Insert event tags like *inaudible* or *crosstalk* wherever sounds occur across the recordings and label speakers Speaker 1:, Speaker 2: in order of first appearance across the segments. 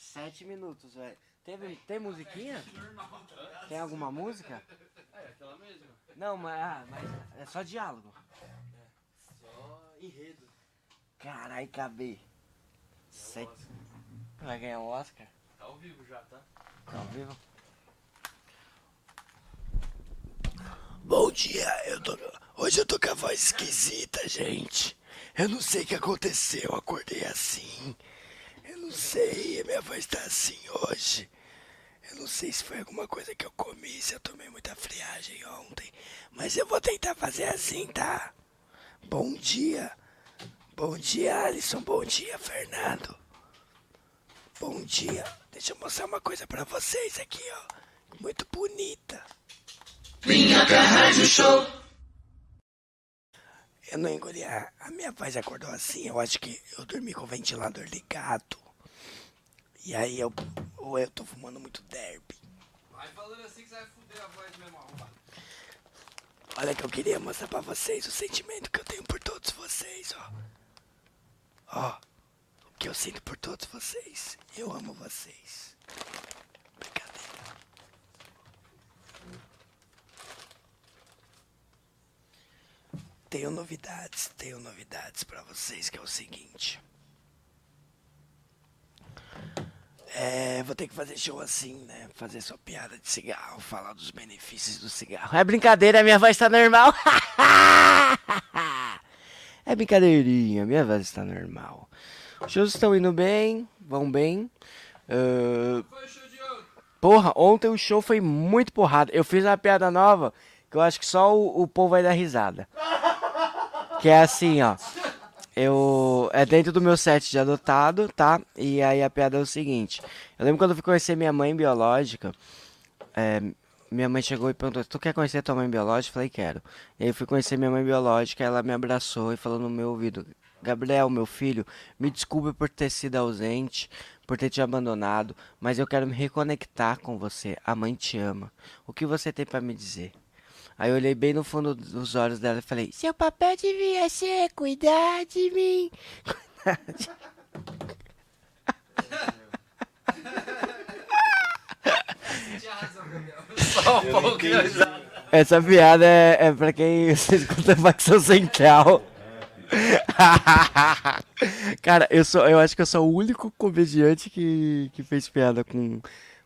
Speaker 1: Sete minutos, velho. Teve, tem musiquinha? Tem alguma música?
Speaker 2: É, aquela mesma.
Speaker 1: Não, mas, ah, mas é só diálogo.
Speaker 2: Só enredo.
Speaker 1: Carai, KB. Sete. Vai ganhar o Oscar?
Speaker 2: Tá ao vivo já, tá?
Speaker 1: Tá ao vivo?
Speaker 3: Bom dia, eu tô. Hoje eu tô com a voz esquisita, gente. Eu não sei o que aconteceu, eu acordei assim. Eu não sei, a minha voz tá assim hoje. Eu não sei se foi alguma coisa que eu comi, se eu tomei muita friagem ontem. Mas eu vou tentar fazer assim, tá? Bom dia. Bom dia, Alisson. Bom dia, Fernando. Bom dia. Deixa eu mostrar uma coisa pra vocês aqui, ó. Muito bonita. Eu não engoli. A, a minha voz acordou assim. Eu acho que eu dormi com o ventilador ligado. E aí eu. Ou eu tô fumando muito derby.
Speaker 2: Vai falando assim que você vai fuder a voz mesmo, arrombado.
Speaker 3: Olha que eu queria mostrar pra vocês o sentimento que eu tenho por todos vocês, ó. Ó. O que eu sinto por todos vocês. Eu amo vocês. Brincadeira. Tenho novidades, tenho novidades pra vocês que é o seguinte. É, vou ter que fazer show assim, né? Fazer só piada de cigarro, falar dos benefícios do cigarro. É brincadeira, minha voz tá
Speaker 1: *laughs*
Speaker 3: normal. é brincadeirinha, minha voz
Speaker 1: tá
Speaker 3: está normal. Os shows estão indo bem, vão bem. Ahn,
Speaker 2: Foi o show de ontem.
Speaker 1: Ah, Porra, ontem o show foi muito porrada. Eu fiz uma piada nova que eu acho que só o, o povo vai dar risada. Que é assim, ó. Eu. É dentro do meu set de adotado, tá? E aí a piada é o seguinte. Eu lembro quando eu fui conhecer minha mãe biológica. é, minha mãe chegou e perguntou: Tu quer conhecer tua mãe biológica? Eu falei: Quero. E aí eu fui conhecer minha mãe biológica. Ela me abraçou e falou no meu ouvido: Gabriel, meu filho, me desculpe por ter sido ausente, por ter te abandonado, mas eu quero me reconectar com você. A mãe te ama. O que você tem pra me dizer? Aí eu olhei bem no fundo dos olhos dela e falei: Seu papel devia ser cuidar de mim. Cuidar de
Speaker 2: Tinha razão, Gabriel.
Speaker 1: Essa piada é, é pra quem *laughs* se escuta facção central. *laughs* Cara, eu, sou, eu acho que eu sou o único comediante que, que fez piada com,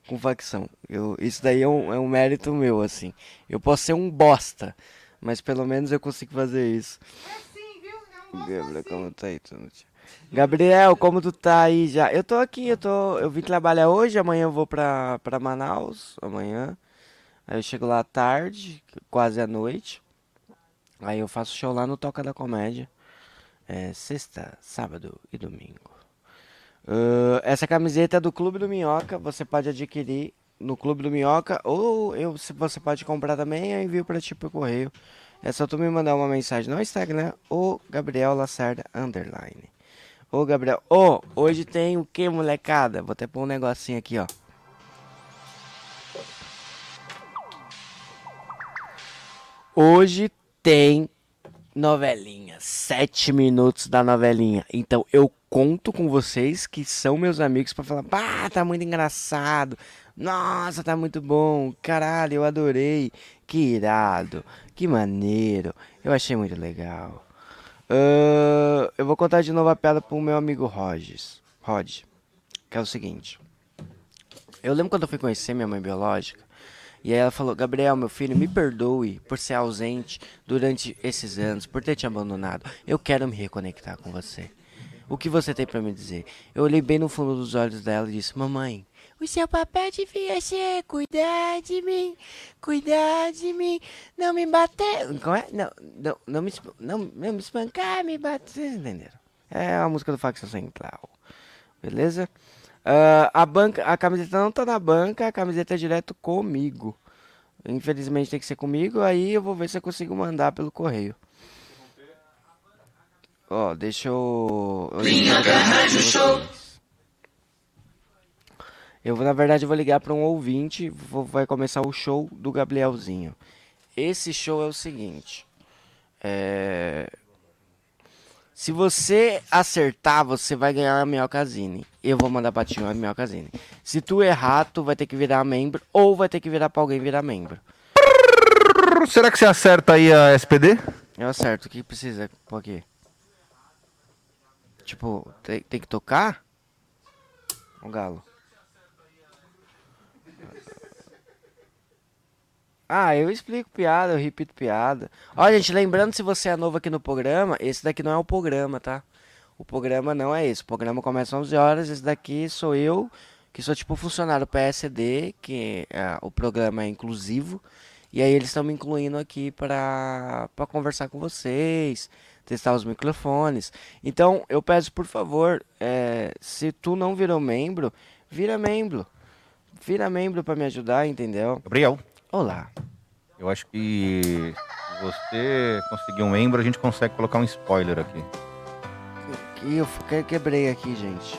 Speaker 1: com facção. Eu, isso daí é um, é um mérito meu, assim. Eu posso ser um bosta, mas pelo menos eu consigo fazer isso. Gabriel, como tá aí, tu não tinha- Gabriel, como tu tá aí já? Eu tô aqui, eu tô. Eu vim trabalhar hoje, amanhã eu vou pra, pra Manaus, amanhã. Aí eu chego lá à tarde, quase à noite. Aí eu faço show lá no Toca da Comédia. É, sexta, sábado e domingo. Ahn, essa camiseta é do Clube do Minhoca, você pode adquirir no Clube do Minhoca ou eu, se você pode comprar também, eu envio pra ti por correio. É só tu me mandar uma mensagem no Instagram ou Gabriel Lacerda underline. Ô Gabriel, ô, hoje tem o que, molecada? Vou até pôr um negocinho aqui, ó. Hoje tem novelinha, sete minutos da novelinha. Então eu conto com vocês que são meus amigos pra falar, pá, tá muito engraçado. Nossa, tá muito bom. Caralho, eu adorei. Que irado, que maneiro. Eu achei muito legal. Ahn, eu vou contar de novo a piada pro meu amigo Rogers. Rod, que é o seguinte. Eu lembro quando eu fui conhecer minha mãe biológica. E aí ela falou: Gabriel, meu filho, me perdoe por ser ausente durante esses anos, por ter te abandonado. Eu quero me reconectar com você. O que você tem pra me dizer? Eu olhei bem no fundo dos olhos dela e disse: Mamãe, o seu papel devia ser cuidar de mim, cuidar de mim, não me bater. Como é? Não, não, não, me, espan- não, não me espancar, me bater. Vocês entenderam? É a música do Facção Central. Beleza? Ah, a banca, a camiseta não tá na banca, a camiseta é direto comigo. Infelizmente tem que ser comigo, aí eu vou ver se eu consigo mandar pelo correio. Ó, deixa eu. eu ligar pra vocês. Eu vou, na verdade, eu vou ligar pra um ouvinte. vou- vai começar o show do Gabrielzinho. Esse show é o seguinte. É, Se você acertar, você vai ganhar a Minhocazine. Eu vou mandar pra ti uma Minhocazine. Se tu errar, tu vai ter que virar membro ou vai ter que virar pra alguém virar membro.
Speaker 4: Será que você acerta aí a SPD?
Speaker 1: Eu acerto. O que precisa pôr aqui? Tipo, tem, tem que tocar? O galo. Ah, eu explico piada, eu repito piada. Ó, gente, lembrando, se você é novo aqui no programa, esse daqui não é o programa, tá? O programa não é esse. O programa começa às 11 horas, esse daqui sou eu, que sou tipo funcionário PSD, que é, o programa é inclusivo. E aí eles estão me incluindo aqui pra, pra conversar com vocês, testar os microfones. Então, eu peço, por favor, é, se tu não virou membro, vira membro. Vira membro pra me ajudar, entendeu?
Speaker 4: Gabriel,
Speaker 1: Olá.
Speaker 4: eu acho que se você conseguir um membro, a gente consegue colocar um spoiler aqui.
Speaker 1: E eu que- quebrei aqui, gente.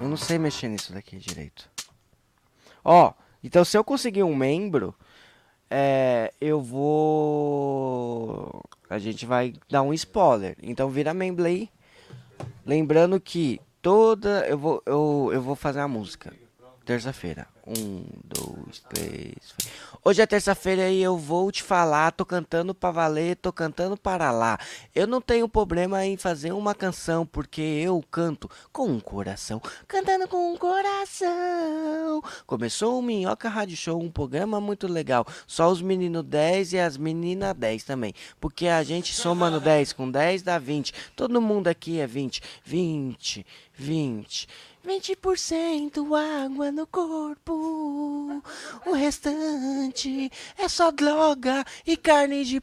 Speaker 1: Eu não sei mexer nisso daqui direito. Ó, então se eu conseguir um membro, é, eu vou. A gente vai dar um spoiler. Então vira membro aí. Lembrando que toda. Eu vou, eu, eu vou fazer a música. Terça-feira. Um, dois, três. foi. Hoje é terça-feira e eu vou te falar. Tô cantando pra valer, tô cantando para lá. Eu não tenho problema em fazer uma canção, porque eu canto com um coração. Cantando com um coração. Começou o Minhoca Rádio Show, um programa muito legal. Só os meninos 10 e as meninas 10 também. Porque a gente somando 10 com 10 dá 20. Todo mundo aqui é 20. 20, 20. 20% água no corpo, o restante é só droga e carne de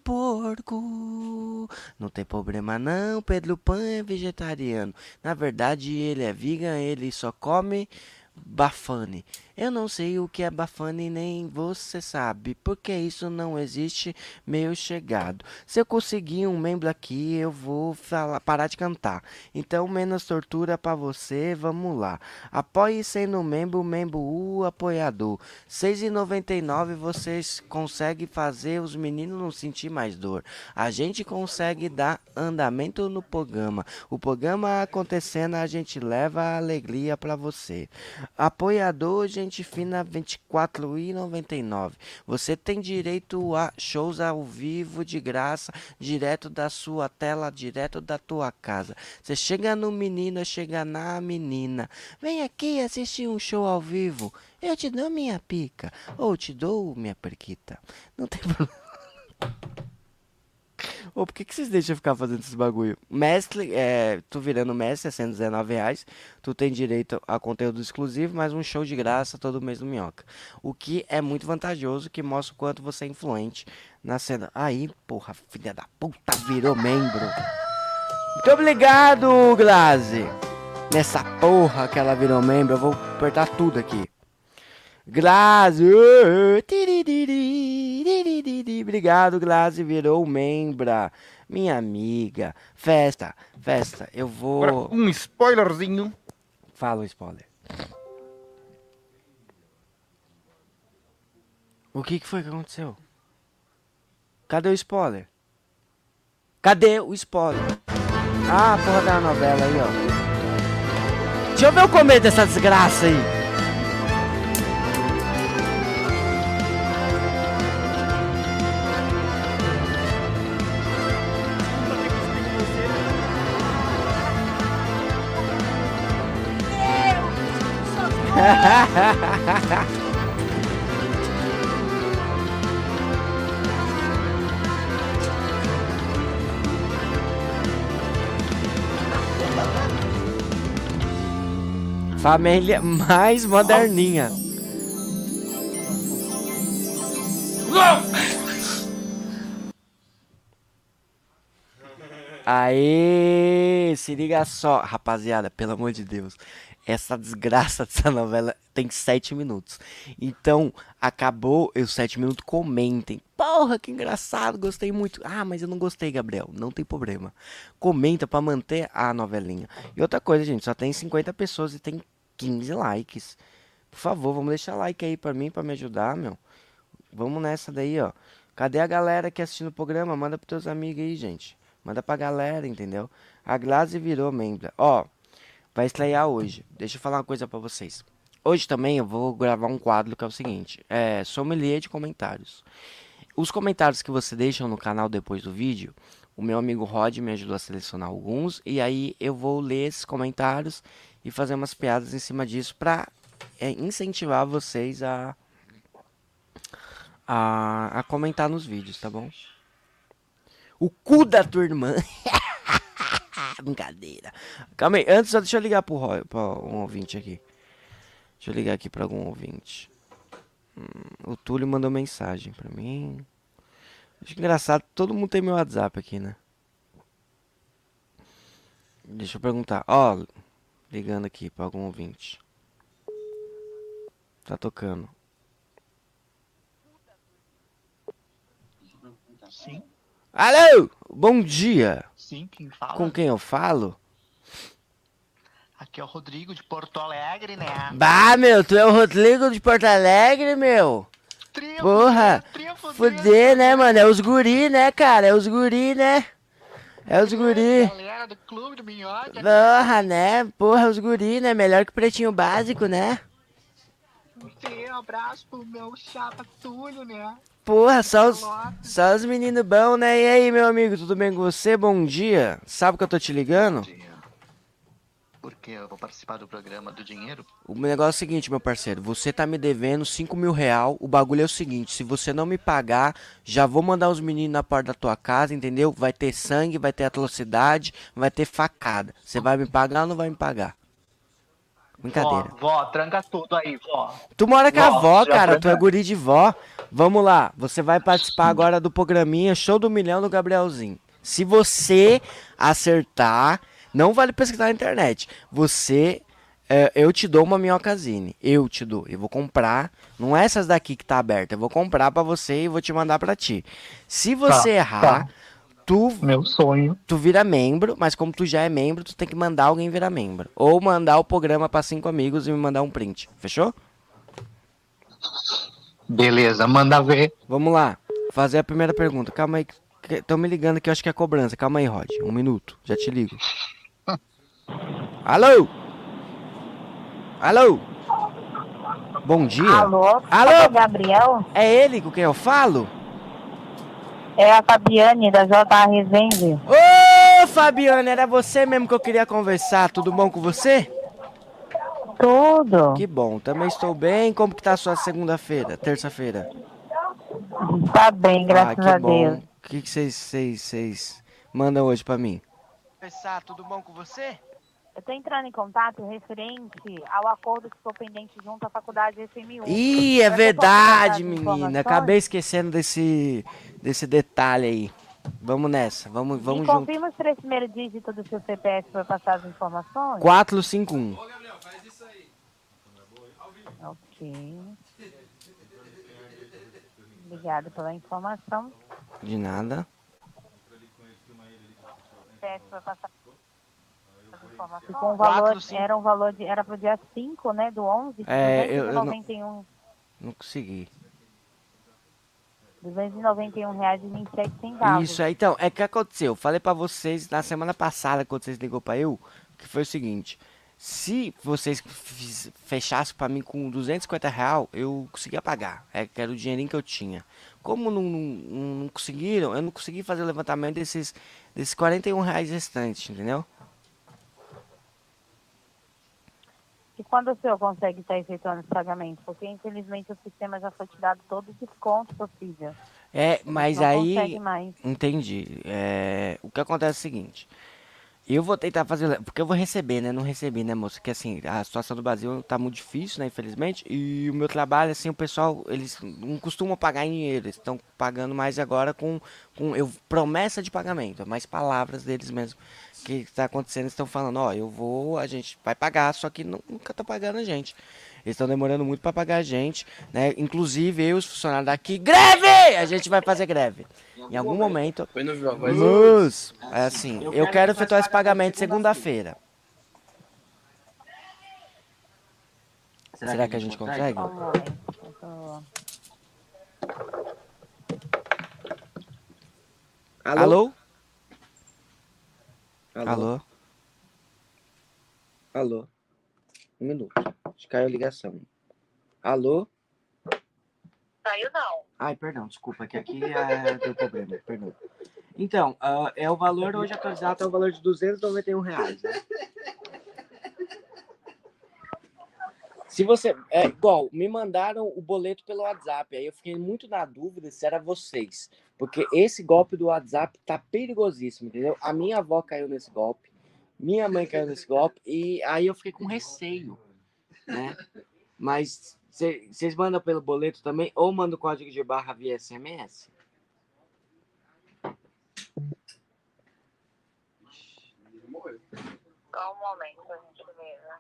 Speaker 1: porco. Não tem problema não, Pedro Pan é vegetariano. Na verdade, ele é vegan, ele só come bafane. Eu não sei o que é bafane, nem você sabe, porque isso não existe meio chegado. Se eu conseguir um membro aqui, eu vou falar, parar de cantar. Então, menos tortura pra você, vamos lá. Apoie sendo membro, membro U, apoiador. R$ 6,99 vocês conseguem fazer os meninos não sentir mais dor. A gente consegue dar andamento no programa. O programa acontecendo, a gente leva a alegria pra você. Apoiador, gente fina, R$ 24,99. Você tem direito a shows ao vivo de graça, direto da sua tela, direto da tua casa. Você chega no menino, chega na menina. Vem aqui assistir um show ao vivo. Eu te dou minha pica. Ou te dou minha periquita. Não tem problema. Ô, por que, que vocês deixam eu ficar fazendo esses bagulho? Mestre, é, tu virando mestre, é R$ 119 reais. Tu tem direito a conteúdo exclusivo, mais um show de graça todo mês no Minhoca. O que é muito vantajoso, que mostra o quanto você é influente na cena. Aí, porra, filha da puta, virou membro. Muito obrigado, Glaze. Nessa porra que ela virou membro, eu vou apertar tudo aqui. Glaze! ê, ê, tiririri, tiririri. Obrigado, Glaze, virou membra. Minha amiga. Festa, festa. Eu
Speaker 4: Agora,
Speaker 1: vou.
Speaker 4: um
Speaker 1: *laughs*
Speaker 4: spoilerzinho.
Speaker 1: Fala o spoiler. O que, que foi que aconteceu? Cadê o spoiler? Cadê o spoiler? Ah, a porra da novela aí, ó. Deixa eu ver o começo dessa desgraça aí. Família mais moderninha. Aê, se liga só, rapaziada, pelo amor de Deus. Essa desgraça dessa novela tem sete minutos. Então, acabou os sete minutos, comentem. Porra, que engraçado, gostei muito. Ah, mas eu não gostei, Gabriel. Não tem problema. Comenta pra manter a novelinha. E outra coisa, gente, só tem 50 pessoas e tem 15 likes. Por favor, vamos deixar like aí pra mim, pra me ajudar, meu. Vamos nessa daí, ó. Cadê a galera que assistindo o programa? Manda pros teus amigos aí, gente. Manda pra galera, entendeu? A Glaze virou membra. Ó, vai estrear hoje. Deixa eu falar uma coisa pra vocês. Hoje também eu vou gravar um quadro que é o seguinte: é sommelier de comentários. Os comentários que você deixa no canal depois do vídeo, o meu amigo Rod me ajudou a selecionar alguns e aí eu vou ler esses comentários e fazer umas piadas em cima disso pra é, incentivar vocês a, a a comentar nos vídeos, tá bom? O cu da tua irmã. *laughs* Brincadeira. Calma aí, antes só deixa eu ligar pro Roy, pra um ouvinte aqui. Deixa eu ligar aqui pra algum ouvinte. Hum, o Túlio mandou mensagem pra mim. Acho é engraçado, todo mundo tem meu WhatsApp aqui, né? Deixa eu perguntar. Ó, ligando aqui pra algum ouvinte. Tá tocando.
Speaker 5: Sim,
Speaker 1: Alô! Bom dia!
Speaker 5: sim, quem fala?
Speaker 1: Com quem eu falo?
Speaker 5: Aqui é o Rodrigo de Porto Alegre, né?
Speaker 1: Bah, meu, tu é o Rodrigo de Porto Alegre, meu!
Speaker 5: Trio,
Speaker 1: Porra!
Speaker 5: trio, trio,
Speaker 1: Fuder, né, mano? É os guri, né, cara? É os guri, né? É os guri.
Speaker 5: Galera do Clube do Minhoca.
Speaker 1: Porra, né? Porra, os guri, né? Melhor que o pretinho básico, né?
Speaker 5: Trio, Um abraço pro meu chapa Túlio, né?
Speaker 1: Porra, só os, só os meninos bons, né? E aí, meu amigo, tudo bem com você? Bom dia. Sabe que eu tô te ligando?
Speaker 5: Porque eu vou participar do programa do dinheiro.
Speaker 1: O negócio é o seguinte, meu parceiro. Você tá me devendo 5 mil real. O bagulho é o seguinte. Se você não me pagar, já vou mandar os meninos na porta da tua casa, entendeu? Vai ter sangue, vai ter atrocidade, vai ter facada. Você vai me pagar ou não vai me pagar? Brincadeira.
Speaker 5: Vó, vó, tranca tudo aí, vó.
Speaker 1: Tu mora com a
Speaker 5: Vó,
Speaker 1: avó,
Speaker 5: já
Speaker 1: cara.
Speaker 5: foi
Speaker 1: Tu é
Speaker 5: nessa.
Speaker 1: guri de vó. Vamos lá. Você vai participar agora do programinha Show do Milhão do Gabrielzinho. Se você acertar, não vale pesquisar na internet. Você. é, eu te dou uma minhocazine. Eu te dou. Eu vou comprar. Não é essas daqui que tá aberta. Eu vou comprar pra você e vou te mandar pra ti. Se você errar,
Speaker 5: tá.
Speaker 1: tu
Speaker 5: Meu sonho.
Speaker 1: tu vira membro, mas como tu já é membro, tu tem que mandar alguém virar membro. Ou mandar o programa pra cinco amigos e me mandar um print. Fechou?
Speaker 5: Beleza, Tá, manda ver.
Speaker 1: Vamos lá. Fazer a primeira pergunta. Calma aí. Estão me ligando que eu acho que é cobrança. Calma aí, Rod. Um minuto. Já te ligo. Alô? Alô? Bom dia.
Speaker 6: Alô?
Speaker 1: Alô?
Speaker 6: É Gabriel?
Speaker 1: É ele com quem eu falo?
Speaker 6: É a Fabiane da J.A. Resende.
Speaker 1: Ô, Fabiana, era você mesmo que eu queria conversar. Tudo bom com você?
Speaker 6: Tudo?
Speaker 1: Que bom. Também estou bem. Como que tá a sua segunda-feira? Terça-feira?
Speaker 6: Tá bem, graças
Speaker 1: ah, que
Speaker 6: a Deus.
Speaker 1: bom. O que que vocês- vocês vocês mandam hoje pra mim? Conversar. Tudo bom com você?
Speaker 6: Eu tô entrando em contato referente ao acordo que ficou pendente junto à faculdade FMU.
Speaker 1: Ih,
Speaker 6: Mas eu
Speaker 1: é
Speaker 6: posso
Speaker 1: verdade,
Speaker 6: mandar as
Speaker 1: menina.
Speaker 6: informações?
Speaker 1: Acabei esquecendo desse, desse detalhe aí. Vamos nessa, vamos, vamos
Speaker 6: Me
Speaker 1: junto.
Speaker 6: confirma os três primeiros dígitos do seu CPF para passar as informações?
Speaker 1: 451.
Speaker 2: Ô, Gabriel, faz isso aí.
Speaker 6: Ok. Obrigada pela informação.
Speaker 1: De nada.
Speaker 6: CPF para passar as informações. Com o valor, era um valor de, era pro dia 5, né, do 11,
Speaker 1: É, eu- eu não-
Speaker 6: 291.
Speaker 1: Não consegui.
Speaker 6: 291 reais e 27 centavos.
Speaker 1: Isso, é, então, é que aconteceu. Eu Falei pra vocês na semana passada, quando vocês ligou pra eu, que foi o seguinte. Se vocês fiz- fechassem pra mim com 250 real, eu conseguia pagar. É que era o dinheirinho que eu tinha. Como não, não, não- não conseguiram, eu não consegui fazer o levantamento desses, desses 41 reais restantes, entendeu?
Speaker 6: E quando o senhor consegue estar efetuando esse pagamento? Porque, infelizmente, o sistema já foi te dado todo o desconto possível.
Speaker 1: É, mas
Speaker 6: Não
Speaker 1: aí.
Speaker 6: consegue mais.
Speaker 1: Entendi. É, o que acontece é o seguinte. Eu vou tentar fazer. Porque eu vou receber, né? Não recebi, né, moça? Que assim, a situação do Brasil tá muito difícil, né? Infelizmente. E o meu trabalho, assim, o pessoal, eles não costumam pagar em dinheiro. Eles estão pagando mais agora com, com eu, promessa de pagamento. É mais palavras deles mesmo. Que tá acontecendo, eles estão falando, ó, eu vou, a gente vai pagar, só que nu- nunca tá pagando a gente. Eles estão demorando muito pra pagar a gente, né? Inclusive, eu e os funcionários daqui. Greve! A gente vai fazer greve. Em algum momento,
Speaker 7: Foi no Viva Voz.
Speaker 1: mas, é assim, eu, quero, efetuar esse pagamento segunda-feira. Será, que a gente consegue?
Speaker 6: Só um momento, eu tô-
Speaker 1: Alô?
Speaker 7: Alô?
Speaker 1: Alô. Um minuto. Acho que caiu a ligação. Alô?
Speaker 6: Saiu não.
Speaker 1: Ai, perdão, desculpa, que aqui é, deu problema, perdão. Então, ah, é o valor hoje atualizado é o valor de R$ 291 reais. Né? Se você. É igual, me mandaram o boleto pelo WhatsApp. Aí eu fiquei muito na dúvida se era vocês. Porque esse golpe do WhatsApp tá perigosíssimo, entendeu? A minha avó caiu nesse golpe, minha mãe caiu nesse golpe, e aí eu fiquei com receio, né? Mas cê- vocês mandam pelo boleto também, ou mandam o código de barra via SMS?
Speaker 6: um Só um momento, a gente vê. né?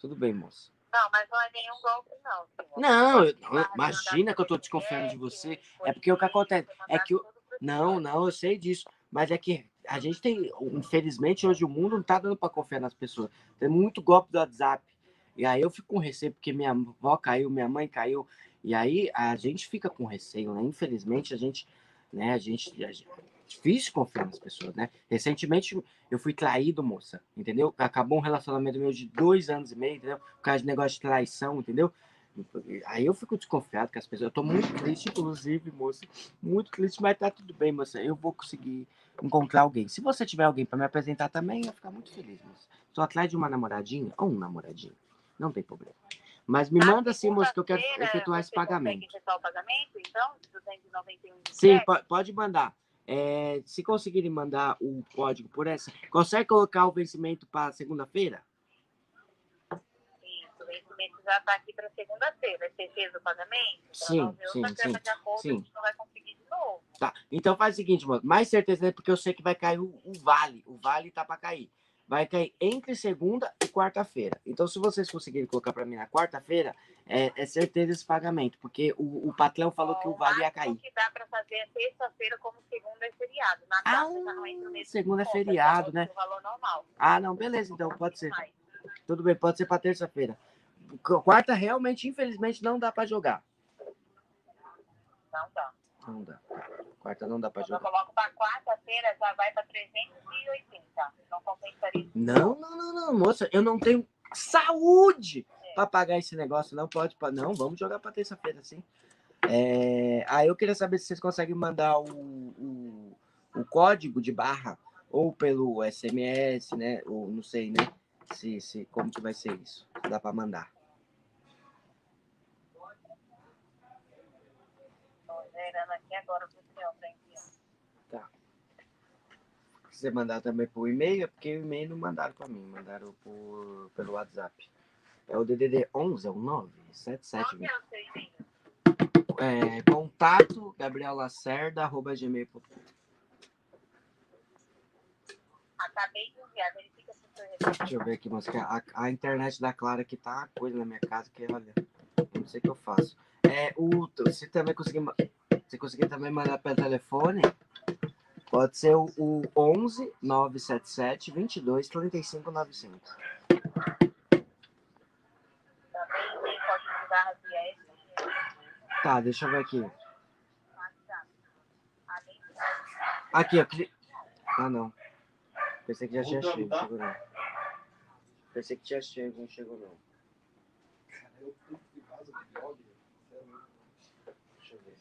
Speaker 1: Tudo bem, moço.
Speaker 6: Não, mas não é nenhum golpe, não. senhor.
Speaker 1: Não, eu- não,
Speaker 6: Barra de
Speaker 1: imagina que eu tô
Speaker 6: mandar
Speaker 1: desconfiando de
Speaker 6: PDF,
Speaker 1: você. É porque o que acontece é que o-
Speaker 6: mandar tudo pro
Speaker 1: Não, não, eu sei disso. Mas é que a gente tem, infelizmente, hoje o mundo não tá dando pra confiar nas pessoas. Tem muito golpe do WhatsApp. E aí eu fico com receio, porque minha avó caiu, minha mãe caiu. E aí a gente fica com receio, né? Infelizmente, a gente, né, a gente. A gente é difícil confiar nas pessoas, né? Recentemente eu fui traído, moça, entendeu? Acabou um relacionamento meu de dois anos e meio, entendeu? Por causa de negócio de traição, entendeu? Aí eu fico desconfiado com as pessoas. Eu tô muito triste, inclusive, moça muito triste, mas tá tudo bem, moça. Eu vou conseguir encontrar alguém. Se você tiver alguém pra me apresentar também, eu vou ficar muito feliz, moça. Tô atrás de uma namoradinha ou um namoradinho. Não tem problema. Mas me
Speaker 6: Na
Speaker 1: manda sim, moça, que eu quero
Speaker 6: segunda-feira,
Speaker 1: efetuar esse
Speaker 6: Ah, né, você consegue
Speaker 1: pagamento.
Speaker 6: efetuar o pagamento, então, de 291
Speaker 1: Sim, po- pode mandar. É, se conseguirem mandar o código por essa, consegue colocar o vencimento para segunda-feira?
Speaker 6: Isso, o vencimento já está aqui para segunda-feira. Você fez o pagamento? Então,
Speaker 1: Sim,
Speaker 6: nós vamos
Speaker 1: sim,
Speaker 6: fazer
Speaker 1: sim,
Speaker 6: de acordo,
Speaker 1: sim.
Speaker 6: A gente não vai conseguir de novo.
Speaker 1: Tá. Então faz o seguinte, mano. Mais certeza, né? Porque eu sei que vai cair o, o vale. O vale tá pra cair. Vai cair entre segunda e quarta-feira. Então, se vocês conseguirem colocar pra mim na quarta-feira, é, é certeza esse pagamento. Porque o, o patrão falou que o vale ia
Speaker 6: O
Speaker 1: cair.
Speaker 6: máximo que dá para fazer é sexta-feira, como segunda é feriado. Na
Speaker 1: Ah,
Speaker 6: quarta já não entra mesmo.
Speaker 1: segunda é feriado, né?
Speaker 6: O valor normal.
Speaker 1: Ah, não, beleza, então pode ser.
Speaker 6: Mas,
Speaker 1: Tudo bem, pode ser pra terça-feira. Qu- Quarta, realmente, infelizmente, não dá pra jogar.
Speaker 6: não dá.
Speaker 1: Não dá. Quarta não dá pra
Speaker 6: Quando eu
Speaker 1: jogar.
Speaker 6: coloco para quarta-feira, já vai para 380. Não compensaria.
Speaker 1: Não, não, não, não, moça, eu não tenho saúde pra pagar esse negócio, não pode, pa- não, vamos jogar pra terça-feira, sim. É, aí eu queria saber se vocês conseguem mandar o, o, o código de barra ou pelo SMS, né, ou não sei, né, se, se, como que vai ser isso, se dá pra mandar.
Speaker 6: Estou gerando aqui agora para o senhor para enviar.
Speaker 1: Se você mandar também por e-mail, é porque o e-mail não mandaram pra mim, mandaram por, pelo WhatsApp. É o DDD 11, é o 9, 77,
Speaker 6: Qual que é o seu e-mail?
Speaker 1: é, contato gabriellacerda.gmail.com.
Speaker 6: Acabei de enviar. Verifica se o senhor recebeu.
Speaker 1: Deixa eu ver aqui, moça. que A, a internet da Clara aqui tá uma coisa na minha casa que, olha, eu não sei o que eu faço. É, o, se também conseguir, ma- se conseguir também mandar pelo telefone, pode ser o, o 11 977 22 35 95.
Speaker 6: Também tem código de barra via SMS.
Speaker 1: Tá, deixa eu ver aqui.
Speaker 6: tá? Além de
Speaker 1: Aqui, ó. cli- Ah, não. Pensei que já tinha chego, não chegou não. Pensei que tinha chego, não chegou não. Deixa eu ver.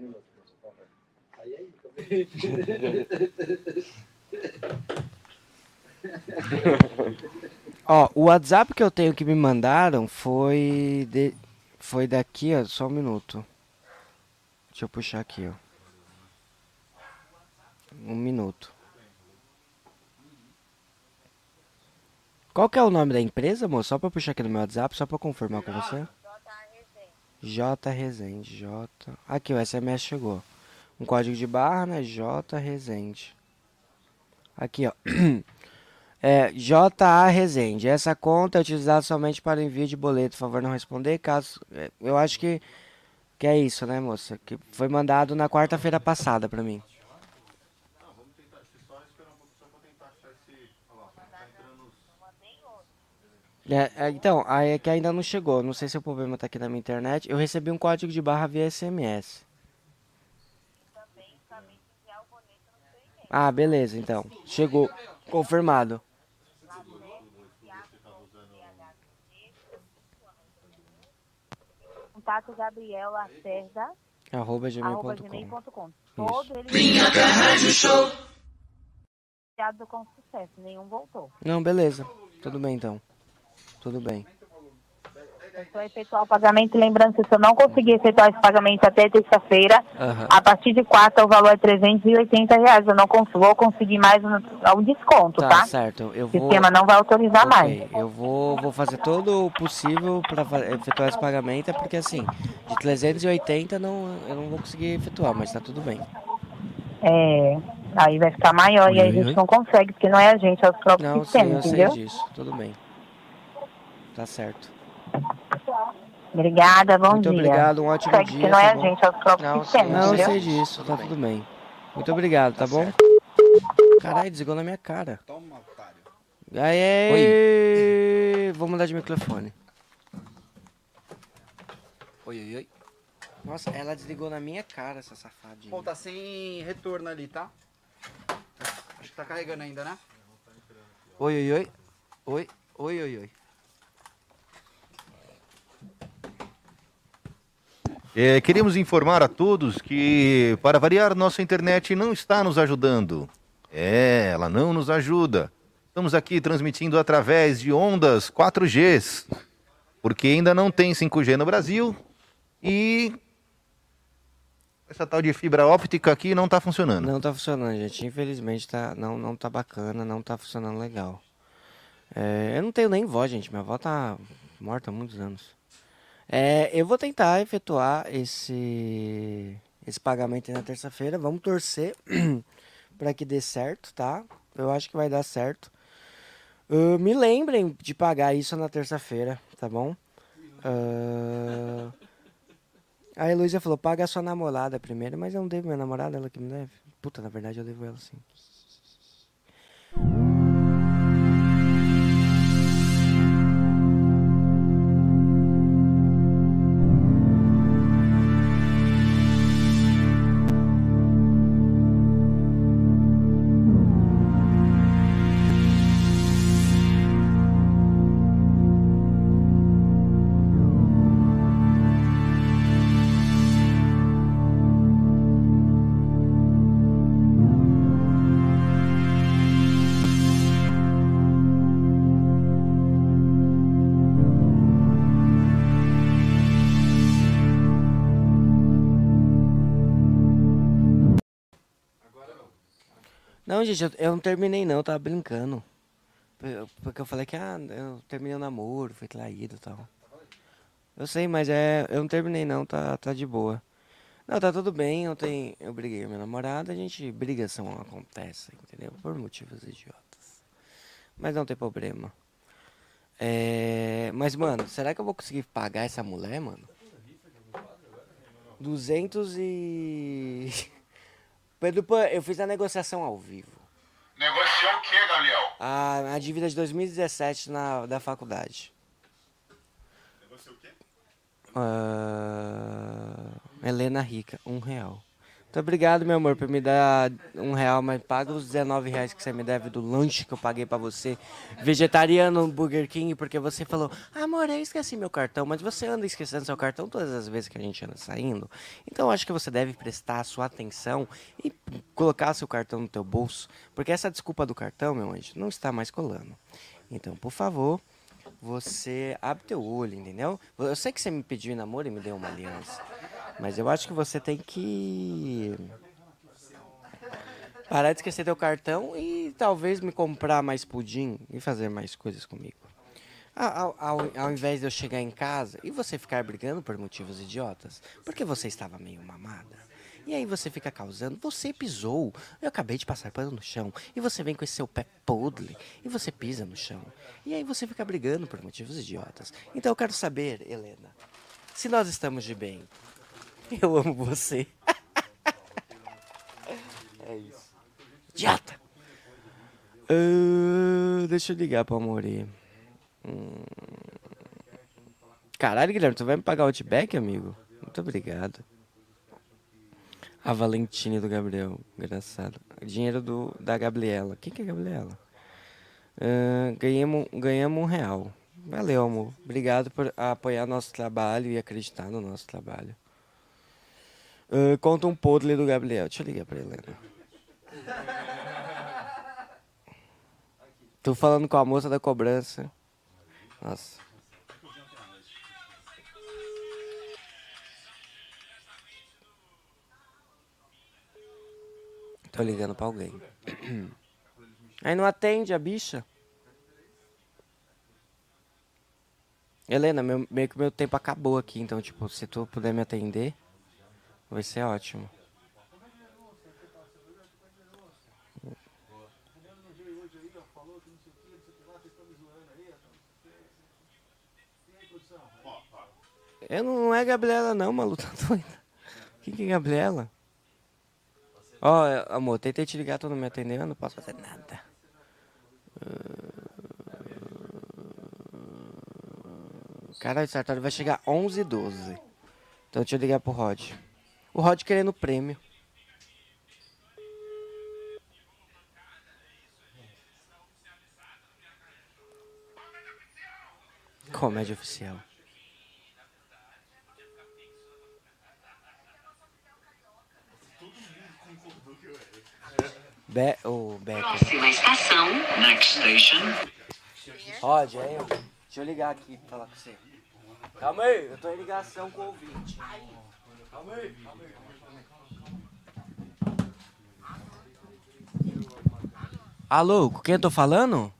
Speaker 1: Um minuto, por favor.
Speaker 6: tá
Speaker 8: *laughs*
Speaker 1: Ó, o WhatsApp que eu tenho que me mandaram foi de... foi daqui, ó, só um minuto. Deixa eu puxar aqui, ó. Um minuto. Qual que é o nome da empresa, moço? Só pra eu puxar aqui no meu WhatsApp, só pra eu confirmar com você. J Resende, J. Aqui, o SMS chegou. Um código de barra, né? J Resende. Aqui, ó. *clears throat* É, JA Resende. Essa conta é utilizada somente para o envio de boleto. Por favor, não responder. Caso. é, Eu acho que. Que é isso, né, moça? Que foi mandado na quarta-feira passada pra mim. É, é, então, aí é que ainda não chegou. Não sei se o problema tá aqui na minha internet. Eu recebi um código de barra via SMS.
Speaker 6: também, somente enviar o boleto no seu e-mail.
Speaker 1: Ah, beleza, então. Chegou. Confirmado.
Speaker 6: Contato Gabriel Lacerda,
Speaker 1: Arroba
Speaker 6: arroba
Speaker 1: gmail.com.
Speaker 6: gmail.com. Todo ele Obrigado com sucesso, nenhum voltou.
Speaker 1: Não, beleza. Tudo bem, então. Tudo bem.
Speaker 6: É só efetuar o pagamento, lembrando que se eu não conseguir efetuar esse pagamento até terça-feira,
Speaker 1: Aham.
Speaker 6: a partir de quarta o valor é 380 reais. Eu não cons- vou conseguir mais um, um desconto, tá?
Speaker 1: Tá, certo. Eu
Speaker 6: O
Speaker 1: vou.
Speaker 6: sistema não vai autorizar mais.
Speaker 1: Ok, Eu vou, vou fazer todo o possível para efetuar esse pagamento, é porque assim, de 380 não, eu não vou conseguir efetuar, mas tá tudo bem.
Speaker 6: É, aí vai ficar maior e aí a gente não consegue, porque não é a gente, é o próprio
Speaker 1: Não, sim,
Speaker 6: sistema,
Speaker 1: Então, eu sei
Speaker 6: entendeu?
Speaker 1: disso. Tudo bem. Tá certo.
Speaker 6: Obrigada, bom
Speaker 1: Muito
Speaker 6: dia.
Speaker 1: obrigado, um ótimo
Speaker 6: Consegue,
Speaker 1: dia.
Speaker 6: porque não é
Speaker 1: tá
Speaker 6: a
Speaker 1: bom?
Speaker 6: gente, é o próprio
Speaker 1: Não, sim,
Speaker 6: sistema,
Speaker 1: não, eu
Speaker 6: entendeu?
Speaker 1: sei disso, tá tudo bem. Muito obrigado, tá, bom? Caralho, desligou na minha cara.
Speaker 9: Toma, otário.
Speaker 1: Aê! Vou mudar de microfone.
Speaker 9: Oi, oi, oi.
Speaker 1: Nossa, ela desligou na minha cara, essa safadinha.
Speaker 9: Bom, tá sem retorno ali, tá? Acho que tá carregando ainda, né? Oi, oi, oi. Oi, oi, oi, oi.
Speaker 4: É, queremos informar a todos que, para variar, nossa internet não está nos ajudando. É, ela não nos ajuda. Estamos aqui transmitindo através de ondas 4Gs, porque ainda não tem 5G no Brasil e essa tal de fibra óptica aqui não está funcionando.
Speaker 1: Não tá funcionando, gente. Infelizmente tá, não, não tá bacana, não tá funcionando legal. É, eu não tenho nem voz, gente. Minha avó tá morta há muitos anos. É, eu vou tentar efetuar esse, esse pagamento aí na terça-feira. Vamos torcer *clears throat* para que dê certo, tá? Eu acho que vai dar certo. Ah, me lembrem de pagar isso na terça-feira, tá bom? Ah, a Heloísa falou, paga a sua namorada primeiro, mas eu não devo minha namorada, ela que me deve. Puta, na verdade eu devo ela sim. Não, gente, eu, eu não terminei não, eu tava brincando. Eu- Porque eu falei que, ah, eu terminei o namoro, fui traído e tal. Eu sei, mas é, eu não terminei não, tá, tá de boa. Não, tá tudo bem, ontem eu briguei com minha namorada, a gente, briga são acontece, entendeu? Por motivos idiotas. Mas não tem problema. É, mas, mano, será que eu vou conseguir pagar essa mulher, mano? 200 e... *laughs* Pedro Pan, eu fiz a negociação ao vivo.
Speaker 10: Negociou o que, Gabriel?
Speaker 1: A, a dívida de 2017 na, da faculdade. Ah, Helena Rica, um real. Muito obrigado, meu amor, por me dar um real, mas paga os 19 reais que você me deve do lanche que eu paguei pra você. Vegetariano Burger King, porque você falou, amor, eu esqueci meu cartão, mas você anda esquecendo seu cartão todas as vezes que a gente anda saindo. Então eu acho que você deve prestar a sua atenção e colocar seu cartão no teu bolso, porque essa desculpa do cartão, meu anjo, não está mais colando. Então, por favor, você abre teu olho, entendeu? Eu sei que você me pediu em namoro e me deu uma aliança, mas eu acho que você tem que parar de esquecer teu cartão e talvez me comprar mais pudim e fazer mais coisas comigo. A- Ao, ao, ao invés de eu chegar em casa e você ficar brigando por motivos idiotas, porque você estava meio mamada. E aí você fica causando, você pisou, eu acabei de passar pano no chão, e você vem com esse seu pé podre, e você pisa no chão. E aí você fica brigando por motivos idiotas. Então eu quero saber, Helena, se nós estamos de bem. Eu amo você. é isso. Idiota! Ah, deixa eu ligar pra Amore. Hum. Caralho, Guilherme, tu vai me pagar o outback, amigo? Muito obrigado. A Valentina do Gabriel, engraçado. Dinheiro do, da Gabriela. Quem que é a Gabriela? Ah, ganhamos, ganhamos um real. Valeu, amor. Obrigado por apoiar nosso trabalho e acreditar no nosso trabalho. Ah, conta um podre do Gabriel. Deixa eu ligar pra Helena. Tô falando com a moça da cobrança. Nossa. Tô ligando pra *clears throat* alguém. Aí não atende a bicha. Helena, meu- meio que meu tempo acabou aqui, então, tipo, se tu puder me atender, vai ser ótimo. Eu não, não é Gabriela não, maluco, tá *laughs* doida. Quem que é Gabriela? Ó, amor, tentei te ligar, tu não me atendendo, não posso fazer nada. Ah, Caralho, o Sartori vai chegar 11 e 12. Então deixa eu ligar pro Rod. O Rod querendo o prêmio. Comédia oficial. Be o Becker.
Speaker 11: Próxima estação. Next station.
Speaker 1: Rod, é eu. Deixa eu ligar aqui pra falar com você. Calma aí, eu tô em ligação com o ouvinte. Calma aí, calma aí. Alô, com quem eu tô falando?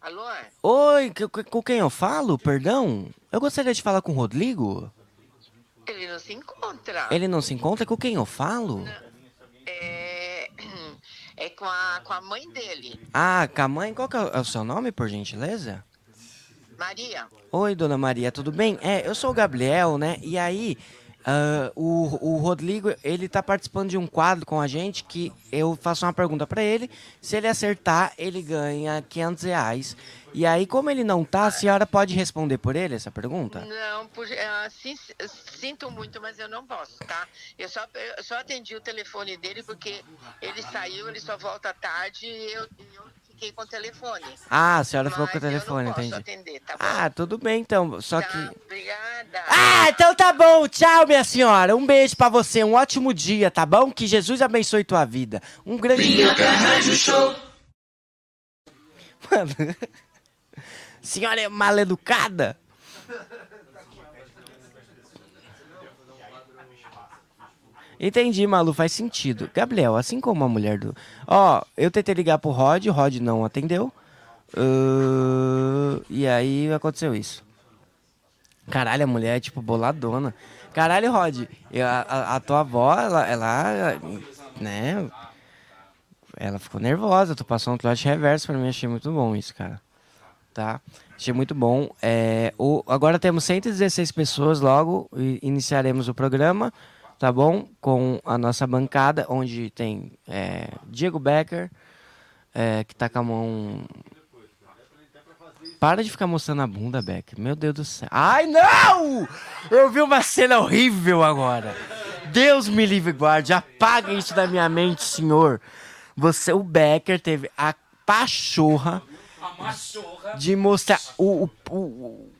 Speaker 12: Alô?
Speaker 1: Oi, que- que- com quem eu falo? Perdão? Eu gostaria de falar com o Rodrigo.
Speaker 12: Ele não se encontra.
Speaker 1: Ele não se encontra? Com quem eu falo?
Speaker 12: É, é com, a, com a mãe dele,
Speaker 1: Ah, com a mãe, qual que é o- é o seu nome, por gentileza?
Speaker 12: Maria.
Speaker 1: Oi, dona Maria, tudo bem? É, eu sou o Gabriel, né? E aí, ah, o, o Rodrigo, ele tá participando de um quadro com a gente que eu faço uma pergunta pra ele. Se ele acertar, ele ganha 500 reais. E aí, como ele não tá, a senhora pode responder por ele essa pergunta?
Speaker 12: Não, por, ah, sin- sinto muito, mas eu não posso, tá? Eu só, eu só atendi o telefone dele porque ele saiu, ele só volta à tarde e eu, e eu fiquei com o telefone.
Speaker 1: Ah, a senhora ficou com o
Speaker 12: Mas eu não
Speaker 1: telefone,
Speaker 12: posso
Speaker 1: entendi.
Speaker 12: atender, tá bom?
Speaker 1: Ah, tudo bem então, só
Speaker 12: Tá,
Speaker 1: que...
Speaker 12: Obrigada.
Speaker 1: Ah, então tá bom. Tchau, minha senhora. Um beijo pra você, um ótimo dia, tá bom? Que Jesus abençoe tua vida. Um grande
Speaker 11: Vinha pra Rádio Show.
Speaker 1: Mano. *laughs* Senhora é mal educada. Entendi, Malu, faz sentido. Gabriel, assim como a mulher do. Ó, eu tentei ligar pro Rod, Rod não atendeu. Ahn, e aí aconteceu isso. Caralho, a mulher é tipo boladona. Caralho, Rod, eu- a, a- a tua avó, ela, ela. Né? Ela ficou nervosa, tu passou um trote reverso pra mim, achei muito bom isso, cara. Tá? Achei muito bom. É, o, agora temos 116 pessoas logo, e iniciaremos o programa, tá bom? Com a nossa bancada, onde tem é, Diego Becker, é, que tá com a mão para de ficar mostrando a bunda, Beck. Meu Deus do céu. Ai, não! Eu vi uma cena horrível agora. Deus me livre e guarde. Apaga isso da minha mente, senhor. Você, o Becker teve a pachorra de mostrar o... o, o- o-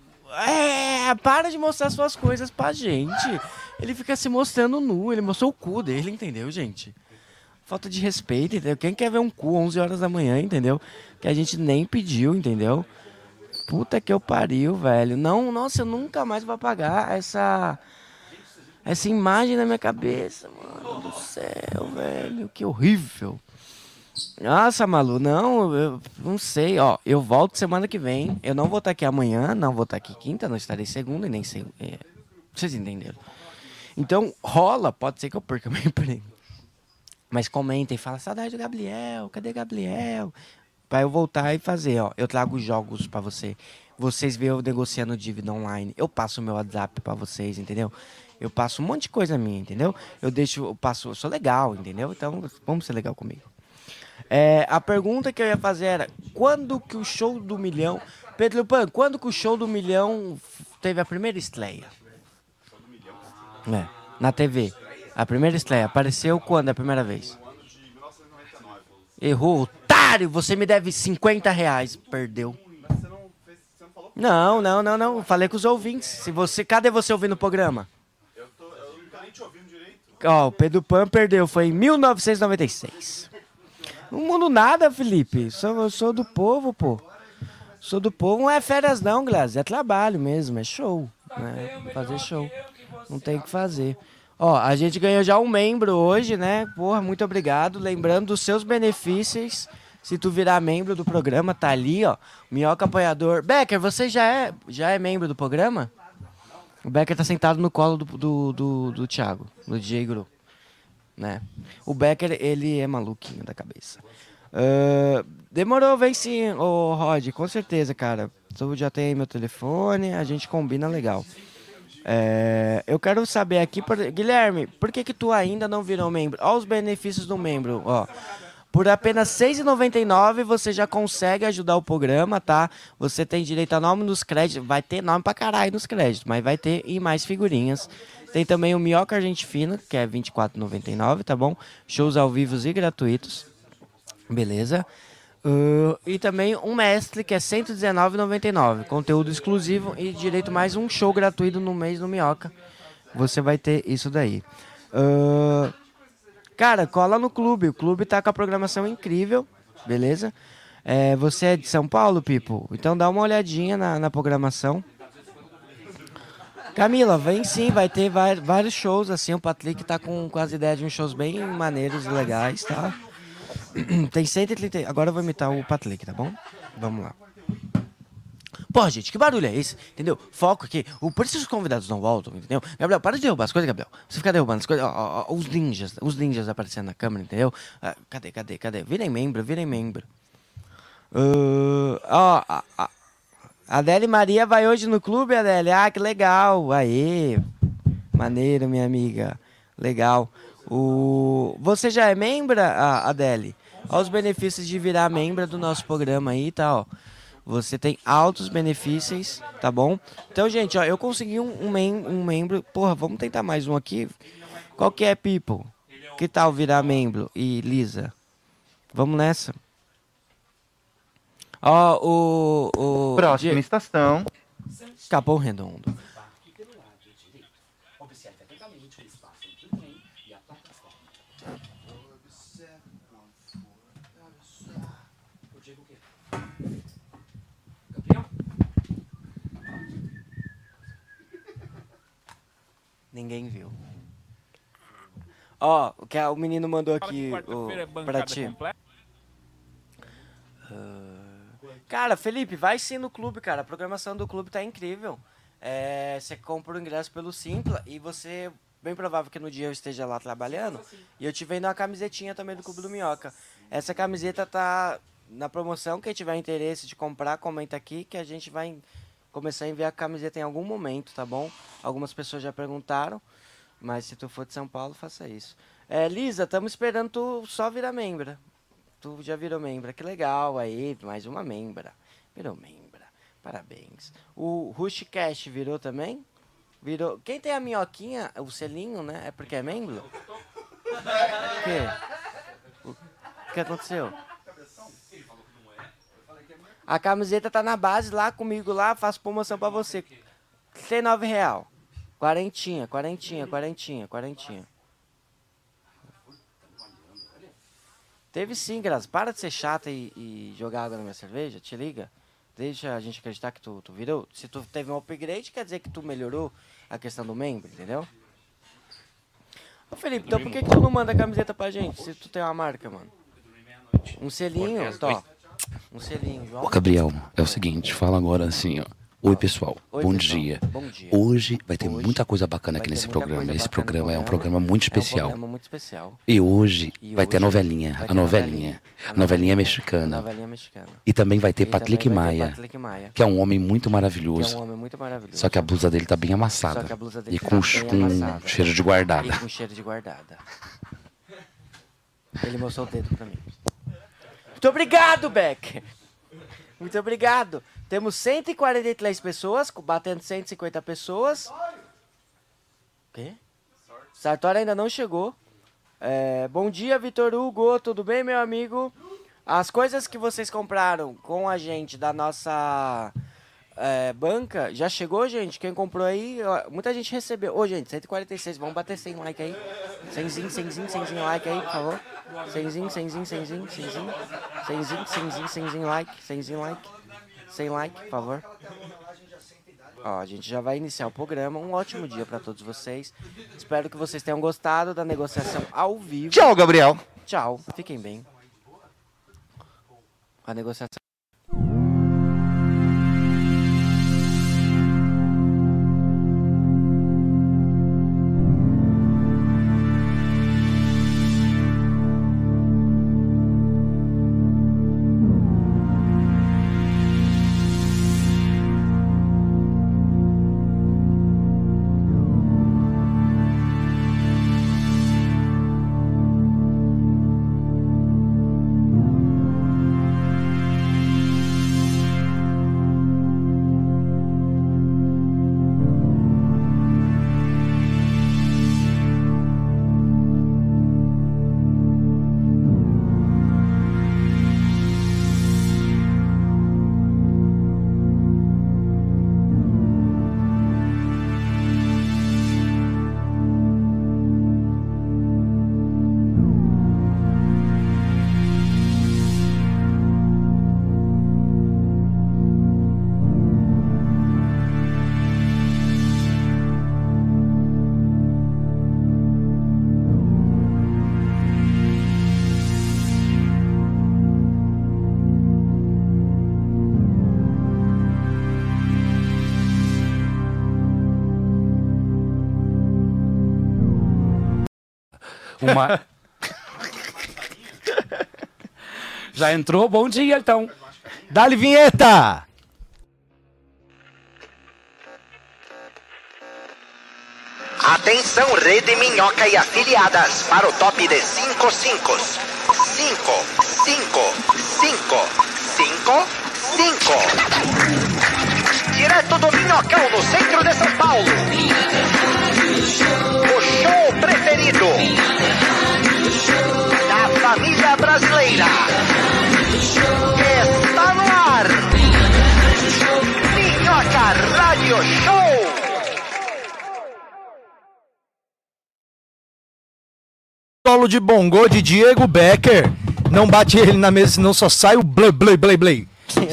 Speaker 1: é, para de mostrar suas coisas pra gente. Ele fica se mostrando nu. Ele mostrou o cu dele, entendeu, gente? Falta de respeito, entendeu? Quem quer ver um cu 11 horas da manhã, entendeu? Que a gente nem pediu, entendeu? Puta que eu pariu, velho. Não, nossa, eu nunca mais vou apagar essa essa imagem na minha cabeça, mano do céu, velho. Que horrível. Nossa, Malu, não, eu não sei, ó, eu volto semana que vem. Eu não vou estar aqui amanhã, não vou estar aqui quinta, não estarei segunda e nem sei. é, vocês entenderam? Então, rola, pode ser que eu perca *laughs* meu emprego. Mas comentem, fala saudade do Gabriel, cadê Gabriel? Pra eu voltar e fazer, ó. Eu trago jogos pra você. Vocês veem eu negociando dívida online. Eu passo o meu WhatsApp pra vocês, entendeu? Eu passo um monte de coisa minha, entendeu? Eu deixo, eu passo, eu sou legal, entendeu? Então, vamos ser legal comigo. É, a pergunta que eu ia fazer era: quando que o show do milhão. Pedro Pan, quando que o show do milhão f- teve a primeira estreia? É, na TV. A primeira estreia apareceu quando? A primeira vez? Errou, otário! Você me deve 50 reais. Perdeu. Não, não, não, não. Falei com os ouvintes. Se você, cadê você ouvindo o programa? Ó, o Pedro Pan perdeu. Foi em 1996. Não mundo nada, Felipe. Sou, eu sou do povo, pô. Sou do povo. Não é férias, não, Glaze. É trabalho mesmo. É show. Né? Vou Fazer show. Não tem o que fazer. Ó, a gente ganhou já um membro hoje, né? Porra, muito obrigado. Lembrando dos seus benefícios. Se tu virar membro do programa, tá ali, ó. Minhoca apoiador. Becker, você já é, já é membro do programa? O Becker tá sentado no colo do, do, do, do Thiago, do Diego. Né? O Becker, ele é maluquinho da cabeça. Ah, demorou, vem sim, ô Rod, com certeza, cara. Tu já tem aí meu telefone, a gente combina legal. É, eu quero saber aqui, por- Guilherme, por que que tu ainda não virou membro? Olha os benefícios do membro, ó. Por apenas R$ 6,99 você já consegue ajudar o programa, tá? Você tem direito a nome nos créditos. Vai ter nome pra caralho nos créditos, mas vai ter e mais figurinhas. Tem também o Minhoca Gente Fina, que é R$ 24,99, tá bom? Shows ao vivo e gratuitos. Beleza? Ahn, e também um mestre que é R$ 119,99. Conteúdo exclusivo e direito mais um show gratuito no mês no Minhoca. Você vai ter isso daí. Ahn, cara, cola no clube. O clube tá com a programação incrível, beleza? É, você é de São Paulo, Pipo? Então dá uma olhadinha na, na programação. Camila, vem sim, vai ter vai- vários shows assim. O Patrick tá com, com as ideias de uns shows bem maneiros e legais, tá? *clears throat* Tem 130. Agora eu vou imitar o Patrick, tá bom? Vamos lá. Pô, gente, que barulho é esse? Entendeu? Foco aqui. O, por isso os convidados não voltam, entendeu? Gabriel, para de derrubar as coisas, Gabriel. Você fica derrubando as coisas. Ó, ó, ó, os ninjas, os ninjas aparecendo na câmera, entendeu? Ah, cadê, cadê, cadê? Virem membro, virem membro. Ah, ó, a, a Adele Maria vai hoje no clube, Adele. Ah, que legal. Aê. Maneiro, minha amiga. Legal. O... Você já é membra, a- Adele? Olha os benefícios de virar membra do nosso programa aí, tá? Ó. Você tem altos benefícios, tá bom? Então, gente, ó, eu consegui um, um, mem- um membro. Porra, vamos tentar mais um aqui. Qual que é, People? Que tal virar membro? E Lisa? Vamos nessa. Ó, o. o
Speaker 4: Próxima
Speaker 1: Di-
Speaker 4: estação.
Speaker 1: Capão Redondo.
Speaker 13: Observe atentamente o espaço entre o trem e a plataforma. Eu digo o quê?
Speaker 1: Ninguém viu. Ó, o que a- o menino mandou aqui o,
Speaker 3: é
Speaker 1: pra ti. Ah, Cara, Felipe, vai sim no clube, cara. A programação do clube tá incrível. É, você compra o ingresso pelo Simpla e você. Bem provável que no dia eu esteja lá trabalhando. E eu te vendo uma camisetinha também do Clube do Minhoca. Essa camiseta tá na promoção. Quem tiver interesse de comprar, comenta aqui que a gente vai en- começar a enviar a camiseta em algum momento, tá bom? Algumas pessoas já perguntaram. Mas se tu for de São Paulo, faça isso. É, Lisa, estamos esperando tu só virar membra. Tu já virou membra, que legal. Aí, mais uma membra. Virou membra. Parabéns. O Rush Cash virou também? Virou. Quem tem a minhoquinha, o selinho, né? É porque é membro? O quê? O que aconteceu? A camiseta tá na base lá comigo lá, faço promoção pra você. R$39,00. real. Quarentinha, quarentinha, quarentinha, quarentinha. Teve sim, Graça. Para de ser chata e, e jogar água na minha cerveja, te liga. Deixa a gente acreditar que tu, tu virou. Se tu teve um upgrade, quer dizer que tu melhorou a questão do membro, entendeu? Ô Felipe, então por que, que tu não manda a camiseta pra gente? Se tu tem uma marca, mano. Um selinho, ó. Um selinho, João.
Speaker 13: Ô, Gabriel, é o seguinte, fala agora assim, ó. Oi, pessoal.
Speaker 1: Oi,
Speaker 13: bom,
Speaker 1: pessoal.
Speaker 13: Dia.
Speaker 1: Bom dia.
Speaker 13: Hoje vai ter muita coisa bacana aqui nesse programa. Esse programa é um programa muito especial.
Speaker 1: programa muito especial.
Speaker 13: E hoje
Speaker 1: E
Speaker 13: vai ter a
Speaker 1: hoje
Speaker 13: novelinha.
Speaker 1: vai ter
Speaker 13: A
Speaker 1: a
Speaker 13: novelinha. A novelinha mexicana.
Speaker 1: Novelinha mexicana.
Speaker 13: E também vai ter
Speaker 1: E também
Speaker 13: Patrick
Speaker 1: vai ter
Speaker 13: Maia,
Speaker 1: Patrick Maia.
Speaker 13: que é um homem muito maravilhoso.
Speaker 1: Que é um homem muito maravilhoso.
Speaker 13: Só que a blusa dele tá bem
Speaker 1: Só
Speaker 13: amassada.
Speaker 1: que a blusa dele
Speaker 13: E
Speaker 1: tá
Speaker 13: com,
Speaker 1: bem
Speaker 13: com
Speaker 1: amassada.
Speaker 13: cheiro de guardada.
Speaker 1: E com cheiro de guardada. Ele mostrou o dedo pra mim. Muito obrigado, Beck! Muito obrigado. Temos 143 pessoas, co- batendo 150 pessoas. O quê? Sartori ainda não chegou. É, bom dia, Vitor Hugo. Tudo bem, meu amigo? As coisas que vocês compraram com a gente da nossa é, banca já chegou, gente? Quem comprou aí, ó, muita gente recebeu. Ô, gente, 146, vamos bater 100 like aí. 100zinho, 100zinho, 100zinho like aí, por favor. 100zinho, 100zinho, 100zinho, 100zinho. 100zinho, 100zinho, 100zinho like, 100zinho like. 100 like, por favor. Ó, a gente já vai iniciar o programa. Um ótimo dia para todos vocês. Espero que vocês tenham gostado da negociação ao vivo.
Speaker 4: Tchau, Gabriel.
Speaker 1: Tchau. Fiquem bem. A negociação.
Speaker 13: Uma... Já entrou? Bom dia, então.
Speaker 14: Dá-lhe vinheta!
Speaker 15: Atenção, Rede Minhoca e afiliadas, para o top de 5 5. 5, 5, 5, 5, 5. Direto do Minhocão, no centro de São Paulo. O show preferido da família brasileira. Está no ar. Minhoca Radio Show.
Speaker 14: Solo de bongô de Diego Becker. Não bate ele na mesa, senão só sai o blê, blê, blê, blê.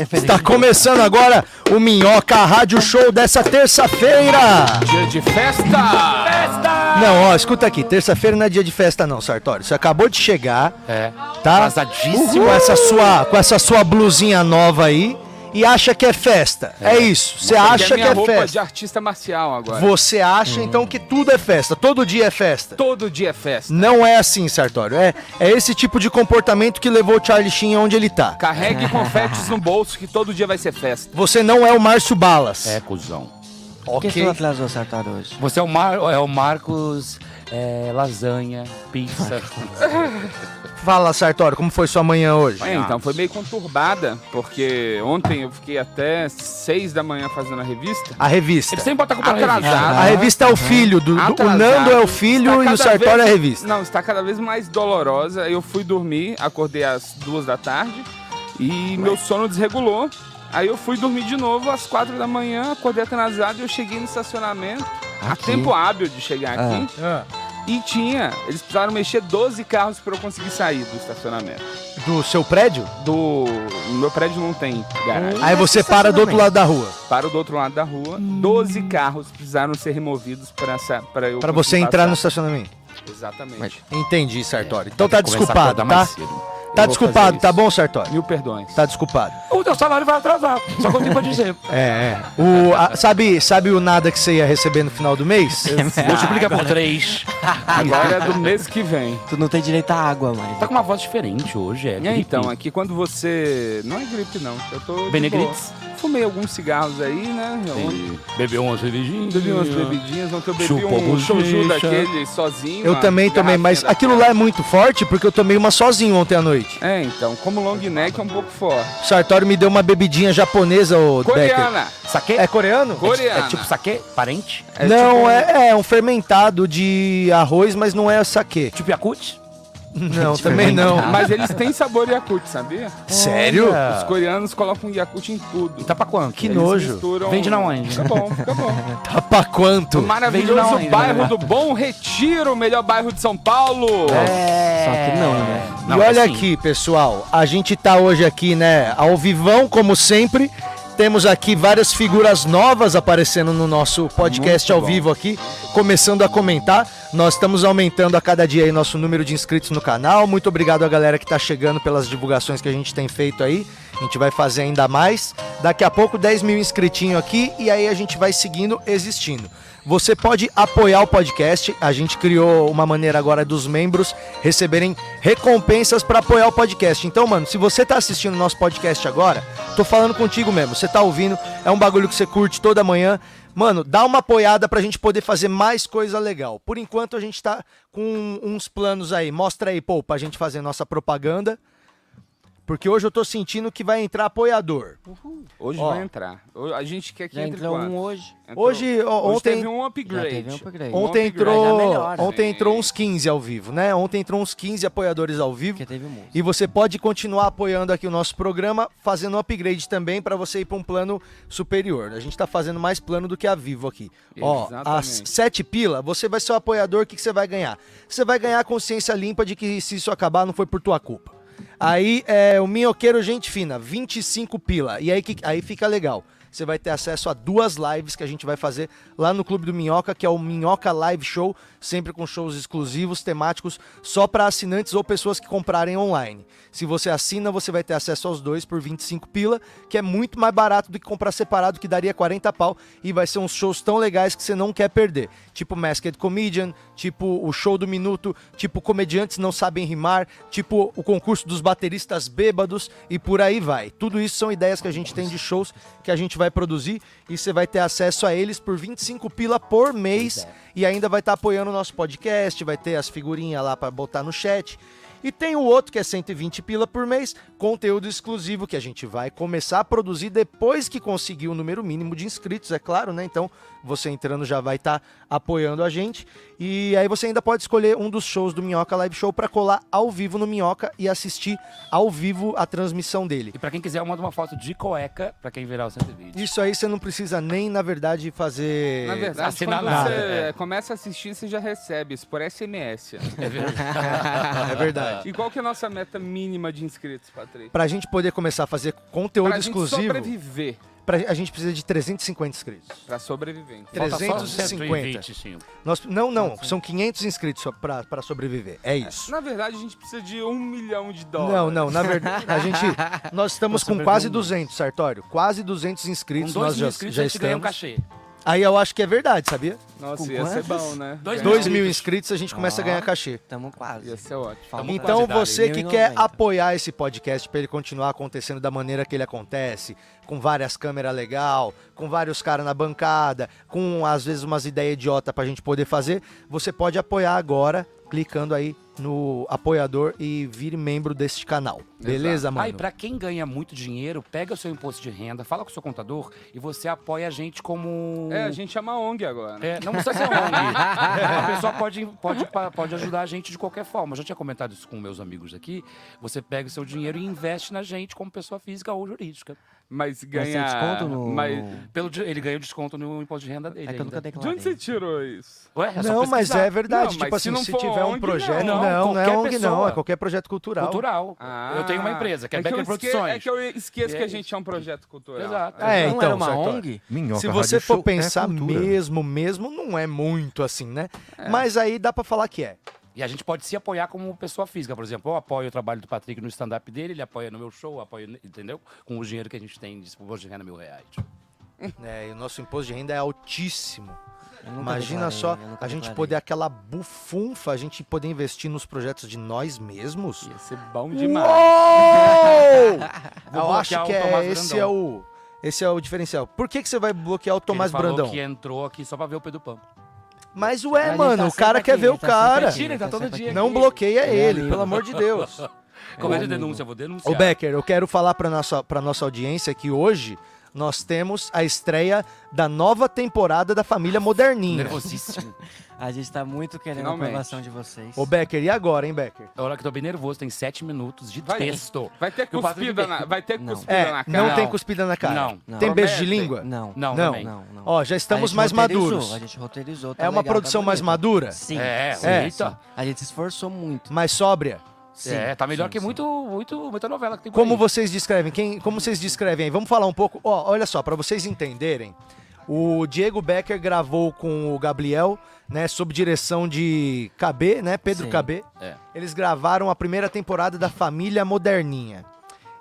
Speaker 1: tá *laughs*
Speaker 14: Está começando agora o Minhoca Rádio Show dessa terça-feira.
Speaker 16: Dia de festa! Festa!
Speaker 14: Não, ó, escuta aqui, terça-feira não é dia de festa não, Sartório. Você acabou de chegar,
Speaker 13: É.
Speaker 14: tá?
Speaker 13: Casadíssimo.
Speaker 14: Com essa sua, com essa sua blusinha nova aí e acha que é festa. É, isso. Você
Speaker 16: Mas
Speaker 14: acha
Speaker 16: é
Speaker 14: que
Speaker 16: minha
Speaker 14: é
Speaker 16: roupa
Speaker 14: festa.
Speaker 16: de artista marcial agora.
Speaker 14: Você acha então que tudo é festa, todo dia é festa.
Speaker 16: Todo dia é festa.
Speaker 14: Não é assim, Sartório. É, é esse tipo de comportamento que levou o Charlie Sheen onde ele tá.
Speaker 16: Carregue confetes no bolso que todo dia vai ser festa.
Speaker 14: *laughs* Você não é o Márcio Balas.
Speaker 13: É,
Speaker 16: *laughs*
Speaker 13: cuzão.
Speaker 14: Ok.
Speaker 13: que você
Speaker 1: atrasou o Sartório hoje?
Speaker 13: Você é o, Mar... é o Marcos é, Lasanha, pizza.
Speaker 14: Fala, Sartório, como foi sua manhã hoje?
Speaker 16: É, então foi meio conturbada, porque ontem eu fiquei até 6 da manhã fazendo a revista.
Speaker 14: A revista.
Speaker 16: Ele sempre bota a culpa na revista.
Speaker 14: A revista é o filho. Do, do- o
Speaker 16: Atrasado.
Speaker 14: Nando é o
Speaker 16: Está
Speaker 14: filho e
Speaker 16: cada
Speaker 14: o Sartório
Speaker 16: vez-
Speaker 14: é a revista.
Speaker 16: Não, está cada vez mais dolorosa. Eu fui dormir, acordei às duas da tarde e meu sono desregulou. Aí eu fui dormir de novo às quatro da manhã, acordei atrasado e eu cheguei no estacionamento a
Speaker 13: Aqui.
Speaker 16: tempo hábil de chegar
Speaker 13: Ah.
Speaker 16: aqui. E tinha, eles precisaram mexer 12 carros para eu conseguir sair do estacionamento.
Speaker 14: Do seu prédio?
Speaker 16: Do. O meu prédio não tem garagem.
Speaker 14: Aí você para do outro lado da rua.
Speaker 16: Para do outro lado da rua, 12 carros precisaram ser removidos para essa, para eu
Speaker 14: Pra você
Speaker 16: conseguir
Speaker 14: entrar no
Speaker 16: passar.
Speaker 14: estacionamento.
Speaker 16: Exatamente. É,
Speaker 14: Entendi, Sartório. Então tá
Speaker 13: Começar a acordar
Speaker 14: desculpado, tá?
Speaker 13: mais cedo. Eu
Speaker 14: Tá
Speaker 13: vou fazer
Speaker 14: desculpado,
Speaker 13: isso.
Speaker 14: tá bom, Sartório?
Speaker 16: Mil perdões.
Speaker 14: Tá desculpado.
Speaker 13: o teu salário vai atrasar, só que eu tenho pra dizer.
Speaker 1: *laughs*
Speaker 14: É, é. O, a- sabe, sabe o nada que você ia receber no final
Speaker 16: *laughs*
Speaker 14: do mês?
Speaker 1: É,
Speaker 13: Multiplica por três.
Speaker 16: Agora é do É. mês que vem.
Speaker 1: *laughs* Tu não tem direito à água mais.
Speaker 13: Tá com uma voz diferente hoje, é.
Speaker 16: E aí, então, aqui quando você. Não é gripe, não.
Speaker 14: tá?
Speaker 16: Eu tô. de
Speaker 13: Benegrites?
Speaker 16: boa. Fumei alguns cigarros aí, né? Ontem
Speaker 13: Bebeu uma cervejinha.
Speaker 16: Bebi umas bebidinhas, ontem eu bebi
Speaker 13: Chupou
Speaker 16: um showju
Speaker 13: bochecha.
Speaker 16: daquele sozinho.
Speaker 14: Eu
Speaker 16: uma
Speaker 14: também tomei, mas aquilo lá é muito forte porque eu tomei uma sozinho ontem à noite.
Speaker 16: É, então, como long neck é um pouco forte.
Speaker 14: O Sartório me deu uma bebidinha japonesa, ô Becker.
Speaker 16: Coreana. tipo
Speaker 13: Saque?
Speaker 14: É coreano?
Speaker 13: É,
Speaker 14: Coreana.
Speaker 13: tipo saque? Parente?
Speaker 16: *laughs*
Speaker 14: não, é, é um fermentado de arroz, mas não é saquê.
Speaker 13: Tipo Yakut?
Speaker 16: *laughs*
Speaker 14: Não, também não.
Speaker 16: é Mas eles
Speaker 14: *laughs*
Speaker 16: têm sabor Yakut, sabia?
Speaker 14: Sério?
Speaker 16: Olha. Os coreanos colocam Yakut em tudo.
Speaker 13: Tá pra quanto?
Speaker 14: Que nojo.
Speaker 13: Vende na onde?
Speaker 16: Fica bom, fica
Speaker 14: *laughs*
Speaker 16: bom.
Speaker 14: Tá pra quanto?
Speaker 16: O um maravilhoso
Speaker 13: Vende na
Speaker 16: bairro
Speaker 13: onde, né?
Speaker 16: do Bom Retiro, o melhor bairro de São Paulo.
Speaker 14: É.
Speaker 13: Só que não, né? Não,
Speaker 14: e
Speaker 13: é
Speaker 14: olha
Speaker 13: assim.
Speaker 14: aqui, pessoal, a gente tá hoje aqui, né, ao vivão, como sempre. Temos aqui várias figuras novas aparecendo no nosso podcast
Speaker 13: Muito
Speaker 14: ao
Speaker 13: bom.
Speaker 14: vivo aqui, começando a comentar. Nós estamos aumentando a cada dia aí nosso número de inscritos no canal. Muito obrigado à galera que tá chegando pelas divulgações que a gente tem feito aí. A gente vai fazer ainda mais. Daqui a pouco, 10 mil inscritinhos aqui e aí a gente vai seguindo existindo. Você pode apoiar o podcast. A gente criou uma maneira agora dos membros receberem recompensas para apoiar o podcast. Então, mano, se você tá assistindo o nosso podcast agora, tô falando contigo mesmo. Você tá ouvindo, é um bagulho que você curte toda manhã. Mano, dá uma apoiada pra gente poder fazer mais coisa legal. Por enquanto a gente tá com uns planos aí. Mostra aí, pô, pra gente fazer nossa propaganda. Porque hoje eu tô sentindo que vai entrar apoiador.
Speaker 16: Hoje
Speaker 14: Ó.
Speaker 16: vai entrar. Ho- A gente quer que
Speaker 14: Já
Speaker 16: entre
Speaker 14: entrou
Speaker 16: quantos?
Speaker 14: um hoje. Hoje, ó, ontem-
Speaker 16: teve um upgrade.
Speaker 14: Já teve
Speaker 16: um upgrade.
Speaker 14: Ontem entrou,
Speaker 16: melhora. né?
Speaker 14: ontem entrou uns 15 ao vivo, né? Ontem entrou uns 15 apoiadores ao vivo. e você pode continuar apoiando aqui o nosso programa, fazendo um upgrade também para você ir para um plano superior. A gente tá fazendo mais plano do que a Vivo aqui. Ó, as
Speaker 16: Exatamente.
Speaker 14: sete pila, você vai ser o apoiador, o que, que você vai ganhar? Você vai ganhar a consciência limpa de que se isso acabar não foi por tua culpa. Aí é o minhoqueiro gente fina, 25 pila. E aí que aí fica legal. Você vai ter acesso a duas lives que a gente vai fazer lá no Clube do Minhoca, que é o Minhoca Live Show, sempre com shows exclusivos, temáticos, só para assinantes ou pessoas que comprarem online. Se você assina, você vai ter acesso aos dois por 25 pila, que é muito mais barato do que comprar separado, que daria 40 pau, e vai ser uns shows tão legais que você não quer perder. Tipo Masked Comedian, tipo o show do minuto, tipo comediantes não sabem rimar, tipo o concurso dos bateristas bêbados e por aí vai. Tudo isso são ideias que a gente tem de shows que a gente vai produzir e você vai ter acesso a eles por 25 pila por mês e ainda vai estar apoiando o nosso podcast, vai ter as figurinhas lá para botar no chat. E tem o outro que é 120 pila por mês, conteúdo exclusivo que a gente vai começar a produzir depois que conseguir o número mínimo de inscritos, é claro, né? Então você entrando já vai estar apoiando a gente. E aí você ainda pode escolher um dos shows do Minhoca Live Show para colar ao vivo no Minhoca e assistir ao vivo a transmissão dele.
Speaker 13: E pra quem quiser, eu mando uma foto de cueca pra quem virar o 120.
Speaker 14: Isso aí você não precisa nem, na verdade, fazer.
Speaker 16: Na verdade,
Speaker 13: Assinar
Speaker 16: quando
Speaker 13: nada,
Speaker 16: você
Speaker 13: é.
Speaker 16: começa a assistir, você já recebe isso por SMS.
Speaker 13: É verdade.
Speaker 14: *laughs* É verdade.
Speaker 16: E qual que é a nossa meta mínima de inscritos, Patrick?
Speaker 14: Pra gente poder começar a fazer conteúdo
Speaker 16: Pra gente
Speaker 14: exclusivo.
Speaker 16: sobreviver.
Speaker 14: pra- a gente precisa de 350 inscritos.
Speaker 16: Pra sobreviver. então.
Speaker 13: Falta só
Speaker 14: 350.
Speaker 13: 125.
Speaker 14: Nós, não, não.
Speaker 16: né?
Speaker 14: São 500 inscritos só pra, pra sobreviver. É isso.
Speaker 16: Na verdade, a gente precisa de um milhão de dólares.
Speaker 14: Não, não. Na verdade, a gente. Nós estamos
Speaker 13: Pra
Speaker 14: com quase
Speaker 13: sobreviver.
Speaker 14: 200, Sartório. Quase 200 inscritos.
Speaker 13: Com dois
Speaker 14: nós
Speaker 13: mil
Speaker 14: já,
Speaker 13: inscritos,
Speaker 14: já
Speaker 13: a gente ganha um
Speaker 14: estamos.
Speaker 13: cachê.
Speaker 14: Aí eu acho que é verdade, sabia?
Speaker 16: *laughs* Nossa, ia ser bom, né?
Speaker 13: Dois
Speaker 14: 2 mil inscritos, a gente começa a ganhar cachê.
Speaker 17: Tamo quase.
Speaker 16: Ia ser ótimo.
Speaker 14: Então
Speaker 13: é um
Speaker 14: você que quer apoiar esse podcast para ele continuar acontecendo da maneira que ele acontece, com várias câmeras legal, com vários caras na bancada, com às vezes umas ideias idiota pra gente poder fazer, você pode apoiar agora clicando aí no apoiador e vir membro deste canal. Beleza,
Speaker 13: Exato. Ah, e
Speaker 14: mano?
Speaker 13: pra quem ganha muito dinheiro, pega o seu imposto de renda, fala com o seu contador e você apoia a gente como...
Speaker 16: É, a gente chama ONG agora. né?
Speaker 13: É, não precisa ser
Speaker 16: *laughs*
Speaker 13: ONG. *laughs* a pessoa pode, pode, pa- pode ajudar a gente de qualquer forma. Eu já tinha comentado isso com meus amigos aqui. Você pega o seu dinheiro e investe na gente como pessoa física ou jurídica.
Speaker 16: Mas ganha- desconto no- mas-
Speaker 13: Pelo, di- ele ganhou desconto no imposto de renda dele.
Speaker 16: É que eu nunca
Speaker 13: ainda.
Speaker 16: De onde você tirou isso?
Speaker 13: Ué, é só
Speaker 14: Não, mas
Speaker 13: pesquisar.
Speaker 14: é verdade.
Speaker 13: Não, mas
Speaker 14: tipo assim,
Speaker 13: não
Speaker 14: se,
Speaker 13: for
Speaker 14: tiver um
Speaker 13: ONG,
Speaker 14: projeto. Não, não, é
Speaker 13: Qualquer
Speaker 14: ONG, não.
Speaker 13: pessoa.
Speaker 14: É qualquer projeto cultural.
Speaker 13: Cultural. Eu tenho uma empresa, que é, Becker
Speaker 16: eu esque-
Speaker 13: Produções.
Speaker 16: Ah, É que eu esqueço
Speaker 13: E
Speaker 16: que
Speaker 13: é
Speaker 16: a gente é um projeto cultural.
Speaker 13: Exato.
Speaker 14: É,
Speaker 13: Não
Speaker 14: então,
Speaker 13: era uma
Speaker 14: Sartori,
Speaker 13: ONG?
Speaker 14: se
Speaker 13: Minhoca
Speaker 14: você
Speaker 13: Rádio
Speaker 14: for
Speaker 13: Show é
Speaker 14: pensar
Speaker 13: cultura.
Speaker 14: mesmo, mesmo, não é muito assim, né?
Speaker 13: É.
Speaker 14: Mas aí dá pra falar que é.
Speaker 13: E a gente pode se apoiar como pessoa física, por exemplo. Eu apoio o trabalho do Patrick no stand-up dele, ele apoia no meu show, apoia, ne- entendeu? Com o dinheiro que a gente tem de imposto de renda mil reais.
Speaker 14: É, e o nosso imposto de renda é altíssimo.
Speaker 13: nunca
Speaker 14: Imagina
Speaker 13: declarei,
Speaker 14: só
Speaker 13: eu nunca
Speaker 14: a gente
Speaker 13: declarei.
Speaker 14: poder aquela bufunfa, a gente poder investir nos projetos de nós mesmos. Ia
Speaker 16: ser bom demais.
Speaker 14: Uou!
Speaker 13: *laughs*
Speaker 14: Eu
Speaker 13: Vou
Speaker 14: acho
Speaker 13: bloquear
Speaker 14: que
Speaker 13: o Tomás
Speaker 14: é, esse é
Speaker 13: Brandão.
Speaker 14: o esse é o diferencial. Por que, que você vai bloquear o Tomás
Speaker 13: ele falou
Speaker 14: Brandão?
Speaker 13: que entrou aqui só pra ver o Pedro Pão.
Speaker 14: Mas
Speaker 13: Mas
Speaker 14: ué,
Speaker 13: ele
Speaker 14: mano,
Speaker 13: tá
Speaker 14: o cara
Speaker 13: sempre
Speaker 14: quer
Speaker 13: aqui,
Speaker 14: ver
Speaker 13: ele
Speaker 14: o
Speaker 13: tá
Speaker 14: cara.
Speaker 13: sempre aqui, ele tá Ele tá todo sempre dia aqui.
Speaker 14: Não bloqueia
Speaker 13: Ele é
Speaker 14: ele,
Speaker 13: amigo.
Speaker 14: pelo amor de Deus.
Speaker 13: Como é de denúncia, eu vou denunciar.
Speaker 14: Ô Becker, eu quero falar pra nossa, pra nossa audiência que hoje nós temos a estreia da nova temporada da Família Moderninha. *laughs*
Speaker 1: Nervosíssimo. A gente tá muito querendo a
Speaker 13: Finalmente.
Speaker 1: aprovação de vocês.
Speaker 14: Ô, Becker, e agora, hein, Becker?
Speaker 13: Olha É que eu tô bem nervoso, tem sete minutos de
Speaker 1: Vai-
Speaker 13: texto.
Speaker 1: vai ter
Speaker 13: Que o Patrick-
Speaker 1: cuspida na- vai ter
Speaker 13: Não.
Speaker 1: cuspida
Speaker 14: É, não tem cuspida na cara.
Speaker 13: Não. É,
Speaker 14: Tem beijo de língua?
Speaker 1: Não.
Speaker 14: Não,
Speaker 1: não,
Speaker 14: também.
Speaker 1: não, não.
Speaker 14: Ó, já estamos
Speaker 1: A gente
Speaker 14: mais
Speaker 1: roteirizou,
Speaker 14: maduros.
Speaker 1: A gente roteirizou. tá
Speaker 14: É uma
Speaker 1: legal, tá
Speaker 14: produção mais
Speaker 1: bonito.
Speaker 14: madura?
Speaker 1: Sim.
Speaker 14: É,
Speaker 1: sim,
Speaker 14: é.
Speaker 1: sim. A gente se esforçou muito.
Speaker 14: Mais sóbria?
Speaker 13: É, tá melhor que muito, muito, muita novela que tem por
Speaker 14: Como
Speaker 13: aí.
Speaker 14: vocês descrevem? Quem, como vocês descrevem aí? Vamos falar um pouco. Ó, olha só, para vocês entenderem, o Diego Becker gravou com o Gabriel, né, sob direção de KB, né, Pedro
Speaker 13: Sim.
Speaker 14: KB.
Speaker 13: É.
Speaker 14: Eles gravaram a primeira temporada da Família Moderninha.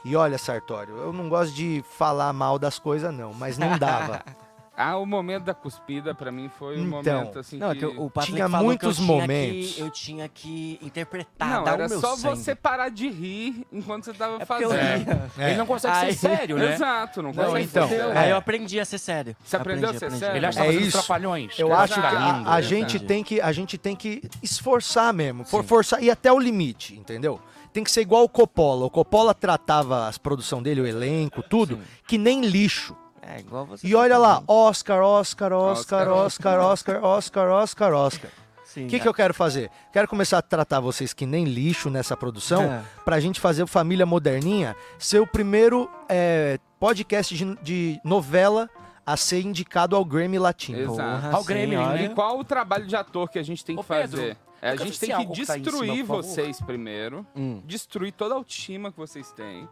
Speaker 14: E olha, Sartório, eu não gosto de falar mal das coisas não, mas não dava.
Speaker 16: *laughs* ah, o momento da cuspida pra mim foi um
Speaker 14: Então.
Speaker 16: momento assim.
Speaker 14: Não, é
Speaker 16: que...
Speaker 14: que o- o Patrick Tinha falou que eu muitos tinha que- momentos.
Speaker 1: Eu tinha que interpretar,
Speaker 16: Não,
Speaker 1: dar
Speaker 16: era
Speaker 1: Tá, o meu
Speaker 16: só
Speaker 1: sangue. É
Speaker 16: você parar de rir enquanto você tava
Speaker 1: porque eu
Speaker 16: fazendo.
Speaker 1: ria. É. Ele não consegue ser sério, né?
Speaker 16: Exato, não é.
Speaker 1: Não,
Speaker 16: consegue
Speaker 1: então,
Speaker 16: ser sério.
Speaker 1: aí eu aprendi a ser sério.
Speaker 16: Você aprendeu a ser sério? Ele acha que
Speaker 14: é
Speaker 16: tá fazendo
Speaker 14: isso.
Speaker 16: trapalhões,
Speaker 14: Eu
Speaker 16: cara,
Speaker 14: acho que
Speaker 16: tá
Speaker 14: a,
Speaker 16: lindo,
Speaker 14: a
Speaker 16: né,
Speaker 14: gente
Speaker 16: cara?
Speaker 14: tem que a gente tem que esforçar mesmo, for forçar e até o limite, entendeu? Tem que ser igual o Coppola. O Coppola tratava as produção dele, o elenco, tudo, que nem lixo.
Speaker 1: É igual você.
Speaker 14: E olha lá, Oscar, Oscar, Oscar, Oscar, Oscar, Oscar, Oscar, Oscar.
Speaker 1: Sim,
Speaker 14: O que,
Speaker 1: é.
Speaker 14: que eu quero fazer? Quero começar a tratar vocês que nem lixo nessa produção,
Speaker 1: É.
Speaker 14: pra gente fazer o Família Moderninha ser o primeiro é, podcast de, de novela a ser indicado ao Grammy Latino.
Speaker 16: Exato. né? E qual o trabalho de ator que a gente tem que
Speaker 13: Pedro,
Speaker 16: fazer? É, a
Speaker 13: nunca
Speaker 16: gente
Speaker 13: fiz
Speaker 16: tem que
Speaker 13: algo que tá aí em cima,
Speaker 16: destruir
Speaker 13: por favor.
Speaker 16: vocês primeiro.
Speaker 1: Hum.
Speaker 16: Destruir toda a autoestima que vocês têm.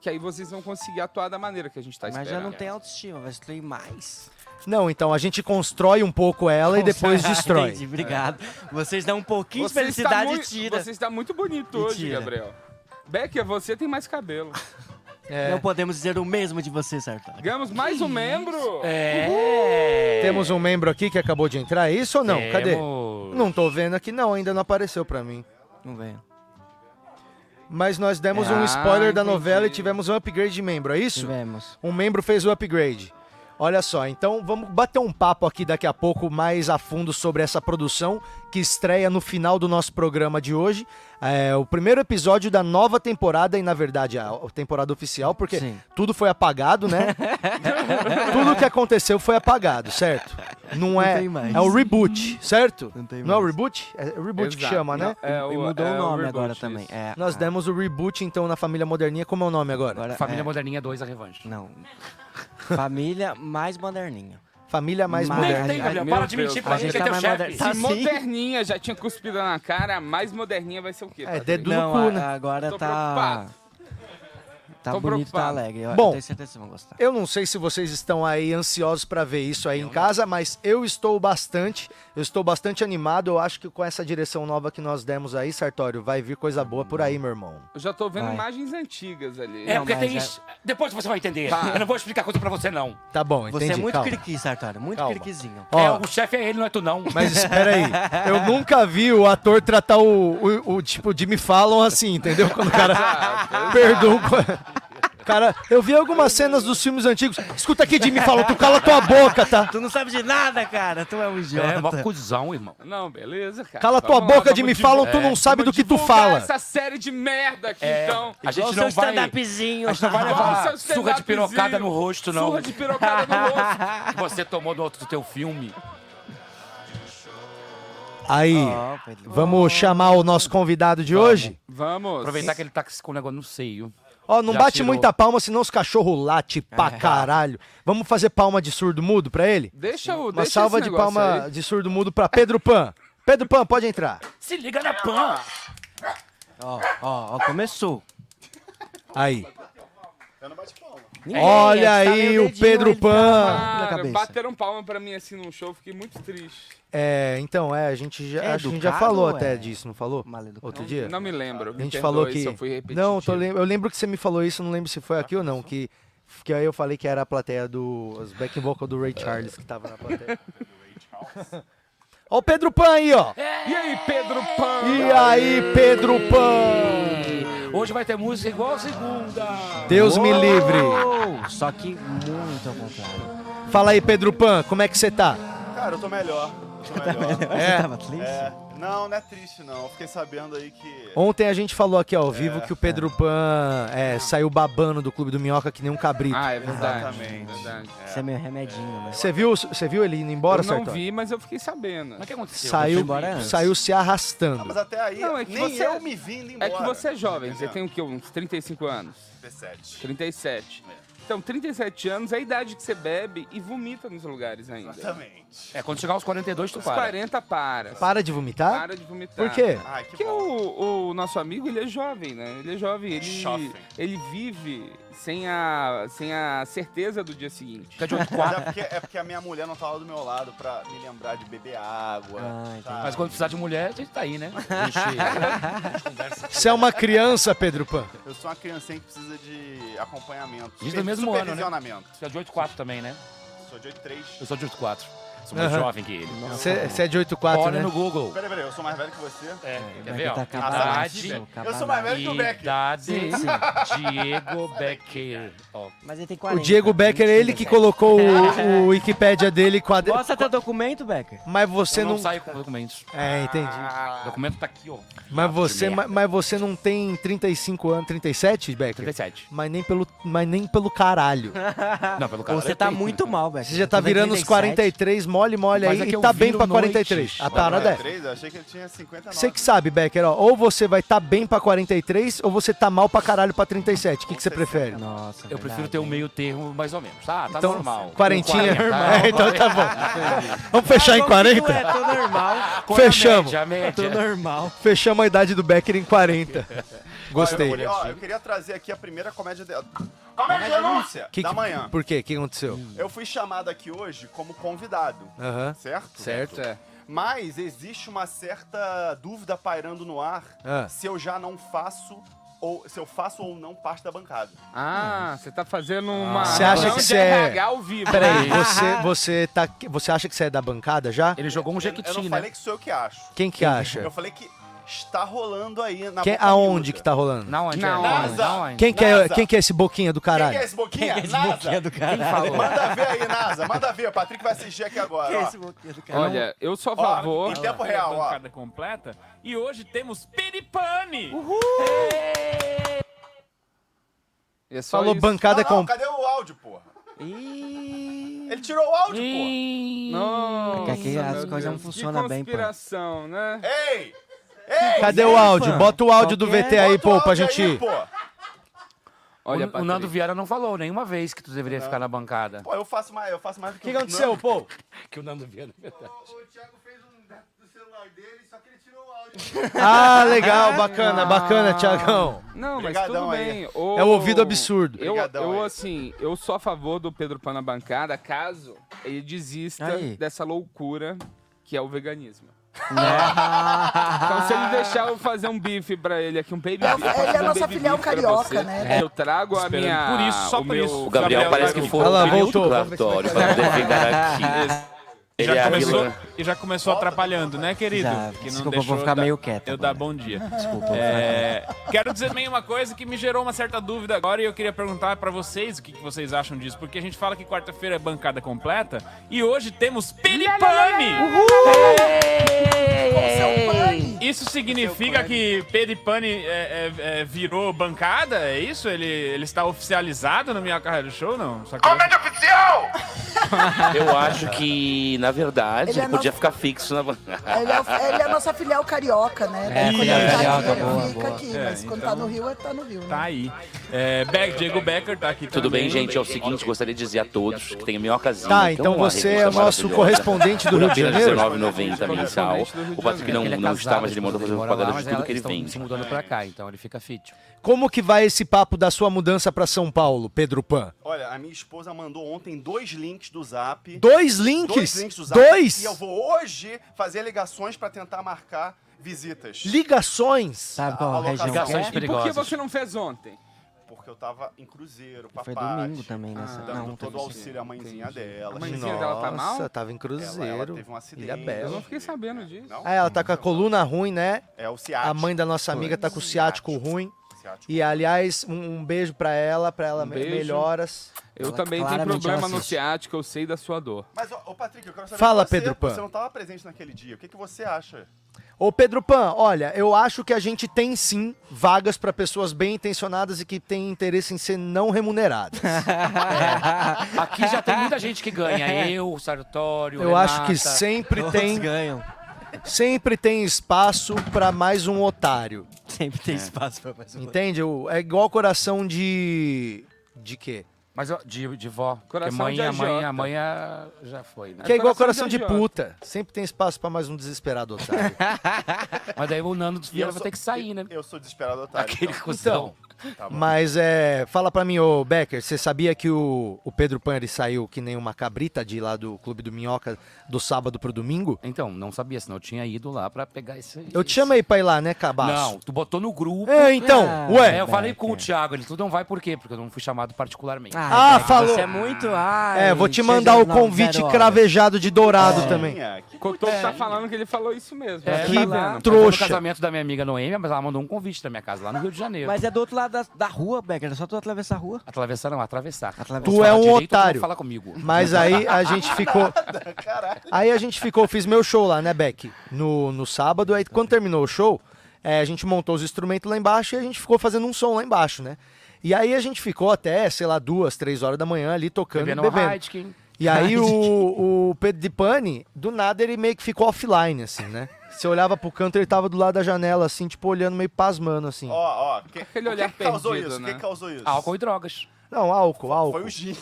Speaker 16: Que aí vocês vão conseguir atuar da maneira que a gente tá
Speaker 1: Mas já
Speaker 16: esperando.
Speaker 1: não tem autoestima, vai destruir mais.
Speaker 14: Não, então a gente constrói um pouco ela e depois destrói.
Speaker 1: *laughs* Ah, Entendi, obrigado. Vocês dão um pouquinho
Speaker 16: Você
Speaker 1: de
Speaker 16: está
Speaker 1: felicidade e
Speaker 16: muito-
Speaker 1: tira.
Speaker 16: Você está muito bonito
Speaker 1: E
Speaker 16: hoje,
Speaker 1: tira.
Speaker 16: Gabriel. Becker, você tem mais
Speaker 1: *laughs*
Speaker 16: cabelo.
Speaker 14: É.
Speaker 1: Não podemos dizer o mesmo de você, Sartori.
Speaker 16: Ganhamos mais um membro.
Speaker 14: É. Temos um membro aqui que acabou de entrar, é isso ou não? Cadê?
Speaker 13: Temos.
Speaker 14: Não tô vendo aqui, não, ainda não apareceu pra mim.
Speaker 1: Não veio.
Speaker 14: Mas nós demos um
Speaker 1: Ah,
Speaker 14: spoiler da
Speaker 1: entendi.
Speaker 14: novela e tivemos um upgrade de membro, é isso?
Speaker 1: Tivemos.
Speaker 14: Um membro fez o upgrade. Olha só, então vamos bater um papo aqui daqui a pouco mais a fundo sobre essa produção que estreia no final do nosso programa de hoje. É o primeiro episódio da nova temporada e, na verdade, a a temporada oficial, porque
Speaker 1: Sim.
Speaker 14: tudo foi apagado, né?
Speaker 1: *laughs*
Speaker 14: *laughs* tudo que aconteceu foi apagado, certo? Não,
Speaker 1: Não
Speaker 14: é.
Speaker 1: tem mais.
Speaker 14: É o reboot, certo? Não,
Speaker 1: tem
Speaker 14: é o reboot? É o reboot que
Speaker 1: Exato.
Speaker 14: chama, né?
Speaker 1: Não, é o- E mudou é o o nome reboot, agora isso. também, é
Speaker 14: Nós
Speaker 1: a-
Speaker 14: demos o reboot, então, na Família Moderninha. Como é o nome agora?
Speaker 13: Família Moderninha 2, a revanche.
Speaker 1: Não. *laughs* Família mais moderninha.
Speaker 14: Família
Speaker 16: mais
Speaker 13: moderninha. tem, Gabriel, para de mentir pra
Speaker 1: a
Speaker 13: gente,
Speaker 1: gente
Speaker 13: que é
Speaker 1: tá
Speaker 13: teu
Speaker 1: mais
Speaker 13: chefe.
Speaker 1: moder-
Speaker 16: Se
Speaker 1: Tá sim.
Speaker 16: moderninha já tinha cuspida na cara, a mais moderninha vai ser o quê?
Speaker 14: É,
Speaker 16: Patrick?
Speaker 1: não, a-
Speaker 14: né?
Speaker 1: agora
Speaker 16: Tô
Speaker 1: tá.
Speaker 16: preocupado.
Speaker 1: Tá
Speaker 16: Tô
Speaker 1: bonito, tá
Speaker 16: preocupado.
Speaker 1: alegre. Eu,
Speaker 14: Bom.
Speaker 1: eu tenho certeza que vocês vão gostar.
Speaker 14: Tá. Eu não sei se vocês estão aí ansiosos pra ver isso aí em casa, mas eu estou bastante, eu estou bastante animado. Eu acho que com essa direção nova que nós demos aí, Sartório, vai vir coisa boa por aí, meu irmão.
Speaker 16: Eu já tô vendo
Speaker 14: Vai.
Speaker 16: imagens antigas ali.
Speaker 13: É, porque tem. isso. Depois você vai entender.
Speaker 14: Tá.
Speaker 13: Eu não vou explicar coisa pra você, não.
Speaker 14: Tá bom, entendi.
Speaker 13: Você é muito
Speaker 14: calma.
Speaker 1: Criqui, Sartori, muito
Speaker 14: Calma.
Speaker 1: criquizinho.
Speaker 14: Ó,
Speaker 13: É, o chefe é ele, não é tu, não.
Speaker 14: Mas espera aí,
Speaker 13: *laughs*
Speaker 1: *laughs*
Speaker 14: eu nunca vi o ator tratar o, o, o tipo Jimmy Fallon assim, entendeu? Quando o
Speaker 1: *laughs* Ah,
Speaker 14: cara perdoa. o co- Cara, eu vi algumas cenas dos filmes antigos. Escuta aqui, Jimmy Fallon, tu cala tua boca, tá?
Speaker 1: Tu não sabe de nada, cara. Tu é um idiota.
Speaker 13: É, mó cuzão, irmão.
Speaker 16: Não, beleza, cara.
Speaker 14: Cala tua
Speaker 16: Vamos lá,
Speaker 14: boca,
Speaker 16: vamos
Speaker 14: Jimmy
Speaker 16: divulgar-
Speaker 14: Fallon, tu não sabe do que tu
Speaker 16: divulgar
Speaker 14: fala.
Speaker 16: essa série de merda aqui,
Speaker 13: É,
Speaker 16: então.
Speaker 13: a gente não vai. A gente não vai
Speaker 16: Igual o
Speaker 13: levar surra
Speaker 16: seu
Speaker 13: de
Speaker 16: stand-upzinho.
Speaker 13: pirocada no rosto, não.
Speaker 16: Surra de
Speaker 14: *laughs*
Speaker 13: *laughs*
Speaker 16: pirocada no rosto.
Speaker 13: Que você tomou do outro do teu filme.
Speaker 14: Aí,
Speaker 13: Ó, Pedro.
Speaker 14: vamos chamar o nosso convidado de hoje?
Speaker 16: Vamos.
Speaker 13: Aproveitar que ele tá com o negócio no seio.
Speaker 14: Ó, não
Speaker 13: Já
Speaker 14: bate
Speaker 13: tirou.
Speaker 14: muita palma, senão os cachorros late pra caralho. Vamos fazer palma de surdo mudo pra ele?
Speaker 16: Deixa o.
Speaker 14: Uma
Speaker 16: deixa
Speaker 14: salva
Speaker 16: esse
Speaker 14: de
Speaker 16: negócio
Speaker 14: palma
Speaker 16: aí.
Speaker 14: de surdo mudo pra Pedro Pan. Pedro Pan, pode entrar.
Speaker 13: Se liga na pan.
Speaker 1: Ó, ó, ó, começou.
Speaker 14: Aí.
Speaker 17: Eu não bate palma.
Speaker 14: Olha
Speaker 13: tá
Speaker 14: aí o Pedro Pan.
Speaker 16: Cara, bateram palma pra mim assim num show, fiquei muito triste.
Speaker 14: É, então, é, a gente já,
Speaker 16: É
Speaker 14: acho que a gente já
Speaker 16: educado
Speaker 14: falou
Speaker 16: ou
Speaker 14: até
Speaker 16: é
Speaker 14: disso, não falou? Outro dia?
Speaker 16: Não me lembro.
Speaker 14: A gente falou que.
Speaker 16: Eu fui repetitivo.
Speaker 14: não, tô lem- eu lembro que você me falou isso, não lembro se foi aqui ou não. Que, que aí eu falei que era a plateia do. Os back vocal do Ray Charles que tava na plateia. Ó o Pedro Pan aí, ó.
Speaker 16: E
Speaker 14: *laughs*
Speaker 16: aí, Pedro
Speaker 1: É.
Speaker 16: Pan?
Speaker 14: E aí, Pedro Pan?
Speaker 13: Hoje vai ter música igual a segunda.
Speaker 14: Deus me
Speaker 13: Uou!
Speaker 14: livre.
Speaker 1: Só que muito ao contrário.
Speaker 14: Fala aí, Pedro Pan, como é que você tá? *laughs*
Speaker 17: Cara, eu tô melhor. Eu tô melhor.
Speaker 14: melhor? Você
Speaker 17: É.
Speaker 14: tava triste?
Speaker 17: É, Não, não é triste não. Eu fiquei sabendo aí que.
Speaker 14: Ontem a gente falou aqui ao vivo
Speaker 17: É.
Speaker 14: que o Pedro Pan é, saiu babando do Clube do Minhoca que nem um cabrito.
Speaker 16: Ah, é verdade.
Speaker 17: Exatamente.
Speaker 16: verdade.
Speaker 1: Isso é meu remedinho, né?
Speaker 14: Você viu, você viu ele indo embora,
Speaker 16: eu não
Speaker 14: Sartori?
Speaker 16: vi, mas eu fiquei sabendo. Mas o que aconteceu?
Speaker 14: Saiu, saiu se arrastando.
Speaker 17: Ah, Mas até aí,
Speaker 16: Não, é que
Speaker 17: nem
Speaker 16: você-
Speaker 17: eu me vi indo embora.
Speaker 16: É que você é jovem, você tem o quê? Uns 35 anos?
Speaker 17: 37.
Speaker 16: 37.
Speaker 17: É.
Speaker 16: Então, 37 anos é a idade que você bebe e vomita nos lugares ainda.
Speaker 17: Exatamente.
Speaker 13: É, quando chegar aos 42, tu
Speaker 16: Os
Speaker 13: para.
Speaker 16: 40 para.
Speaker 14: Para de vomitar?
Speaker 16: Para de vomitar.
Speaker 14: Tá? Por quê?
Speaker 16: Porque o, o nosso amigo, ele é jovem, né? Ele é jovem, ele, ele vive sem a, sem a certeza do dia
Speaker 14: Tá
Speaker 16: seguinte.
Speaker 17: Mas é, porque, é porque a minha mulher não tava do meu lado pra me lembrar de beber água.
Speaker 14: Ah,
Speaker 17: sabe?
Speaker 13: Ah, Mas quando precisar de mulher, a gente tá aí, né?
Speaker 17: *laughs*
Speaker 14: Você é uma criança, Pedro Pan.
Speaker 17: Eu sou uma criancinha que precisa de acompanhamento.
Speaker 13: A gente é do mesmo ano, né?
Speaker 17: Supervisionamento.
Speaker 13: Você é de 8-4 também, né?
Speaker 17: Sou de 83.
Speaker 13: Eu sou de 8-4. Sou mais
Speaker 14: Aham.
Speaker 13: jovem que ele.
Speaker 14: Você você é de 8-4, né?
Speaker 13: Olha no Google.
Speaker 17: Peraí, peraí, eu sou mais velho que você. É,
Speaker 13: Quer ver, ó? Tá
Speaker 17: Eu sou mais velho que o Beck.
Speaker 13: Idade,
Speaker 17: Sim,
Speaker 13: Diego Becker. Ó.
Speaker 1: Mas ele tem
Speaker 14: O Diego Becker, é ele que colocou o, o Wikipédia dele com a...
Speaker 1: Mostra teu documento, Becker.
Speaker 14: Mas você
Speaker 13: Eu
Speaker 14: não...
Speaker 13: não saio com documentos.
Speaker 14: É, entendi.
Speaker 13: O documento tá aqui, ó.
Speaker 14: Mas você,
Speaker 13: merda.
Speaker 14: mas, mas você não tem 35 anos, 37, Becker?
Speaker 13: 37.
Speaker 14: Mas nem pelo, mas nem
Speaker 13: *laughs*
Speaker 14: pelo caralho.
Speaker 13: Não, pelo caralho.
Speaker 1: Você
Speaker 16: é
Speaker 1: tá muito mal, Becker.
Speaker 14: Você já tá virando os 43, mole, mole
Speaker 13: Mas
Speaker 14: aí,
Speaker 13: é que
Speaker 14: e
Speaker 13: eu
Speaker 14: tá
Speaker 13: viro
Speaker 14: bem pra
Speaker 13: noites.
Speaker 14: 43. A parada é.
Speaker 17: 43, eu achei que ele tinha 59.
Speaker 14: Você que sabe, Becker, ó, ou você vai tá bem pra 43, ou você tá mal pra caralho pra 37. O que, que você prefere?
Speaker 1: Nossa,
Speaker 13: Eu prefiro ter um meio termo, mais ou menos. Tá, tá
Speaker 14: Então,
Speaker 13: normal.
Speaker 14: quarentinha.
Speaker 13: Com *laughs*
Speaker 14: *laughs* É, então tá bom. Vamos fechar em 40?
Speaker 1: É, tô normal.
Speaker 13: Põe a
Speaker 14: Fechamos.
Speaker 13: média, a média.
Speaker 1: Tô normal.
Speaker 14: Fechamos a idade do Becker
Speaker 13: *laughs*
Speaker 14: em 40. Gostei.
Speaker 17: Ó, eu, ó, eu queria trazer aqui a primeira comédia de... Comédia denúncia
Speaker 14: Que-
Speaker 17: da manhã.
Speaker 14: Por quê? O que aconteceu?
Speaker 17: Eu fui chamado aqui hoje como convidado,
Speaker 14: Aham.
Speaker 17: certo?
Speaker 14: Certo. é.
Speaker 17: Mas existe uma certa dúvida pairando no ar
Speaker 16: Ah.
Speaker 17: se eu já não faço ou se eu faço ou não parte da bancada.
Speaker 14: Hum.
Speaker 16: Ah, você tá fazendo uma.
Speaker 14: Você acha
Speaker 16: reunião
Speaker 14: que
Speaker 16: de
Speaker 14: você é.
Speaker 16: RH ao vivo. né? Ah.
Speaker 14: Peraí,
Speaker 16: *laughs*
Speaker 14: você, você, tá, você acha que você é da bancada já?
Speaker 13: Ele jogou um
Speaker 17: Eu não falei que sou eu que acho.
Speaker 14: Quem que acha?
Speaker 17: Eu falei que está rolando aí na
Speaker 14: Quem,
Speaker 17: boca
Speaker 14: aonde
Speaker 17: miúda.
Speaker 14: que tá rolando?
Speaker 13: Na onde?
Speaker 17: Na
Speaker 13: Na
Speaker 17: onde? Na onde?
Speaker 14: Quem que, é,
Speaker 17: NASA.
Speaker 14: quem que é esse boquinha do
Speaker 17: Quem
Speaker 14: caralho?
Speaker 17: que é esse boquinha?
Speaker 1: Quem que é esse
Speaker 17: NASA.
Speaker 1: boquinha do caralho? Quem falou?
Speaker 17: Manda ver aí, NASA. Manda ver. O Patrick vai assistir aqui agora.
Speaker 1: Quem é
Speaker 17: ó.
Speaker 1: esse boquinha do
Speaker 18: um
Speaker 1: caralho?
Speaker 16: Olha, eu sou a
Speaker 17: Ó,
Speaker 16: favor.
Speaker 17: em tempo real, ó.
Speaker 18: bancada completa. E hoje temos Piripane. Uhul!
Speaker 16: É só
Speaker 14: Falou
Speaker 16: isso.
Speaker 14: bancada
Speaker 17: Não, não,
Speaker 14: com.
Speaker 17: Tá cadê o áudio, porra? Ele tirou o áudio,
Speaker 16: Não.
Speaker 1: É que aqui as coisas não funcionam bem, pô.
Speaker 16: Conspiração, né?
Speaker 17: Ei! Ei!
Speaker 14: Cadê o áudio? Bota o áudio do VT aí, pô, pra gente.
Speaker 17: porra.
Speaker 16: Olha,
Speaker 13: o, o Nando Vieira não falou nenhuma vez que tu deveria ficar na bancada.
Speaker 17: Pô, eu faço mais, eu faço mais do que o Não.
Speaker 14: pô?
Speaker 13: Que o Nando né? Vieira, na verdade.
Speaker 2: O Thiago fez um do celular dele, só que ele tirou o áudio.
Speaker 14: Ah, legal, bacana, bacana, Tiagão.
Speaker 16: Não, mas
Speaker 17: Brigadão
Speaker 16: tudo
Speaker 17: aí.
Speaker 16: bem. O-
Speaker 14: É o ouvido absurdo.
Speaker 16: Eu,
Speaker 17: Brigadão
Speaker 16: eu,
Speaker 17: aí.
Speaker 16: assim, eu sou a favor do Pedro Pan na bancada, caso ele desista
Speaker 1: Aí.
Speaker 16: dessa loucura que é o veganismo.
Speaker 14: Né?
Speaker 16: *laughs* Então, se ele deixar eu fazer um bife pra ele aqui, um baby beef, eu faço
Speaker 19: ele é a
Speaker 16: um
Speaker 19: nossa
Speaker 16: baby
Speaker 19: filial
Speaker 16: beef pra
Speaker 19: carioca,
Speaker 16: você.
Speaker 19: né?
Speaker 16: Eu trago a
Speaker 18: Esperando.
Speaker 16: minha...
Speaker 18: Por isso, só por
Speaker 16: meu-
Speaker 18: isso.
Speaker 20: O Gabriel, parece que foi
Speaker 14: Ela
Speaker 20: o filho
Speaker 14: voltou.
Speaker 20: do Sartori pra defender aqui.
Speaker 18: E
Speaker 20: Ele é
Speaker 18: já,
Speaker 20: a
Speaker 18: começou,
Speaker 20: vilã.
Speaker 18: e já começou atrapalhando, né, querido?
Speaker 1: Já,
Speaker 18: Que não
Speaker 1: desculpa, eu
Speaker 18: deixou
Speaker 1: vou ficar
Speaker 18: eu dar-
Speaker 1: meio quieto
Speaker 18: Eu dar bom dia.
Speaker 1: Desculpa,
Speaker 18: É, quero dizer também uma coisa que me gerou uma certa dúvida agora e eu queria perguntar pra vocês o que, que vocês acham disso. Porque a gente fala que quarta-feira é bancada completa e hoje temos Piripane! Isso significa que Peripane é, é, é, virou bancada? É isso? Ele, ele está oficializado no Minha Carreira Show, não? Comédia oficial!
Speaker 20: Eu acho que, na verdade,
Speaker 19: Ele
Speaker 20: ele,
Speaker 19: é
Speaker 20: podia ficar fixo na bancada.
Speaker 19: Ele é, o- ele é a nossa filial carioca, né?
Speaker 20: É,
Speaker 19: quando
Speaker 20: filial
Speaker 19: ele tá
Speaker 20: carioca,
Speaker 19: aqui,
Speaker 20: boa,
Speaker 19: ele fica
Speaker 18: boa.
Speaker 19: aqui.
Speaker 18: É,
Speaker 19: mas quando tá
Speaker 18: então-
Speaker 19: no Rio, é tá no Rio, né?
Speaker 18: Tá aí. É, Beck, Diego Becker tá aqui
Speaker 20: Tudo
Speaker 18: também.
Speaker 20: bem, gente? É o seguinte, gostaria de dizer a todos que tem a minhocazinha.
Speaker 14: Tá,
Speaker 20: que
Speaker 14: então
Speaker 20: uma
Speaker 14: você é
Speaker 20: revista
Speaker 14: o nosso
Speaker 20: maravilhosa,
Speaker 14: correspondente do
Speaker 20: por
Speaker 14: Rio de
Speaker 20: apenas
Speaker 14: Janeiro?
Speaker 20: R$19,90 mensal. O Patrick não,
Speaker 13: Ele é
Speaker 20: não está,
Speaker 13: casado,
Speaker 20: mas ele mandou fazer
Speaker 13: ele mora
Speaker 20: propaganda
Speaker 13: lá,
Speaker 20: de
Speaker 13: mas
Speaker 20: tudo que ele
Speaker 13: elas estão
Speaker 20: vende.
Speaker 13: se mudando pra cá, então ele fica fit.
Speaker 14: Como que vai esse papo da sua mudança pra São Paulo, Pedro Pan?
Speaker 17: Olha, a minha esposa mandou ontem dois links do Zap.
Speaker 14: Dois links?
Speaker 17: Dois links do Zap.
Speaker 14: Dois?
Speaker 17: E eu vou hoje fazer ligações pra tentar marcar visitas.
Speaker 14: Ligações?
Speaker 1: Sabe
Speaker 17: qual é a região Ligações que é?
Speaker 16: E por que
Speaker 17: perigosas.
Speaker 16: você não fez ontem?
Speaker 17: Porque eu tava em cruzeiro, papai.
Speaker 1: Foi domingo também, né?
Speaker 17: Dando
Speaker 1: Não,
Speaker 17: todo o
Speaker 1: teve
Speaker 17: auxílio à mãezinha dela.
Speaker 16: A mãezinha dela tá mal?
Speaker 14: Nossa, tava em Cruzeiro.
Speaker 17: Ela, ela teve um acidente.
Speaker 14: Ilha Bela.
Speaker 16: Eu não fiquei sabendo disso.
Speaker 14: Ah, ela tá com a coluna ruim, né?
Speaker 17: É o ciático.
Speaker 14: A mãe da nossa amiga tá com o ciático, ruim.
Speaker 17: Ciático.
Speaker 14: E aliás, um, um beijo pra ela, pra ela
Speaker 16: Um
Speaker 14: me-
Speaker 16: beijo.
Speaker 14: Tá melhoras.
Speaker 16: Eu também tenho problema no ciático, eu sei da sua dor.
Speaker 17: Mas, ô, ô, Patrick, eu quero saber
Speaker 14: Fala,
Speaker 17: de você.
Speaker 14: Pedro Pan.
Speaker 17: Você não tava presente naquele dia. O que, que você acha?
Speaker 14: Ô Pedro Pan, olha, eu acho que a gente tem sim vagas para pessoas bem intencionadas e que têm interesse em ser não
Speaker 17: *laughs*
Speaker 14: remuneradas.
Speaker 13: *laughs* Aqui já tem muita gente que ganha. Eu, Sartório,
Speaker 14: Eu acho que
Speaker 13: Renata.
Speaker 14: sempre tem. Sempre tem espaço para mais um otário.
Speaker 21: Sempre
Speaker 13: É.
Speaker 21: tem espaço pra mais um
Speaker 14: Entende? O- É igual coração de. De quê?
Speaker 13: Mas ó, de, de vó. Porque
Speaker 14: Coração
Speaker 13: mãe,
Speaker 14: de
Speaker 13: a mãe,
Speaker 14: agiota.
Speaker 13: a mãe é- a- já foi, né?
Speaker 14: Que é igual coração de, puta. Sempre tem espaço para mais um desesperado otário.
Speaker 13: *laughs* Mas daí o Nando dos
Speaker 14: E eu
Speaker 13: Vieira vai
Speaker 14: sou-
Speaker 13: ter que sair, né?
Speaker 17: Eu sou desesperado otário.
Speaker 13: Aquele
Speaker 17: então.
Speaker 13: cuzão.
Speaker 17: Tá bom.
Speaker 14: Mas é. Fala pra mim, ô Becker, você sabia que o, o Pedro Pan ele saiu que nem uma cabrita de lá do Clube do Minhoca do sábado pro domingo?
Speaker 13: Então, não sabia, senão eu tinha ido lá pra pegar esse.
Speaker 14: Eu te chamei pra ir lá, né, cabaço?
Speaker 13: Não, tu botou no grupo.
Speaker 14: É, então, ué.
Speaker 13: É, eu falei com o Thiago, ele tu não vai por quê? Porque eu não fui chamado particularmente. Então,
Speaker 14: Ah, Ah, Beck, falou. você é
Speaker 21: muito. Ai,
Speaker 14: É, vou te
Speaker 21: cheio
Speaker 14: mandar
Speaker 21: de
Speaker 14: o
Speaker 21: nove,
Speaker 14: convite
Speaker 21: zero hora.
Speaker 14: cravejado de dourado também.
Speaker 16: O Couto tá falando que ele falou isso mesmo.
Speaker 13: É,
Speaker 16: você
Speaker 13: tá
Speaker 16: tá
Speaker 13: lá.
Speaker 16: vendo.
Speaker 13: Foi
Speaker 14: trouxa.
Speaker 13: No casamento da minha amiga Noêmia, mas ela mandou um convite da minha casa lá no Rio de Janeiro.
Speaker 21: Mas é do outro lado da, da rua, Becker. É só tu atravessar a rua.
Speaker 13: Atravessar não, atravessar.
Speaker 14: Tu é um otário.
Speaker 13: Fala comigo. *laughs*
Speaker 14: Mas aí a gente ficou. Aí a gente ficou, fiz meu show lá, né, Beck? No, no sábado. Aí quando terminou o show, é, a gente montou os instrumentos lá embaixo e a gente ficou fazendo um som lá embaixo, né? E aí a gente ficou até, sei lá, duas, três horas da manhã ali tocando
Speaker 13: Bebendo
Speaker 14: e bebendo.
Speaker 13: Heineken.
Speaker 14: E aí o, o Pedro de Pane, do nada ele meio que ficou offline, assim, né? Você olhava pro canto, ele tava do lado da janela, assim, tipo, olhando meio pasmando, assim.
Speaker 17: Ó, ó. Que,
Speaker 16: Aquele
Speaker 17: o que
Speaker 16: olhar
Speaker 17: que causou
Speaker 16: perdido,
Speaker 17: isso? O que
Speaker 16: né?
Speaker 17: que causou isso?
Speaker 13: Álcool e drogas.
Speaker 14: Não, álcool, álcool.
Speaker 17: Foi o gin.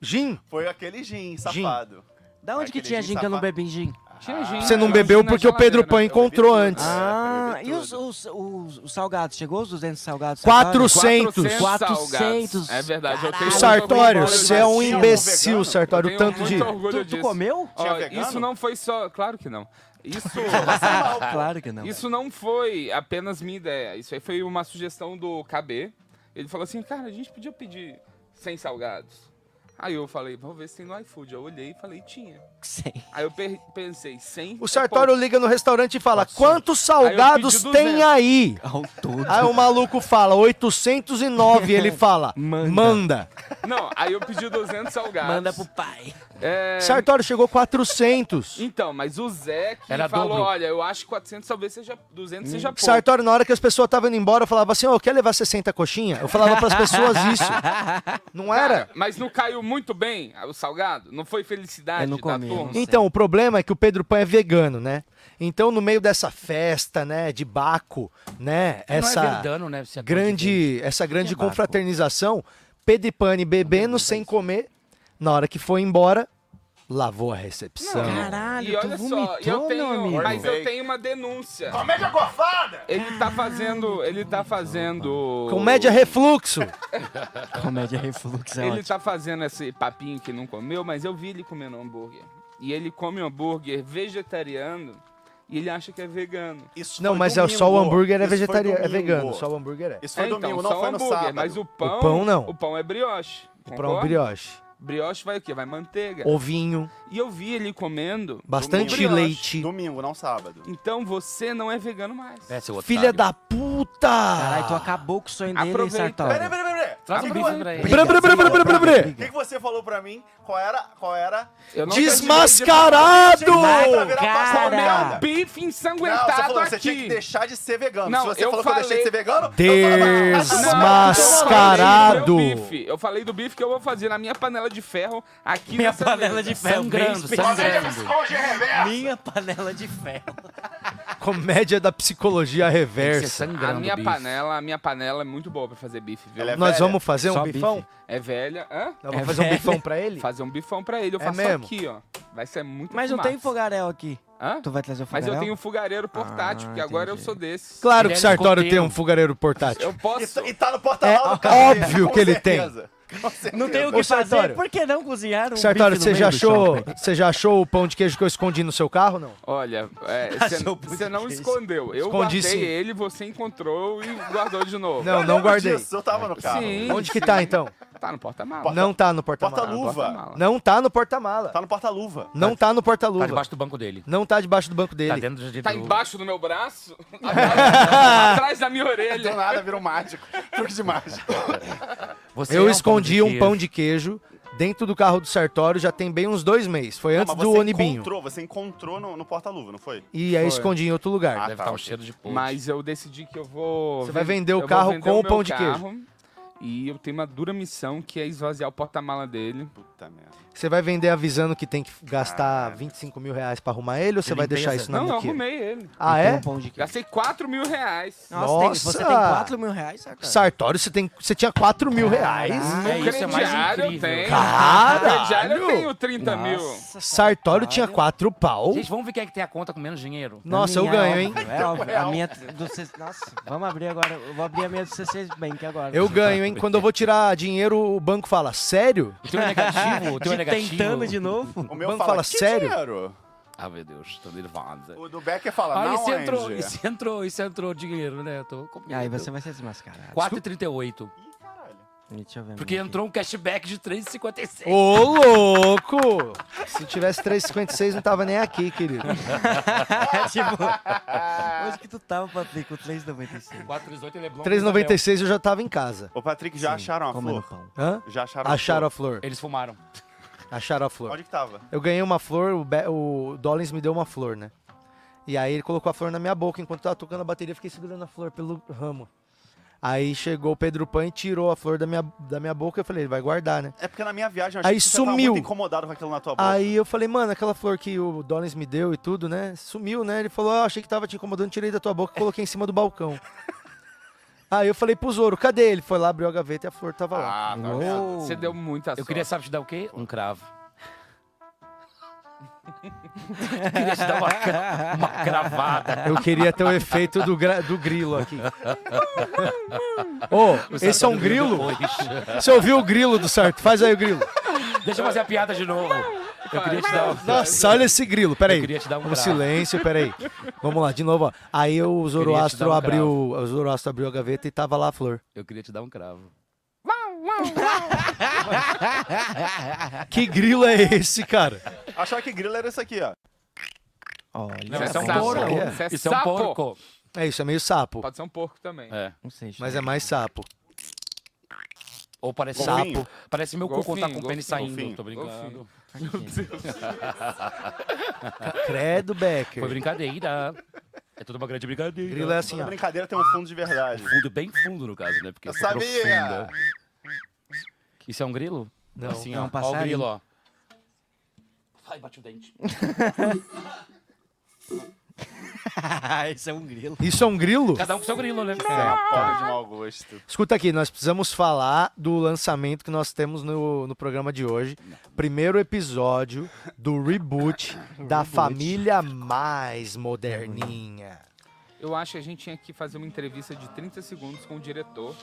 Speaker 14: Gin?
Speaker 17: Foi aquele gin safado.
Speaker 21: Da onde que
Speaker 17: Aquele
Speaker 21: tinha gin que eu não
Speaker 17: safado.
Speaker 21: bebi gin?
Speaker 17: Tinha gin.
Speaker 14: Você
Speaker 16: Ah, né?
Speaker 14: não bebeu porque o Pedro Pan encontrou antes.
Speaker 21: *laughs* Ah, e os, os, os, os salgados? Chegou os 200 salgados?
Speaker 14: 400.
Speaker 21: 400.
Speaker 16: É verdade, eu tenho
Speaker 14: O
Speaker 21: um
Speaker 16: muito
Speaker 14: Sartório,
Speaker 16: orgulho
Speaker 14: você é um
Speaker 16: disso.
Speaker 14: imbecil, Sartório.
Speaker 16: Tenho
Speaker 14: O tanto
Speaker 16: muito
Speaker 14: de.
Speaker 16: orgulho disso. Ó,
Speaker 21: Tinha
Speaker 16: isso
Speaker 21: vegano?
Speaker 16: não foi só. Claro que não. *laughs* Isso.
Speaker 21: Claro que não.
Speaker 16: é Isso não foi apenas minha ideia. Isso aí foi uma sugestão do KB. Ele falou assim: cara, a gente podia pedir 100 salgados. Aí eu falei: vamos ver se tem no iFood. Eu olhei e falei: tinha.
Speaker 21: 100.
Speaker 16: Aí eu per- pensei: é 100.
Speaker 14: O Sartório liga no restaurante e fala: quantos salgados
Speaker 16: Aí eu pedi
Speaker 14: tem
Speaker 16: 200.
Speaker 14: aí? Aí o maluco fala:
Speaker 16: *laughs*
Speaker 14: 809. Ele fala: manda.
Speaker 16: Manda. *laughs* Não, aí eu pedi 200 salgados.
Speaker 21: Manda pro pai.
Speaker 16: É...
Speaker 14: Sartório chegou 400.
Speaker 16: Então, mas o Zé que
Speaker 14: Era
Speaker 16: falou,
Speaker 14: dobro.
Speaker 16: olha, eu acho que 400 talvez seja, 200 seja pouco.
Speaker 14: Sartório, na hora que as pessoas estavam indo embora, eu falava assim: Ô, quer levar 60 coxinha? Eu falava pras
Speaker 16: *laughs*
Speaker 14: pessoas isso. Não era?
Speaker 16: mas não caiu muito bem ah, o salgado? Não foi felicidade da turma?
Speaker 14: Então, o problema é que o Pedro Pan é vegano, né? Então, no meio dessa festa, né, de Baco, né,
Speaker 13: Não é
Speaker 14: essa
Speaker 13: verdano, né, se é
Speaker 14: grande, essa grande confraternização, Pedro Pan bebendo sem comer, na hora que foi embora, lavou a recepção.
Speaker 16: Caralho, e olha só, e eu tenho, mas eu tenho uma denúncia.
Speaker 17: Comédia gofada!
Speaker 16: Ele tá fazendo, ele tá fazendo...
Speaker 14: Comédia refluxo.
Speaker 21: Comédia refluxo
Speaker 16: *laughs*
Speaker 21: é
Speaker 16: Ele
Speaker 21: ótimo.
Speaker 16: tá fazendo esse papinho que não comeu, mas eu vi ele comendo um hambúrguer. E ele come um hambúrguer vegetariano e ele acha que é vegano.
Speaker 17: Isso
Speaker 14: Não, mas é só o hambúrguer é vegetariano, é vegano, só o hambúrguer é.
Speaker 17: Isso foi domingo, não
Speaker 16: então, só um
Speaker 17: foi no
Speaker 16: hambúrguer,
Speaker 17: sábado.
Speaker 16: Mas o pão,
Speaker 14: pão não.
Speaker 16: O pão é brioche.
Speaker 14: Pra um
Speaker 16: concorda?
Speaker 14: brioche.
Speaker 16: Brioche vai o quê? Vai manteiga.
Speaker 14: Ovinho.
Speaker 16: E eu vi ele comendo.
Speaker 14: Bastante
Speaker 16: domingo.
Speaker 14: leite.
Speaker 17: Domingo, não sábado.
Speaker 16: Então você não é vegano mais.
Speaker 13: É, seu
Speaker 14: Filha da puta!
Speaker 21: um Caralho, tu acabou com o sonho dele, hein,
Speaker 16: Aproveita.
Speaker 21: Sartori.
Speaker 17: Peraí, peraí, peraí.
Speaker 21: Traz um bife pra ele.
Speaker 14: Brê, brê, brê, brê, brê, brê, brê.
Speaker 17: O que, que você falou pra mim? Qual era? Qual era?
Speaker 16: Eu não
Speaker 14: Desmascarado!
Speaker 17: Tinha que parar pra virar
Speaker 16: Cara!
Speaker 17: pastel merda.
Speaker 16: Bife
Speaker 17: Não, você
Speaker 16: ensanguentado
Speaker 17: falou que você
Speaker 16: aqui.
Speaker 17: tinha que deixar de ser vegano.
Speaker 16: Não,
Speaker 17: Se você
Speaker 16: eu
Speaker 17: falou que eu deixei de
Speaker 16: falei-
Speaker 17: ser vegano,
Speaker 14: Desmascarado!
Speaker 16: Eu falei do bife. Eu falei do bife que eu vou fazer na minha panela de ferro aqui
Speaker 21: Minha
Speaker 16: nessa
Speaker 21: panela
Speaker 16: mesa.
Speaker 21: de ferro.
Speaker 13: Sangrando,
Speaker 21: bem
Speaker 13: sangrando.
Speaker 21: específico. Minha panela de ferro.
Speaker 14: Comédia da psicologia reversa.
Speaker 16: A minha panela, a minha panela é muito boa pra fazer bife, viu?
Speaker 14: Ela é Nós velha? vamos fazer um
Speaker 16: Só
Speaker 14: bifão?
Speaker 16: bife. É velha. Hã?
Speaker 14: Nós
Speaker 16: é
Speaker 14: vamos fazer um
Speaker 16: velha.
Speaker 14: bifão pra ele?
Speaker 16: Fazer um bifão pra ele. Eu
Speaker 14: É
Speaker 16: faço
Speaker 14: mesmo?
Speaker 16: aqui, ó. Vai ser muito
Speaker 21: Mas não
Speaker 16: fumaça.
Speaker 21: tem fogaréu aqui.
Speaker 16: Hã?
Speaker 21: Tu vai trazer o
Speaker 16: Mas
Speaker 21: fogaréu?
Speaker 16: eu tenho um fogareiro
Speaker 17: Ah,
Speaker 16: portátil, que agora eu sou desse.
Speaker 14: Claro que o Sartório tem um fogareiro portátil.
Speaker 16: Eu posso...
Speaker 17: E tá no porta
Speaker 14: É
Speaker 17: do cara.
Speaker 14: óbvio que ele tem.
Speaker 21: Não tem o
Speaker 14: Ô,
Speaker 21: que fazer.
Speaker 14: Sartório.
Speaker 21: Por que não cozinhar um
Speaker 14: Sartório,
Speaker 21: bife no
Speaker 14: você
Speaker 21: meio
Speaker 14: já
Speaker 21: do chão?
Speaker 14: achou, você já achou o pão de queijo que eu escondi no seu carro, não?
Speaker 16: Olha, é,
Speaker 17: *laughs*
Speaker 14: Achou o
Speaker 16: você não escondeu. Eu
Speaker 14: Escondi
Speaker 16: guardei
Speaker 14: sim.
Speaker 16: ele, você encontrou e guardou de novo.
Speaker 14: Não, não guardei.
Speaker 17: disso, eu tava no carro.
Speaker 16: É, Sim.
Speaker 14: Onde que tá então?
Speaker 16: Tá no porta-malas.
Speaker 14: Não tá no porta-mala.
Speaker 17: Porta-luva.
Speaker 14: Não tá no porta-mala.
Speaker 17: Tá no porta-luva.
Speaker 14: Não tá no porta-luva.
Speaker 13: Tá debaixo do banco dele.
Speaker 14: Não tá debaixo do banco dele.
Speaker 13: Tá dentro de...
Speaker 16: Tá
Speaker 13: do-
Speaker 16: embaixo do meu
Speaker 14: *laughs*
Speaker 16: braço? atrás, atrás da minha orelha. *laughs*
Speaker 17: *laughs* Do nada, virou mágico. Truque de mágico.
Speaker 14: eu escondi um pão de queijo dentro do carro do Sartório já tem bem uns dois meses. Foi
Speaker 17: Não,
Speaker 14: antes
Speaker 17: Ah, mas
Speaker 14: do
Speaker 17: você
Speaker 14: Onibinho.
Speaker 17: Encontrou, você encontrou no, no porta-luva, não foi?
Speaker 14: E aí
Speaker 17: Foi.
Speaker 14: escondi em outro lugar.
Speaker 17: Deve tá um
Speaker 14: cheiro de
Speaker 17: podre.
Speaker 18: Mas eu decidi que eu vou.
Speaker 14: Você vai
Speaker 18: ven-
Speaker 14: vender o
Speaker 18: eu vou
Speaker 14: carro com
Speaker 18: meu
Speaker 14: o pão de queijo.
Speaker 18: E eu tenho uma dura missão que é esvaziar o porta-mala dele.
Speaker 17: Puta merda.
Speaker 14: Você vai vender avisando que tem que gastar 25 mil reais pra arrumar ele ou você vai deixar isso na
Speaker 18: Não, eu
Speaker 14: muqueira?
Speaker 18: arrumei ele.
Speaker 14: Ah,
Speaker 16: um
Speaker 14: é?
Speaker 18: Gastei 4 mil
Speaker 14: *laughs*
Speaker 18: reais.
Speaker 14: mil reais,
Speaker 21: né,
Speaker 14: Sartório, você, tem, você tinha 4 mil reais?
Speaker 18: No é
Speaker 21: é
Speaker 18: crediário eu tenho.
Speaker 14: Caralho!
Speaker 18: No crediário eu tenho 30 mil.
Speaker 14: Sartório tinha 4 pau?
Speaker 13: Gente, vamos ver quem é que tem a conta com menos dinheiro?
Speaker 14: Oh. Nossa, eu
Speaker 13: Minha
Speaker 14: ganho,
Speaker 13: alma.
Speaker 14: hein?
Speaker 13: *laughs*
Speaker 21: É óbvio, a minha do C... Nossa, vamos abrir agora. Eu vou abrir a minha do C6 Bank agora.
Speaker 14: Eu ganho, hein? Quando eu vou tirar dinheiro, o banco fala, sério?
Speaker 21: O teu é negativo, o
Speaker 14: *laughs*
Speaker 21: teu é negativo. Tentando de novo.
Speaker 17: O
Speaker 14: meu fala, sério?
Speaker 13: Ah, meu Deus, tô nervosa.
Speaker 17: O do Becker fala,
Speaker 13: ah,
Speaker 17: não,
Speaker 13: isso entrou,
Speaker 17: Andy.
Speaker 13: isso entrou, isso entrou dinheiro, né? Eu tô com medo.
Speaker 21: Aí você vai ser desmascarado.
Speaker 13: 4,38.
Speaker 21: Deixa eu ver.
Speaker 13: Porque entrou um cashback de 3,56.
Speaker 14: Ô, louco! Se tivesse 3,56, não tava nem aqui,
Speaker 21: *laughs*
Speaker 14: querido.
Speaker 1: *laughs*
Speaker 21: tipo, onde que tu tava, Patrick, com 3,95?
Speaker 13: 4,38 ele é bom.
Speaker 14: 3,96 eu já tava em casa.
Speaker 17: Ô, Patrick, já acharam a
Speaker 14: comendo
Speaker 17: flor?
Speaker 14: Hã?
Speaker 17: Já acharam
Speaker 14: Acharam
Speaker 17: a
Speaker 14: a flor.
Speaker 13: Eles fumaram.
Speaker 14: Acharam a flor.
Speaker 17: Onde que tava?
Speaker 14: Eu ganhei uma flor, o, Be o Dollins me deu uma flor, né? E aí ele colocou a flor na minha boca. Enquanto eu tava tocando a bateria, eu fiquei segurando a flor pelo ramo. Aí chegou o Pedro Pan e tirou a flor da minha, da minha boca. Eu falei, ele vai guardar, né?
Speaker 17: É porque na minha viagem eu achei
Speaker 14: Aí
Speaker 17: que você
Speaker 14: sumiu.
Speaker 17: tava muito incomodado com aquilo na tua boca.
Speaker 14: Aí eu falei, mano, aquela flor que o Dollins me deu e tudo, né? Sumiu, né? Ele falou, ah, achei que tava te incomodando, tirei da tua boca e coloquei em cima
Speaker 18: *laughs*
Speaker 14: do balcão. Aí eu falei pro Zoro, cadê ele? Foi lá, abriu a gaveta e a flor tava lá.
Speaker 18: Ah, tá
Speaker 14: um-
Speaker 18: vendo? Você deu muita
Speaker 13: Eu queria, sabe, te dar o quê? Um cravo. Eu queria te dar uma, cra- uma cravada.
Speaker 14: Eu queria ter o efeito do, gra- do
Speaker 13: *laughs*
Speaker 14: grilo aqui. Ô,
Speaker 13: O
Speaker 14: esse é um
Speaker 13: Sartório
Speaker 14: grilo?
Speaker 13: depois.
Speaker 14: Você ouviu o grilo do Sarto? Faz aí o grilo.
Speaker 13: Deixa eu fazer a piada de novo. Eu queria te dar um...
Speaker 14: Nossa, olha esse grilo. Peraí.
Speaker 13: Eu queria te dar um
Speaker 14: Vamos
Speaker 13: cravo.
Speaker 14: silêncio, peraí. Vamos lá, de novo. ó. Aí o Zoroastro
Speaker 13: dar um
Speaker 14: abriu. O Zoroastro abriu a gaveta e tava lá a flor.
Speaker 13: Eu queria te dar um cravo.
Speaker 14: Que grilo é esse, cara?
Speaker 17: *laughs* Achava que grilo era isso aqui, ó.
Speaker 14: Olha,
Speaker 18: Não, isso é um porco. Isso é
Speaker 14: Isso é um
Speaker 18: sapo.
Speaker 14: porco. É, isso é meio sapo.
Speaker 18: *laughs* Pode ser um porco também.
Speaker 13: É.
Speaker 21: Não sei,
Speaker 14: Mas é mais sapo.
Speaker 13: Ou parece
Speaker 14: Golfinho.
Speaker 13: sapo. Parece meu cocô tá com o
Speaker 18: Golfinho,
Speaker 13: pênis saindo.
Speaker 18: golfinho,
Speaker 13: Tô brincando.
Speaker 18: golfinho. Meu Deus.
Speaker 14: *laughs* Credo, Becker.
Speaker 13: Foi brincadeira. É toda uma grande brincadeira.
Speaker 14: Grilo é assim,
Speaker 17: Toda brincadeira tem um fundo de verdade.
Speaker 13: Fundo bem fundo, no caso, né? Porque
Speaker 17: Eu
Speaker 16: é
Speaker 13: foi
Speaker 17: sabia!
Speaker 13: profunda. Isso é um grilo?
Speaker 21: Não.
Speaker 13: Assim,
Speaker 21: É um
Speaker 13: ó. Ó o
Speaker 21: passarinho.
Speaker 13: grilo,
Speaker 18: *laughs*
Speaker 13: ó. Ai, bati o
Speaker 1: *laughs*
Speaker 13: dente.
Speaker 21: Isso é um grilo.
Speaker 14: Isso é um grilo?
Speaker 13: Cada um com seu grilo, né?
Speaker 18: é
Speaker 17: Pobre de mau gosto.
Speaker 14: Escuta aqui, nós precisamos falar do lançamento que nós temos no, no programa de hoje. Primeiro episódio
Speaker 13: *laughs*
Speaker 14: do reboot da
Speaker 18: Reboot.
Speaker 14: família mais moderninha.
Speaker 18: Eu acho que a gente tinha que fazer uma entrevista de 30 segundos com o diretor.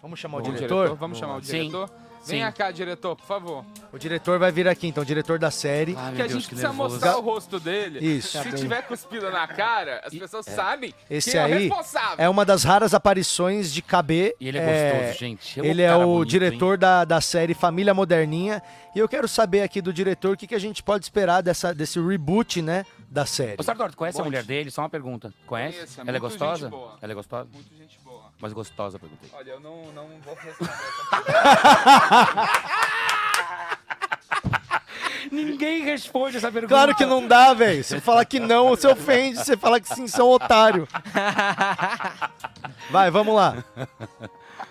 Speaker 14: Vamos chamar
Speaker 13: o diretor?
Speaker 18: Vamos chamar o
Speaker 13: Sim.
Speaker 18: diretor? Venha
Speaker 13: Sim.
Speaker 18: cá, diretor, por favor.
Speaker 14: O diretor vai vir aqui, então, o diretor da série.
Speaker 18: Porque a gente precisa mostrar o rosto dele.
Speaker 14: Isso. Tá
Speaker 18: Se tiver cuspido na cara, as pessoas
Speaker 14: É.
Speaker 18: sabem
Speaker 14: Esse
Speaker 18: quem é o
Speaker 14: aí
Speaker 18: responsável.
Speaker 14: é uma das raras aparições de KB.
Speaker 13: E ele é gostoso, gente. É um
Speaker 14: ele é
Speaker 13: cara
Speaker 14: o
Speaker 13: bonito,
Speaker 14: diretor da, da série Família Moderninha. E eu quero saber aqui do diretor o que, que a gente pode esperar dessa, desse reboot, né? Da série.
Speaker 13: Ô, Sardor, tu conhece a mulher dele? Só uma pergunta. Conhece?
Speaker 18: Conheço, é
Speaker 13: Ela é
Speaker 18: muito
Speaker 13: gostosa?
Speaker 18: gente boa.
Speaker 13: Ela é gostosa?
Speaker 18: Muito gente boa.
Speaker 13: Mas gostosa, perguntei.
Speaker 18: Olha, eu não, não vou responder
Speaker 14: *laughs*
Speaker 13: Ninguém responde essa pergunta.
Speaker 14: Claro que não dá, velho. Se eu falar que não, você ofende. Se você falar que sim, você é um otário. Vai, vamos lá.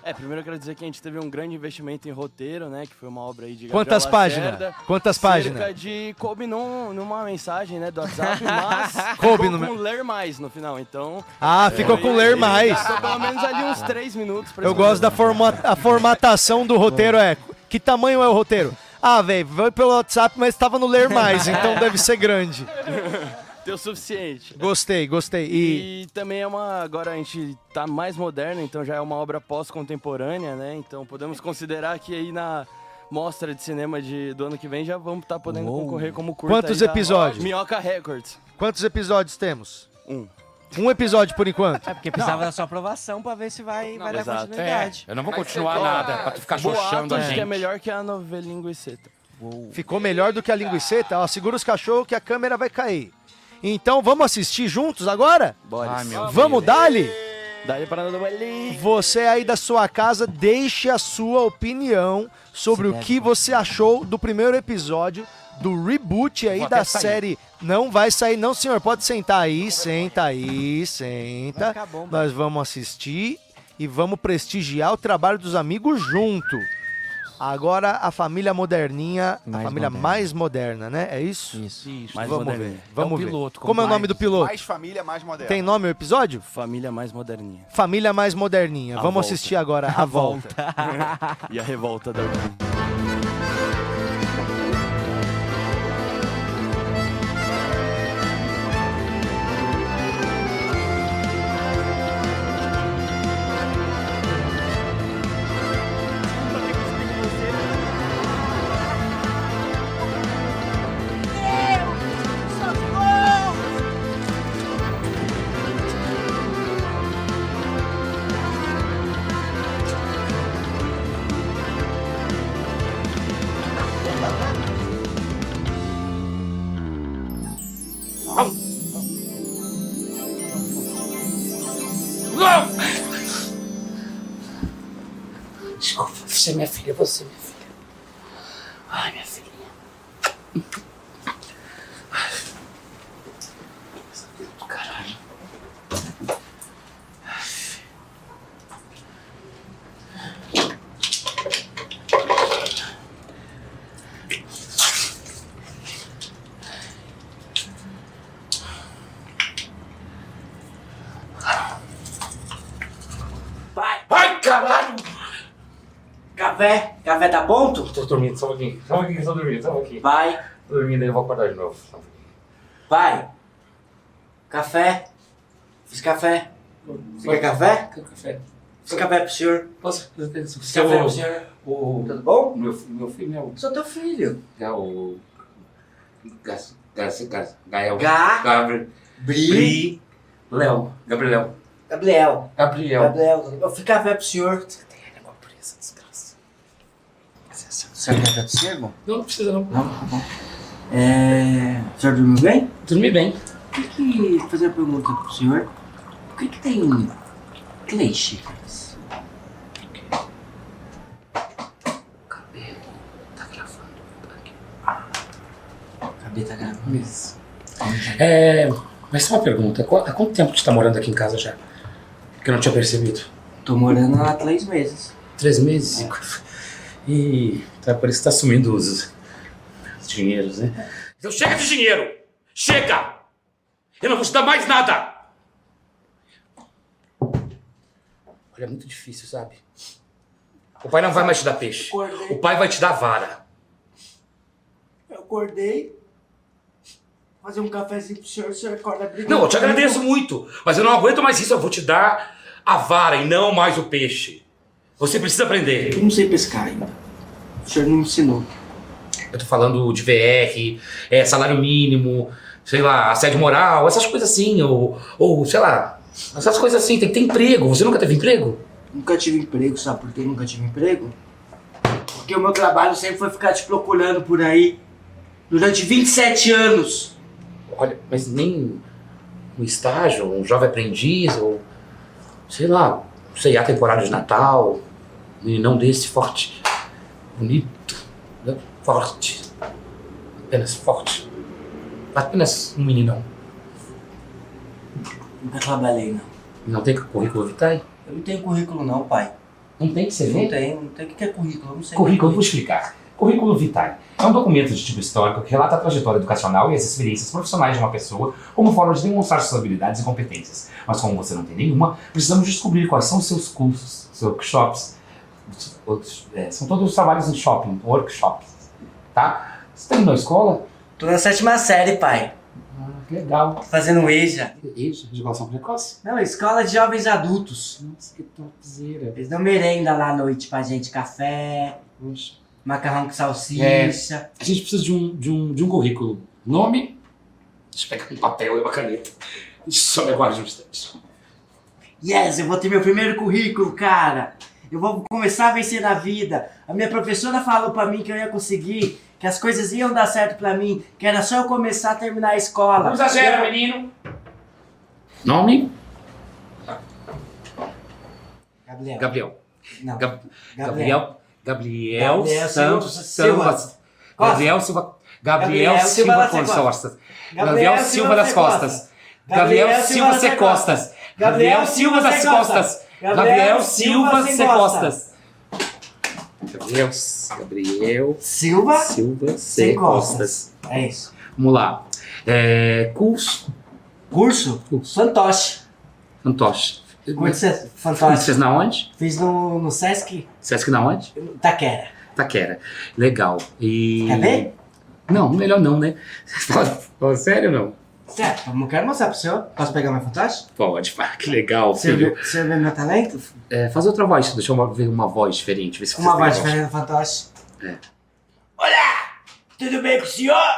Speaker 14: É, primeiro eu quero dizer que a gente teve um grande investimento em roteiro, né? Que foi uma obra aí de Gabriel Quantas páginas? Lacerda. Quantas Cerca páginas? de... Coube num, numa mensagem, né? Do *laughs* WhatsApp, mas... Coube ficou no me- com ler mais no final, então... Ah, ficou foi- com ler mais. Ficou pelo menos ali uns três minutos. pra Eu escrever. *laughs* gosto da forma- a formatação do roteiro, é. Que tamanho é o roteiro? Ah, velho, foi pelo WhatsApp, mas estava no ler mais, então deve ser grande. Deu o suficiente. Gostei, gostei. E... também é uma. Agora a gente tá mais moderno, então já é uma obra pós-contemporânea, né? Então podemos considerar que aí na mostra de cinema de, do ano que vem já vamos estar podendo concorrer como curta. Quantos aí da episódios? Minhoca Records. Quantos episódios temos? Um. Um episódio por enquanto? É porque
Speaker 21: Precisava da sua aprovação pra ver se vai, vai dar
Speaker 14: Exato.
Speaker 21: continuidade.
Speaker 14: É, eu não vou Mas continuar você- nada, pra tu ficar
Speaker 21: Boatos
Speaker 14: xoxando a
Speaker 21: de que é
Speaker 14: gente.
Speaker 21: melhor que a novelinguiceta.
Speaker 14: Ficou melhor do que a linguiceta? Ó, segura os cachorros que a câmera vai cair. Então vamos assistir juntos agora? Bora.
Speaker 21: Ai, meu
Speaker 14: Vamos, Dali?
Speaker 21: Daí a parada do
Speaker 14: *laughs*
Speaker 21: Eli. *laughs*
Speaker 14: Você aí da sua casa, deixe a sua opinião sobre o que você achou do primeiro episódio do reboot aí
Speaker 15: Vou
Speaker 14: da
Speaker 15: até sair.
Speaker 14: série. Não vai sair, não, senhor. Pode sentar aí, senta aí, senta. Nós vamos assistir e vamos prestigiar o trabalho dos amigos junto. Agora a família moderninha, a família
Speaker 17: moderna.
Speaker 14: mais moderna, né? É isso? Isso.
Speaker 21: mais
Speaker 14: vamos
Speaker 21: moderninha.
Speaker 14: ver.
Speaker 21: É o
Speaker 14: Vamos ver.
Speaker 21: piloto,
Speaker 14: Como é o
Speaker 21: mais-
Speaker 14: nome do piloto?
Speaker 17: Mais família, mais moderna.
Speaker 14: Tem nome o episódio?
Speaker 21: Família mais moderninha.
Speaker 14: Família mais moderninha.
Speaker 21: A
Speaker 14: Vamos
Speaker 21: volta.
Speaker 14: assistir agora a,
Speaker 21: A
Speaker 14: volta.
Speaker 21: e a revolta da
Speaker 1: Desculpa, você, é minha filha, você, minha filha. Ai, minha filha. Caralho. Vai, vai, caralho! Gavé, Gavé dá ponto? Tô dormindo, só um pouquinho. Só um pouquinho, só dormindo, só um pouquinho. Vai. Tô dormindo, aí eu vou acordar de novo. um Vai. Café. Fiz café. Você quer café? Café. Fiz café pro senhor. Posso? Fiz café pro senhor. Tudo bom? Meu, meu filho é o... Sou teu filho.
Speaker 22: É o. Gas, gas, gas, Gael.
Speaker 1: Ga-
Speaker 22: Gabriel.
Speaker 1: Bri- Léo.
Speaker 22: Gabriel.
Speaker 1: Gabriel.
Speaker 22: Gabriel.
Speaker 1: Gabriel. Eu fiz café pro senhor. Você tem a língua presa, desgraça. Você quer café pro senhor, irmão? tá
Speaker 22: Não, não precisa não.
Speaker 1: É... O senhor dormiu bem? Dormi bem. O que que... Fazer uma pergunta pro senhor. O que que tem... um Três xícaras. Acabei tá gravando isso.
Speaker 13: É, mas só uma pergunta, qu- há quanto tempo tu tá morando aqui em casa já? Que eu não tinha percebido.
Speaker 1: Tô morando há três meses. É.
Speaker 13: Três meses? E tá, por isso que tá sumindo os, os dinheiros, né? Então chega de dinheiro! Chega! Eu não vou te dar mais nada! Olha, é muito difícil, sabe? O pai não vai mais te dar peixe. O pai vai te dar vara.
Speaker 1: Eu acordei. Fazer um cafezinho pro senhor, o senhor acorda brigando.
Speaker 13: Não, eu te agradeço muito, mas eu não aguento mais isso. Eu vou te dar a vara e não mais o peixe. Você precisa aprender.
Speaker 1: Eu não sei pescar ainda. O senhor não me ensinou.
Speaker 13: Eu tô falando de VR, é, salário mínimo, sei lá, assédio moral, essas coisas assim, ou, ou sei lá, essas coisas assim, tem que ter emprego. Você nunca teve emprego?
Speaker 1: Nunca tive emprego, sabe por que nunca tive emprego? Porque o meu trabalho sempre foi ficar te procurando por aí durante 27 anos.
Speaker 13: Olha, mas nem um estágio, um jovem aprendiz, ou sei lá, sei, há temporada de Natal, e não desse forte, bonito, né? forte, apenas forte, apenas um meninão.
Speaker 1: Nunca trabalhei, não.
Speaker 13: Não tem currículo vitae?
Speaker 1: Eu não tenho currículo, não, pai.
Speaker 13: Não tem que ser
Speaker 1: Não
Speaker 13: feito?
Speaker 1: tem, não tem. O que que é currículo? Eu não sei.
Speaker 13: Currículo, eu vou explicar.
Speaker 23: Currículo vitae é um documento de tipo histórico que relata a trajetória educacional e as experiências profissionais de uma pessoa como forma de demonstrar suas habilidades e competências. Mas como você não tem nenhuma, precisamos descobrir quais são os seus cursos, seus workshops. outros- é, são todos os trabalhos em shopping, workshops, tá? Você terminou a escola?
Speaker 1: Tô na sétima série, pai.
Speaker 13: Ah, que legal.
Speaker 1: Fazendo um EJA.
Speaker 13: EJA? Educação precoce?
Speaker 1: Não, é escola de jovens adultos.
Speaker 13: Nossa, que topzera.
Speaker 1: Eles dão merenda lá à noite pra gente, café, macarrão com salsicha.
Speaker 13: É, a gente precisa de um, de um, de um currículo. Nome? Deixa eu pegar um papel e uma caneta. Só me aguarde um instante.
Speaker 1: Yes, eu vou ter meu primeiro currículo, cara. Eu vou começar a vencer na vida. A minha professora falou pra mim que eu ia conseguir, que as coisas iam dar certo pra mim, que era só eu começar a terminar a
Speaker 16: Tá
Speaker 1: escola.
Speaker 13: Não exagera,
Speaker 1: menino.
Speaker 13: Nome? Gabriel. Gabriel.
Speaker 1: Não.
Speaker 13: Gab-
Speaker 1: Gabriel.
Speaker 13: Gabriel. Gabriel,
Speaker 1: Gabriel
Speaker 13: Santos
Speaker 1: Silva-
Speaker 13: Silva.
Speaker 1: Silva-
Speaker 13: Gabriel Silva. Gabriel
Speaker 1: Gabriel Silva
Speaker 13: Silva
Speaker 1: da
Speaker 13: Costas.
Speaker 1: Costa.
Speaker 13: Gabriel Silva das Costas. Gabriel Silva
Speaker 1: da
Speaker 13: Se Costas. Gabriel Silva das Costas. Gabriel Silva Se Costas. Gabriel. Gabriel. Silva. Silva
Speaker 1: Se
Speaker 13: C.
Speaker 1: Costas.
Speaker 13: Costas.
Speaker 1: É isso.
Speaker 13: Vamos lá. É, curso. Curso? Fantoche. Fantoche.
Speaker 1: Como é que você- fantoche?
Speaker 13: Vocês na onde?
Speaker 1: Fiz no, no Sesc
Speaker 13: Sesc na onde?
Speaker 1: Taquera.
Speaker 13: Taquera. Legal. E...
Speaker 1: Quer ver?
Speaker 13: Não, melhor não, né? *laughs* Fala- fala sério ou não?
Speaker 1: Certo, eu não quero mostrar pro senhor. Posso pegar meu fantoche?
Speaker 13: Pode, pá, que legal,
Speaker 1: Você
Speaker 13: filho.
Speaker 1: vê, você vê meu talento?
Speaker 13: É, faz outra voz, deixa eu ver uma voz diferente. Ver se
Speaker 1: Uma
Speaker 13: vocês têm
Speaker 1: voz diferente do fantoche.
Speaker 13: É.
Speaker 1: Tudo bem com o senhor?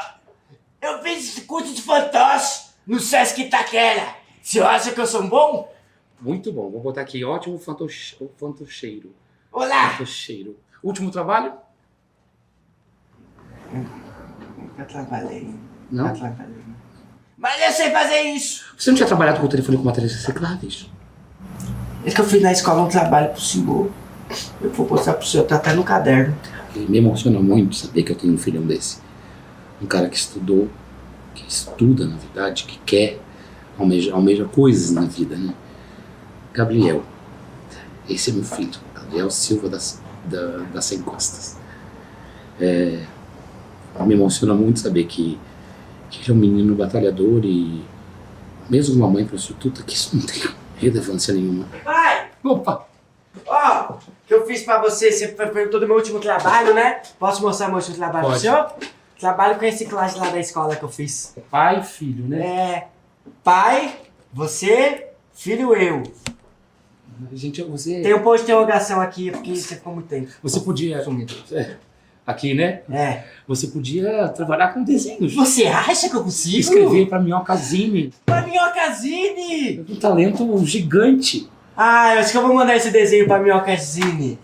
Speaker 1: Eu fiz esse curso de fantoche no Sesc Itaquera. O senhor acha que eu sou um bom?
Speaker 13: Muito bom, vou botar aqui. Ótimo fantoche- fantocheiro.
Speaker 1: Olá!
Speaker 13: Fantocheiro. Último trabalho?
Speaker 1: Eu trabalhei.
Speaker 13: Não?
Speaker 1: Eu trabalhei. Mas eu sei fazer isso.
Speaker 13: Você não tinha trabalhado com o telefone com matérias recicláveis?
Speaker 1: É que eu fiz na escola um trabalho pro senhor. Eu vou mostrar pro senhor, tá até no caderno.
Speaker 13: E me emociona muito saber que eu tenho um filhão desse. Um cara que estudou, que estuda, na verdade, que quer, almeja, almeja coisas na vida, né? Gabriel. Esse é meu filho, Gabriel Silva das, da, das Sem Costas. É, me emociona muito saber que, que ele é um menino batalhador e, mesmo uma mãe prostituta, que isso não tem *laughs* relevância nenhuma.
Speaker 1: Pai!
Speaker 13: Opa!
Speaker 1: Ó, o que eu fiz pra você, você per- perguntou do meu último trabalho, né? Posso mostrar meu último trabalho pro
Speaker 13: Pode.
Speaker 1: senhor? Trabalho com reciclagem lá da escola que eu fiz.
Speaker 13: Pai e filho, né?
Speaker 1: É. Pai, você, filho, eu.
Speaker 13: Gente, você.
Speaker 1: Tem um ponto de interrogação aqui, é porque você ficou muito tempo.
Speaker 13: Você podia. É, aqui, né? É. Você podia trabalhar com desenhos.
Speaker 1: Você acha que eu consigo?
Speaker 13: Escrever pra Minhocazine.
Speaker 1: Pra Minhocazine!
Speaker 13: Um talento gigante.
Speaker 1: Ah, eu acho que eu vou mandar esse desenho pra Minhocazine.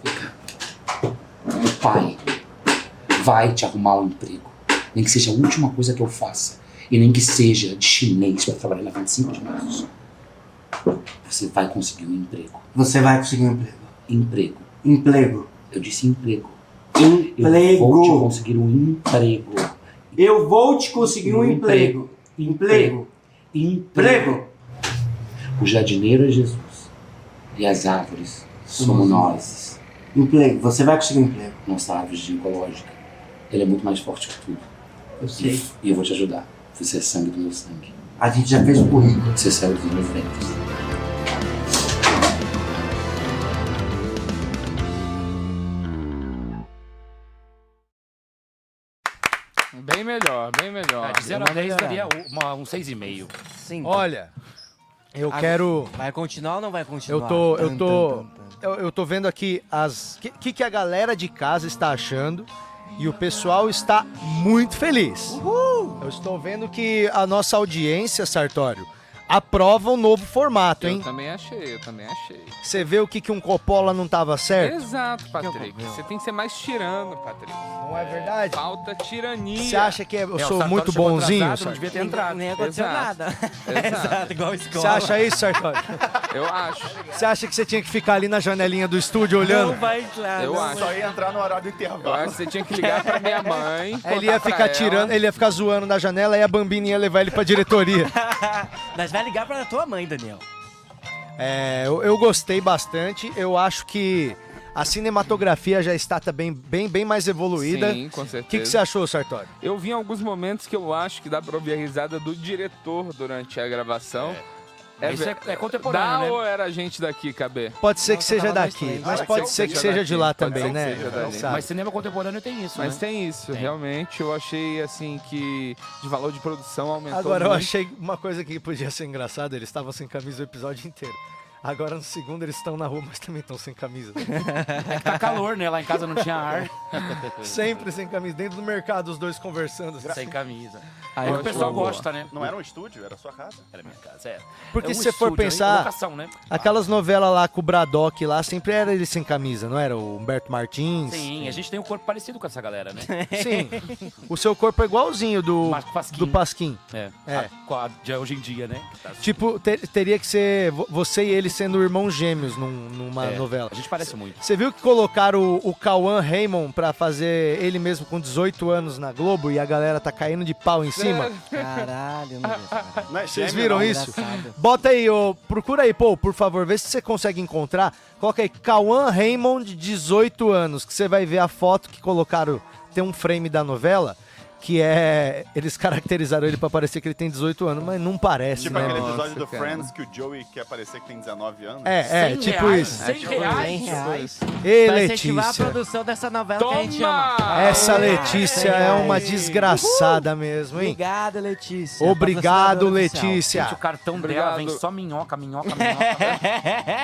Speaker 13: Pai, vai te arrumar um emprego. Nem que seja a última coisa que eu faça. E nem que seja de chinês pra trabalhar na 25 de março. Você vai conseguir um emprego.
Speaker 1: Você vai conseguir um emprego.
Speaker 13: Emprego.
Speaker 1: Emprego.
Speaker 13: Eu disse emprego.
Speaker 1: Emprego.
Speaker 13: Eu vou te conseguir um emprego.
Speaker 1: Eu vou te conseguir um emprego. Emprego.
Speaker 13: Emprego. O jardineiro é Jesus. E as árvores somos
Speaker 1: Somos
Speaker 13: nós.
Speaker 1: Emprego. Você vai conseguir um emprego.
Speaker 13: Nossa árvore ginecológica. Ela é muito mais forte que tudo.
Speaker 1: Eu
Speaker 13: sei. E eu vou te ajudar. Você é sangue do meu sangue.
Speaker 1: A gente já fez o currículo.
Speaker 13: Você saiu dos meus ventos.
Speaker 16: Bem melhor, bem melhor.
Speaker 17: Ah, de 0 a 10 daria uma, um 6,5.
Speaker 21: Sim.
Speaker 14: Olha, eu
Speaker 21: Ah,
Speaker 14: quero.
Speaker 21: Vai continuar ou não vai continuar?
Speaker 14: Eu tô,
Speaker 21: Tum,
Speaker 14: eu tô,
Speaker 21: tum, tum.
Speaker 14: eu, eu tô vendo aqui as que, que que a galera de casa está achando e o pessoal está muito feliz. Eu estou vendo que a nossa audiência, Sartório, aprova o novo formato,
Speaker 16: Eu
Speaker 14: hein?
Speaker 16: também achei, eu também achei.
Speaker 14: Você vê o que que um Coppola não tava certo?
Speaker 16: Exato, Patrick. Você tem que ser mais tirano, Patrick. Não
Speaker 14: é verdade?
Speaker 16: Falta tirania.
Speaker 14: Você acha que eu
Speaker 16: É, o
Speaker 14: sou
Speaker 16: Sartori
Speaker 14: muito
Speaker 16: chegou
Speaker 14: bonzinho,
Speaker 16: atrasado, Não
Speaker 14: Sartori?
Speaker 16: devia ter entrado.
Speaker 21: Nem aconteceu
Speaker 16: Exato.
Speaker 21: nada. *laughs*
Speaker 16: Exato.
Speaker 21: igual a escola.
Speaker 14: Você acha isso, Sartório?
Speaker 16: Eu acho.
Speaker 14: Você acha que você tinha que ficar ali na janelinha do estúdio olhando?
Speaker 21: entrar.
Speaker 16: Eu acho.
Speaker 24: Só ia entrar no horário do intervalo.
Speaker 16: Eu acho que você tinha que ligar pra minha mãe.
Speaker 14: Ele ia
Speaker 16: contar pra
Speaker 14: ficar
Speaker 16: ela.
Speaker 14: tirando, ele ia ficar zoando na janela e a Bambini ia levar ele pra diretoria.
Speaker 21: *laughs* Mas vai ligar pra tua mãe, Daniel.
Speaker 14: É, eu, eu gostei bastante. Eu acho que a cinematografia já está também bem, bem mais evoluída.
Speaker 16: Sim, com certeza.
Speaker 14: O que, que você achou, Sartori?
Speaker 16: Eu vi em alguns momentos que eu acho que dá pra ouvir a risada do diretor durante a gravação.
Speaker 17: É. Isso
Speaker 16: ver-
Speaker 17: é- é contemporâneo,
Speaker 16: Dá
Speaker 17: né?
Speaker 16: ou era a gente daqui, KB?
Speaker 14: Pode ser que seja daqui, mas pode ser que seja de lá
Speaker 16: Pode ser
Speaker 14: também,
Speaker 16: que
Speaker 14: né?
Speaker 16: seja dali.
Speaker 14: Sabe?
Speaker 17: Mas cinema contemporâneo tem isso,
Speaker 16: Mas
Speaker 17: né?
Speaker 16: tem isso, realmente. Eu achei, assim, que de valor de produção aumentou
Speaker 14: Agora eu
Speaker 16: muito.
Speaker 14: achei uma coisa que podia ser engraçada, eles estavam sem camisa o episódio inteiro. Agora no segundo eles estão na rua, mas também estão sem camisa.
Speaker 17: É que tá calor, né? Lá em casa não tinha ar.
Speaker 14: *laughs* Sempre sem camisa, dentro do mercado os dois conversando. assim.
Speaker 17: Sem camisa.
Speaker 14: Aí
Speaker 17: Aí o pessoal gosta, né?
Speaker 24: Não era um estúdio, era sua casa.
Speaker 17: Era minha casa, é.
Speaker 14: Porque
Speaker 17: É um
Speaker 14: se você for
Speaker 17: estúdio, é
Speaker 14: pensar,
Speaker 17: locação, né?
Speaker 14: aquelas novelas lá com o Bradock lá, sempre era ele sem camisa, não era? O Humberto Martins.
Speaker 17: Sim, a gente tem um corpo parecido com essa galera, né?
Speaker 14: Sim. O seu corpo é igualzinho do
Speaker 17: Pasquim.
Speaker 14: do Pasquim.
Speaker 17: *laughs* É.
Speaker 14: É.
Speaker 17: A- com a de hoje em dia, né? Que tá-
Speaker 14: Tipo, ter- teria que ser vo- você e ele sendo irmãos gêmeos num- numa
Speaker 13: É,
Speaker 14: novela.
Speaker 13: a gente parece muito.
Speaker 14: Você viu que colocaram o, o Cauã Raymond pra fazer ele mesmo com 18 anos na Globo e a galera tá caindo de pau em cima?
Speaker 13: É.
Speaker 21: Caralho,
Speaker 17: *laughs*
Speaker 21: não vi essa parada.
Speaker 17: é
Speaker 14: Vocês viram isso?
Speaker 21: Engraçado.
Speaker 14: Bota aí, ô, procura aí, pô, por favor, vê se você consegue encontrar. Coloca aí Cauã Raymond, 18 anos, que você vai ver a foto que colocaram. Tem um frame da novela que é. Eles caracterizaram ele pra parecer que ele tem 18 anos, mas não parece.
Speaker 17: Tipo
Speaker 14: né,
Speaker 17: aquele
Speaker 14: mano?
Speaker 17: episódio do Friends que o Joey quer parecer que tem 19 anos.
Speaker 14: É, é, 100 tipo reais, isso. 100
Speaker 17: É, tipo
Speaker 21: reais?
Speaker 17: isso.
Speaker 21: 100 reais.
Speaker 14: Ei,
Speaker 21: Pra incentivar a
Speaker 14: Letícia.
Speaker 21: produção dessa novela que a gente ama.
Speaker 14: Essa Letícia é uma desgraçada mesmo, hein?
Speaker 21: Obrigado, Letícia.
Speaker 14: Obrigado,
Speaker 21: Patrocinadora
Speaker 14: Letícia.
Speaker 21: oficial.
Speaker 14: Gente, o
Speaker 13: cartão dela vem só minhoca, minhoca,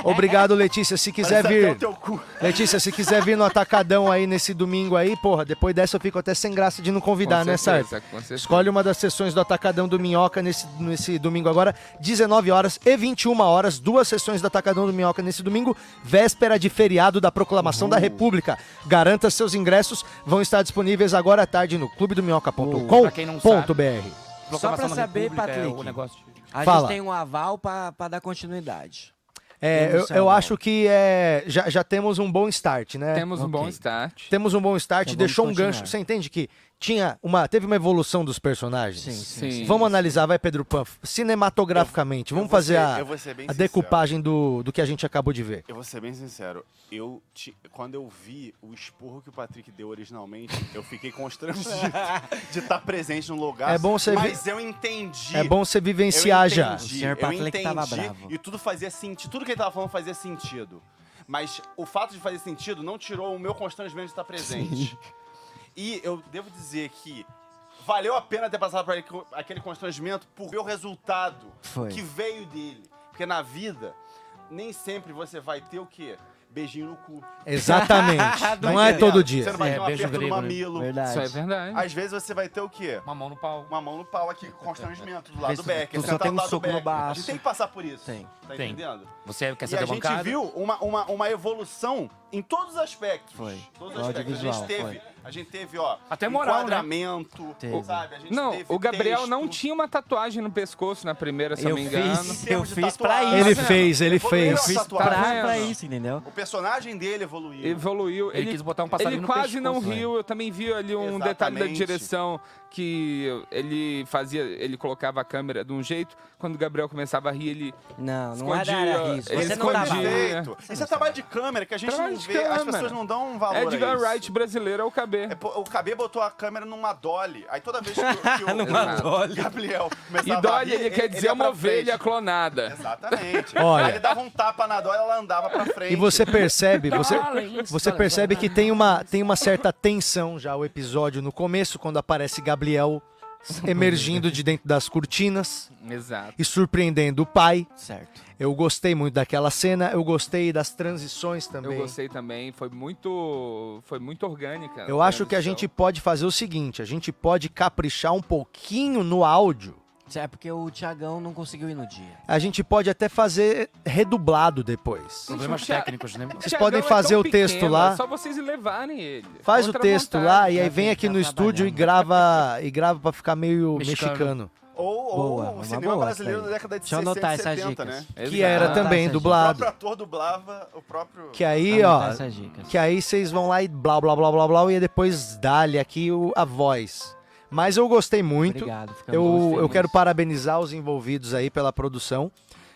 Speaker 14: Obrigado, Letícia. Se quiser
Speaker 17: Parece até
Speaker 14: vir.
Speaker 17: o teu cu.
Speaker 14: Letícia, se quiser vir no Atacadão aí nesse domingo aí, porra, depois dessa eu fico até sem graça de não convidar,
Speaker 16: Com
Speaker 14: né,
Speaker 16: certeza,
Speaker 14: Sartre?
Speaker 16: com certeza.
Speaker 14: Escolhe uma das sessões do Atacadão do Minhoca nesse, nesse domingo agora, 19 horas e 21 horas, duas sessões do Atacadão do Minhoca nesse domingo, véspera de feriado da Proclamação da República. Garanta seus ingressos, vão estar disponíveis agora à tarde no
Speaker 13: Uhum. Pra quem não
Speaker 14: clubedominhoca.com.br.
Speaker 21: Só pra
Speaker 13: Proclamação da
Speaker 21: saber,
Speaker 13: República é
Speaker 21: Patrick.
Speaker 13: o negócio de-
Speaker 21: A
Speaker 14: Fala.
Speaker 21: gente tem um aval pra, pra dar continuidade.
Speaker 14: É, eu,
Speaker 21: Temos
Speaker 14: eu
Speaker 17: né?
Speaker 21: aval.
Speaker 14: acho que é, já, já temos um bom start, né?
Speaker 16: Temos um bom start.
Speaker 14: Temos um bom start,
Speaker 16: Então
Speaker 14: deixou
Speaker 16: vamos
Speaker 14: um gancho.
Speaker 16: continuar.
Speaker 14: Você entende que tinha uma, teve uma evolução dos personagens? Sim,
Speaker 16: sim, sim.
Speaker 14: Vamos analisar, vai, Pedro Pan, cinematograficamente. vamos
Speaker 17: vou
Speaker 14: fazer
Speaker 17: ser-
Speaker 14: a,
Speaker 17: eu vou ser bem
Speaker 14: a
Speaker 17: sincero.
Speaker 14: decupagem do, do que a gente acabou de ver.
Speaker 17: Eu vou ser bem sincero, eu ti- quando eu vi o esporro que o Patrick deu originalmente, eu fiquei constrangido
Speaker 14: *laughs*
Speaker 17: de estar presente num lugar.
Speaker 14: É bom você
Speaker 17: Mas
Speaker 14: vi-
Speaker 17: eu entendi.
Speaker 14: É bom você vivenciar
Speaker 17: eu
Speaker 14: já.
Speaker 17: entendi,
Speaker 14: O senhor
Speaker 17: eu
Speaker 14: Patrick tava
Speaker 17: entendi,
Speaker 14: bravo.
Speaker 17: E tudo fazia sentido, tudo que ele tava falando fazia sentido. Mas o fato de fazer sentido não tirou o meu constrangimento de estar presente. E eu devo dizer que valeu a pena ter passado por aquele- aquele constrangimento por ver o resultado
Speaker 21: Foi.
Speaker 17: que veio dele. Porque na vida, nem sempre você vai ter o quê? Beijinho no cu.
Speaker 14: Exatamente.
Speaker 17: Tá
Speaker 14: Não é
Speaker 17: entendendo?
Speaker 14: todo dia.
Speaker 17: Você *laughs* não vai
Speaker 14: É,
Speaker 17: ter um
Speaker 14: beijo
Speaker 17: aperto
Speaker 14: grego,
Speaker 17: no
Speaker 14: né?
Speaker 17: mamilo.
Speaker 14: Verdade. Isso é
Speaker 16: verdade.
Speaker 17: Às vezes você vai ter o quê?
Speaker 13: Uma mão no pau.
Speaker 17: Uma mão no pau aqui, constrangimento do
Speaker 13: Vê
Speaker 17: lado
Speaker 13: se
Speaker 17: do Becker.
Speaker 13: tu só
Speaker 17: sentado
Speaker 13: tem
Speaker 17: do
Speaker 13: um
Speaker 17: lado do
Speaker 13: soco no
Speaker 17: Becker. A gente
Speaker 13: baço.
Speaker 17: tem que passar por isso.
Speaker 21: Tem.
Speaker 17: Tá
Speaker 13: Tem.
Speaker 17: entendendo?
Speaker 1: É,
Speaker 13: Você quer
Speaker 17: e
Speaker 13: ser
Speaker 17: a
Speaker 13: bancada?
Speaker 17: gente viu uma, uma, uma evolução em todos os aspectos.
Speaker 21: Foi.
Speaker 17: Todos os aspectos. A gente
Speaker 21: Audiovisual,
Speaker 17: teve, a gente teve, ó,
Speaker 16: Até moral, né?
Speaker 17: enquadramento,
Speaker 16: Teve.
Speaker 17: sabe? A gente
Speaker 16: Não,
Speaker 17: teve
Speaker 16: o Gabriel
Speaker 17: texto.
Speaker 16: não tinha uma tatuagem no pescoço na primeira, se eu
Speaker 17: Eu
Speaker 16: não me
Speaker 17: fiz,
Speaker 16: engano.
Speaker 17: eu fiz
Speaker 21: pra
Speaker 14: isso.
Speaker 17: né?
Speaker 14: Ele fez, ele
Speaker 16: Evoluíram
Speaker 14: fez.
Speaker 16: as
Speaker 14: Eu fiz pra-
Speaker 16: tatuagens.
Speaker 14: pra
Speaker 21: isso, entendeu?
Speaker 17: O personagem dele evoluiu.
Speaker 16: Evoluiu.
Speaker 13: Ele quis botar um passarinho
Speaker 16: Ele
Speaker 13: no
Speaker 16: quase
Speaker 13: pescoço,
Speaker 16: não
Speaker 13: né?
Speaker 16: riu. Eu também vi ali um detalhe da
Speaker 17: Exatamente.
Speaker 16: direção que ele fazia, ele colocava a câmera de um jeito. Quando o Gabriel começava a rir, ele
Speaker 21: Não, não
Speaker 16: escondia.
Speaker 21: era isso.
Speaker 16: Ele
Speaker 21: Você não
Speaker 16: escondia.
Speaker 21: tava lá.
Speaker 17: Perfeito. Esse é trabalho de câmera que a gente
Speaker 16: Trabalho
Speaker 17: não
Speaker 16: de
Speaker 17: vê, as
Speaker 16: câmera.
Speaker 17: pessoas não dão um valor
Speaker 16: É
Speaker 17: a
Speaker 16: Edgar
Speaker 17: isso.
Speaker 16: Wright brasileiro, é o KB.
Speaker 17: É, pô, O KB botou a câmera numa dolly. Aí toda vez que, o-
Speaker 13: *laughs*
Speaker 17: que o,
Speaker 16: Numa
Speaker 17: o
Speaker 16: dolly.
Speaker 17: Gabriel começava
Speaker 16: Ah, E Dolly,
Speaker 17: a rir,
Speaker 16: ele quer dizer
Speaker 17: ia
Speaker 16: uma
Speaker 17: pra frente.
Speaker 16: ovelha clonada.
Speaker 17: Exatamente.
Speaker 14: *laughs* Olha.
Speaker 17: Aí ele dava um tapa na dolly, ela andava pra frente.
Speaker 14: E você percebe, você,
Speaker 17: Darling,
Speaker 14: você
Speaker 17: darling.
Speaker 14: percebe que tem uma, tem uma certa tensão já o episódio no começo, quando aparece Gabriel emergindo de dentro das cortinas
Speaker 16: Exato.
Speaker 14: e surpreendendo o pai.
Speaker 21: Certo.
Speaker 14: Eu gostei muito daquela cena, eu gostei das transições também.
Speaker 16: Eu gostei também, foi muito, foi muito orgânica.
Speaker 14: Eu acho que a gente pode fazer o seguinte, a gente pode caprichar um pouquinho no áudio.
Speaker 21: É porque o Thiagão não conseguiu ir no dia.
Speaker 14: A gente pode até fazer redublado depois.
Speaker 13: Problemas técnicos, né?
Speaker 14: Vocês podem fazer o texto lá.
Speaker 16: É só vocês levarem ele.
Speaker 14: Faz
Speaker 16: Outra
Speaker 14: o texto
Speaker 16: vontade.
Speaker 14: lá e aí vem aqui no estúdio e grava e grava para ficar meio Tá mexicano.
Speaker 17: Ou, ou
Speaker 14: Boa,
Speaker 17: o
Speaker 14: uma
Speaker 17: cinema
Speaker 14: boa
Speaker 17: brasileiro
Speaker 14: essa
Speaker 17: da
Speaker 14: aí.
Speaker 17: década de
Speaker 14: Deixa eu
Speaker 17: 60
Speaker 14: anotar
Speaker 17: e
Speaker 14: essas
Speaker 17: 70,
Speaker 14: dicas.
Speaker 17: né?
Speaker 14: Que era Anotar também essas dublado.
Speaker 17: O próprio ator dublava o próprio...
Speaker 14: Que aí, ó, que aí vocês vão lá e blá blá blá blá blá e depois dá-lhe aqui o- a voz. Mas eu gostei muito.
Speaker 21: Obrigado, ficamos
Speaker 14: eu, eu
Speaker 21: felizes.
Speaker 14: quero parabenizar os envolvidos aí pela produção.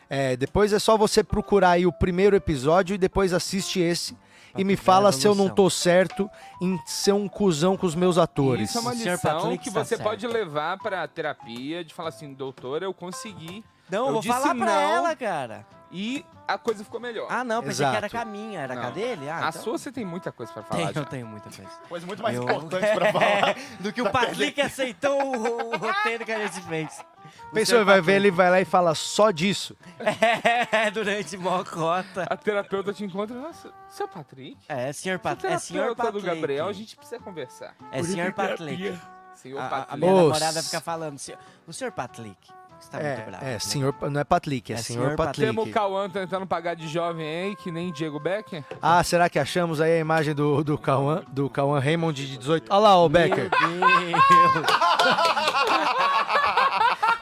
Speaker 14: É, depois é só você procurar aí o primeiro episódio e depois assiste esse. E me fala se eu não tô certo em ser um cuzão com os meus atores.
Speaker 16: Isso é uma lição
Speaker 21: tá
Speaker 16: que você pode levar pra terapia, de falar assim, doutora, eu consegui.
Speaker 21: Não, eu
Speaker 16: eu
Speaker 21: vou
Speaker 16: disse
Speaker 21: falar pra
Speaker 16: não,
Speaker 21: ela, cara.
Speaker 16: E a coisa ficou melhor.
Speaker 21: Ah, não, pensei que era com a minha, era com a dele? Ah,
Speaker 16: a
Speaker 21: então-
Speaker 16: sua você tem muita coisa pra falar.
Speaker 21: Tenho,
Speaker 16: já.
Speaker 21: eu tenho muita coisa.
Speaker 17: Coisa muito
Speaker 21: Eu-
Speaker 1: *laughs*
Speaker 21: *laughs* Do que o
Speaker 16: Tá
Speaker 21: Patrick
Speaker 16: perdendo.
Speaker 21: aceitou o, o roteiro que a gente fez. O
Speaker 14: Pensou,
Speaker 21: senhor
Speaker 14: vai ver, ele
Speaker 21: Patrick.
Speaker 14: vai lá e fala só disso.
Speaker 1: *laughs*
Speaker 21: É, durante mocota.
Speaker 16: A terapeuta te encontra, nossa, seu Patrick?
Speaker 21: É, senhor
Speaker 16: Seu
Speaker 21: Patrick. É, senhor
Speaker 16: terapeuta do
Speaker 21: Patrick.
Speaker 16: Gabriel, a gente precisa conversar.
Speaker 21: É senhor Patrick.
Speaker 16: Senhor
Speaker 21: A- A, a
Speaker 16: Patrick.
Speaker 21: minha
Speaker 14: Ô,
Speaker 21: namorada
Speaker 14: s-
Speaker 21: fica falando, "Senhor- o senhor Patrick, você tá
Speaker 14: é,
Speaker 21: muito bravo.
Speaker 14: é, senhor, não é Patrick, é, senhor, Patrick.
Speaker 16: Temos o Cauã tentando pagar de jovem aí, que nem Diego Becker.
Speaker 14: Ah, será que achamos aí a imagem do, do Cauã, do Cauã Raymond de 18? Olha lá, o Becker.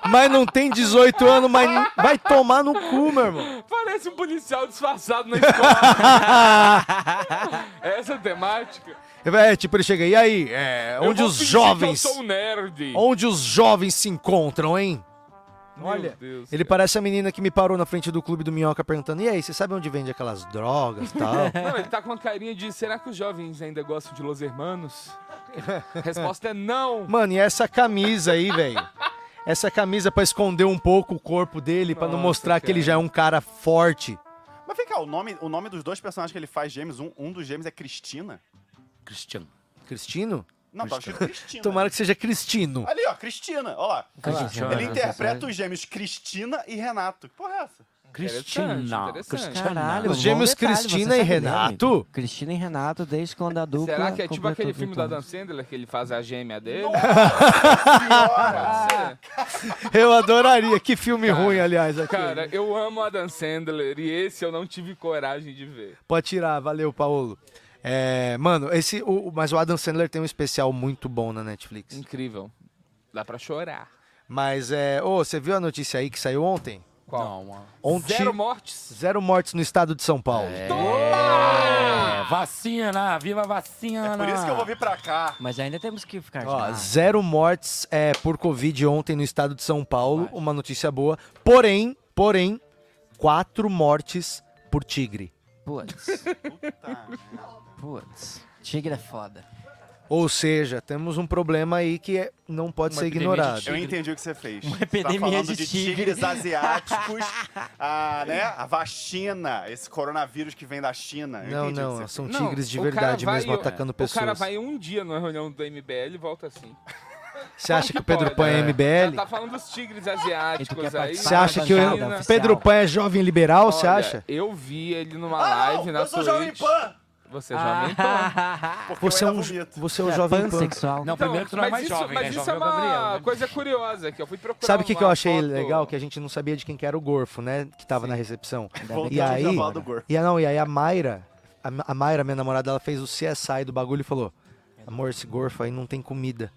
Speaker 14: mas não tem 18 anos, mas n- vai *laughs* tomar no cu, meu irmão.
Speaker 16: Parece um policial disfarçado na
Speaker 14: *laughs*
Speaker 16: escola. Essa temática.
Speaker 14: É, tipo, ele chega, e aí? É,
Speaker 16: Eu
Speaker 14: onde
Speaker 16: vou
Speaker 14: os
Speaker 16: fingir
Speaker 14: jovens.
Speaker 16: que eu sou um nerd.
Speaker 14: Onde os jovens se encontram, hein?
Speaker 16: Meu
Speaker 14: Olha,
Speaker 16: Deus.
Speaker 14: ele tá. parece a menina que me parou na frente do clube do Minhoca perguntando: e aí, você sabe onde vende aquelas drogas
Speaker 16: *laughs*
Speaker 14: e tal?
Speaker 16: Não, ele tá com uma carinha de será que os jovens ainda gostam de Los Hermanos? Resposta é não.
Speaker 14: Mano, e essa camisa aí, velho? Essa camisa pra esconder um pouco o corpo dele, pra não
Speaker 17: Nossa,
Speaker 14: mostrar que ele
Speaker 17: cara.
Speaker 14: já é um cara forte.
Speaker 17: Mas vem cá, o nome, o nome dos dois personagens que ele faz gêmeos, um, um dos gêmeos é Cristina.
Speaker 14: Cristiano. Cristino?
Speaker 17: Não, tá escrito Cristina.
Speaker 14: Tomara que seja Cristino. *laughs*
Speaker 17: Ali, ó, Cristina, ó lá.
Speaker 14: Cristina.
Speaker 17: Ele interpreta os gêmeos Cristina e Renato. Que porra é essa?
Speaker 1: Cristina,
Speaker 14: Caralho, Os gêmeos Cristina e Renato?
Speaker 1: Cristina e Renato, desde quando a dupla.
Speaker 16: Será que é tipo
Speaker 1: completou
Speaker 16: aquele filme do
Speaker 1: 30
Speaker 16: Adam Sandler que ele faz a gêmea dele?
Speaker 14: Eu adoraria. Que filme ruim, aliás. aquele.
Speaker 16: Cara, eu amo Adam Sandler e esse eu não tive coragem de ver.
Speaker 14: Pode tirar, valeu, Paulo. É, mano, esse, o, o- mas o Adam Sandler tem um especial muito bom na Netflix.
Speaker 16: Incrível. Dá pra chorar.
Speaker 14: Mas é. Ô, você viu a notícia aí que saiu ontem?
Speaker 16: Qual? Não,
Speaker 14: Ontem.
Speaker 16: Zero mortes.
Speaker 14: Zero mortes no estado de São Paulo.
Speaker 13: É, vacina, viva
Speaker 16: É
Speaker 13: vacina.
Speaker 17: Por isso que eu vou vir pra cá.
Speaker 1: Mas ainda temos que ficar
Speaker 14: Ó, Ah. zero mortes é, por Covid ontem no estado de São Paulo. Uma notícia boa. Porém, porém, quatro mortes por tigre.
Speaker 1: Putz. *laughs* Putz. Tigre é foda.
Speaker 14: Ou seja, temos um problema aí que é- não pode ser ignorado.
Speaker 17: Eu entendi o que você fez.
Speaker 14: Uma
Speaker 17: Você
Speaker 14: epidemia
Speaker 17: tá falando
Speaker 14: de
Speaker 17: de,
Speaker 14: tigre.
Speaker 17: tigres asiáticos, a, né, a vacina, esse coronavírus que vem da China. Eu
Speaker 14: Não,
Speaker 17: entendi o que
Speaker 14: não,
Speaker 17: você
Speaker 14: são
Speaker 17: fez.
Speaker 14: tigres de
Speaker 16: o cara
Speaker 14: verdade
Speaker 16: vai-
Speaker 14: mesmo, atacando
Speaker 16: O cara
Speaker 14: pessoas.
Speaker 16: vai um dia na reunião do MBL e volta assim.
Speaker 14: Você acha que o Pedro
Speaker 16: *laughs* pode,
Speaker 14: Pan é
Speaker 16: né?
Speaker 14: MBL?
Speaker 16: Já Tá falando dos tigres asiáticos aí.
Speaker 14: Você acha que
Speaker 13: tá
Speaker 14: o Pedro Pan é jovem liberal, você
Speaker 16: Olha,
Speaker 14: acha?
Speaker 16: Eu vi ele numa
Speaker 17: Ah, não,
Speaker 16: live na
Speaker 17: eu sou
Speaker 16: Twitch.
Speaker 17: Jovem Pan!
Speaker 16: Você é Jovem
Speaker 13: Ah,
Speaker 16: *laughs* Pan. Então,
Speaker 14: Você é, um, você é o jovem pan.
Speaker 13: Não, primeiro que tu não é
Speaker 16: mas
Speaker 13: mais
Speaker 16: isso,
Speaker 13: jovem,
Speaker 16: mas
Speaker 13: né?
Speaker 16: isso
Speaker 13: Jovem
Speaker 16: é
Speaker 13: é o
Speaker 16: uma
Speaker 13: Gabriel, né?
Speaker 16: coisa curiosa que eu fui procurar. um
Speaker 14: Sabe o que, que eu
Speaker 16: uma
Speaker 14: achei
Speaker 16: foto-
Speaker 14: legal? Que a gente não sabia de quem que era o Gorfo, né? Que tava na recepção.
Speaker 16: bem É que
Speaker 14: E
Speaker 16: a gente
Speaker 14: aí,
Speaker 16: já falou do Gorfo.
Speaker 14: e, a- não, e aí a Mayra, a, Ma- a Mayra, minha namorada, ela fez o CSI do bagulho e falou: Amor, esse Gorfo aí não tem comida.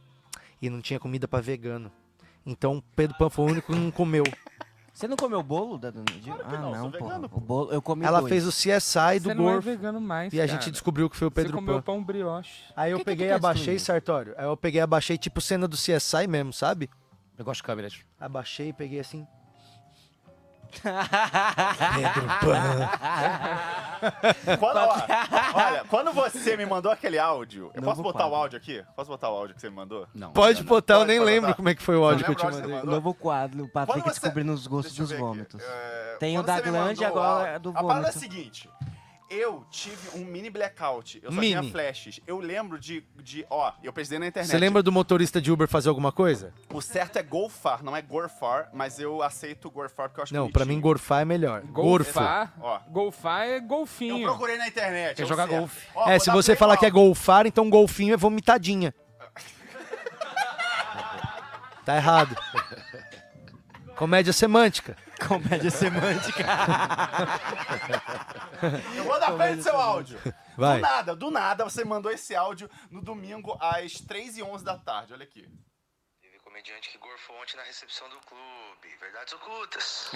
Speaker 14: E não tinha comida pra vegano. Então Pedro Pan foi o único que
Speaker 16: *laughs*
Speaker 14: não comeu.
Speaker 1: Você não comeu o bolo da Dona Dina? ah, não, pô. O bolo, eu comi *laughs*
Speaker 14: Ela
Speaker 1: dois.
Speaker 14: fez o CSI do
Speaker 16: Você não é
Speaker 14: Gorfo.
Speaker 16: vegano mais,
Speaker 14: E a
Speaker 16: cara.
Speaker 14: gente descobriu que foi o Pedro
Speaker 16: Você comeu
Speaker 14: Pan.
Speaker 16: pão brioche.
Speaker 14: Aí eu
Speaker 16: Que é que tu
Speaker 14: peguei e
Speaker 16: quer
Speaker 14: abaixei,
Speaker 16: destruir?
Speaker 14: Sartório. Aí eu peguei e abaixei, tipo cena do CSI mesmo, sabe?
Speaker 13: Eu gosto de câmeras.
Speaker 14: Abaixei e peguei assim.
Speaker 16: *laughs*
Speaker 14: Pedro
Speaker 17: *laughs*
Speaker 14: Pan.
Speaker 17: Quando, ó, olha, quando você me mandou aquele áudio, eu
Speaker 14: Novo
Speaker 17: posso botar
Speaker 14: quadro.
Speaker 17: o áudio aqui? Posso botar o áudio que você me mandou?
Speaker 13: Não.
Speaker 14: Pode botar, eu nem
Speaker 17: pode tá.
Speaker 14: lembro
Speaker 17: botar.
Speaker 14: como é que foi o
Speaker 17: Você
Speaker 14: áudio que eu
Speaker 17: lembra
Speaker 14: te
Speaker 17: o áudio que você
Speaker 14: mandei.
Speaker 1: Novo quadro, o Patrick
Speaker 17: é Quando você-
Speaker 1: descobrindo os gostos dos vômitos. Tem o
Speaker 17: é, Quando
Speaker 1: da
Speaker 17: você me
Speaker 1: Glange
Speaker 17: mandou
Speaker 1: agora
Speaker 17: a-
Speaker 1: é do
Speaker 17: A parada é a
Speaker 1: vômito.
Speaker 17: seguinte. Eu tive um mini blackout. Eu só
Speaker 14: Mini.
Speaker 17: tinha flashes. Eu lembro de, de. Ó, eu pesquisei na internet.
Speaker 14: Você lembra do motorista de Uber fazer alguma coisa?
Speaker 17: O certo é golfar, não é gorfar, mas eu aceito gorfar porque eu acho
Speaker 14: Não,
Speaker 17: bonito.
Speaker 14: pra mim gorfar é melhor. Gorfo.
Speaker 16: Golfar?
Speaker 17: Ó.
Speaker 16: Golfar é golfinho.
Speaker 17: Eu procurei na internet.
Speaker 16: É
Speaker 17: eu
Speaker 16: jogar
Speaker 17: sei.
Speaker 16: golfe.
Speaker 17: Ó,
Speaker 14: É,
Speaker 17: vou
Speaker 14: se
Speaker 17: dar
Speaker 14: você
Speaker 17: play
Speaker 14: falar
Speaker 17: now.
Speaker 14: que é golfar, então golfinho é
Speaker 17: *laughs*
Speaker 14: vomitadinha. Tá errado. Comédia semântica.
Speaker 1: Comédia semântica.
Speaker 17: *laughs* Eu vou dar play no seu áudio.
Speaker 14: Vai.
Speaker 17: Do nada, do nada, você mandou esse áudio no domingo às 3h11 da tarde. Olha aqui.
Speaker 25: comediante que gorfou ontem na recepção do clube. Verdades
Speaker 17: *laughs*
Speaker 25: ocultas.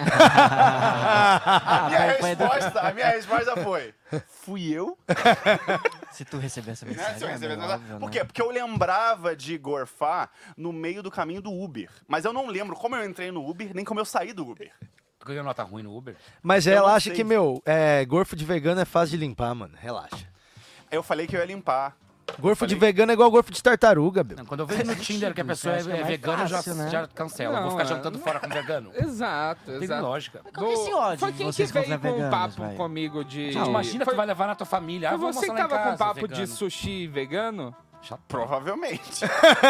Speaker 17: a, minha
Speaker 25: bom, foi do-
Speaker 17: resposta, a minha resposta foi: fui eu?
Speaker 1: Se tu receber essa
Speaker 17: Né,
Speaker 1: mensagem.
Speaker 17: seu
Speaker 1: é
Speaker 17: recebedor?
Speaker 1: meio óbvio,
Speaker 17: Por
Speaker 1: né?
Speaker 17: quê? Porque eu lembrava de gorfar no meio do caminho do Uber. Mas eu não lembro como eu entrei no Uber, nem como eu saí do Uber.
Speaker 13: *laughs* Ganhou nota ruim no Uber?
Speaker 14: Mas
Speaker 17: Eu
Speaker 14: ela
Speaker 17: não
Speaker 14: acha
Speaker 17: sei.
Speaker 14: que, meu, é, gorfo de vegano é fácil de limpar, mano. Relaxa.
Speaker 17: Eu falei que eu ia limpar.
Speaker 14: Gorfo de vegano é igual gorfo de tartaruga, meu.
Speaker 13: Quando eu vejo no Tinder que a pessoa é,
Speaker 16: acho que é
Speaker 13: é
Speaker 16: mais
Speaker 13: vegana, já,
Speaker 16: fácil, né?
Speaker 13: já cancela.
Speaker 16: Não,
Speaker 13: vou ficar
Speaker 16: é.
Speaker 13: jantando fora com vegano.
Speaker 16: Exato,
Speaker 13: Tem
Speaker 16: exato.
Speaker 13: lógica.
Speaker 16: qual que é esse ódio Foi quem que
Speaker 13: vocês
Speaker 16: veio com
Speaker 13: contra
Speaker 16: um
Speaker 13: veganos,
Speaker 16: papo
Speaker 13: vai?
Speaker 16: comigo de...
Speaker 13: Gente, imagina
Speaker 16: Foi-
Speaker 13: que vai levar na tua família. Ah,
Speaker 16: Foi
Speaker 13: vou
Speaker 16: você que
Speaker 13: almoçar lá em
Speaker 16: tava com um
Speaker 13: casa,
Speaker 16: papo de
Speaker 13: vegano.
Speaker 16: sushi vegano?
Speaker 17: Provavelmente.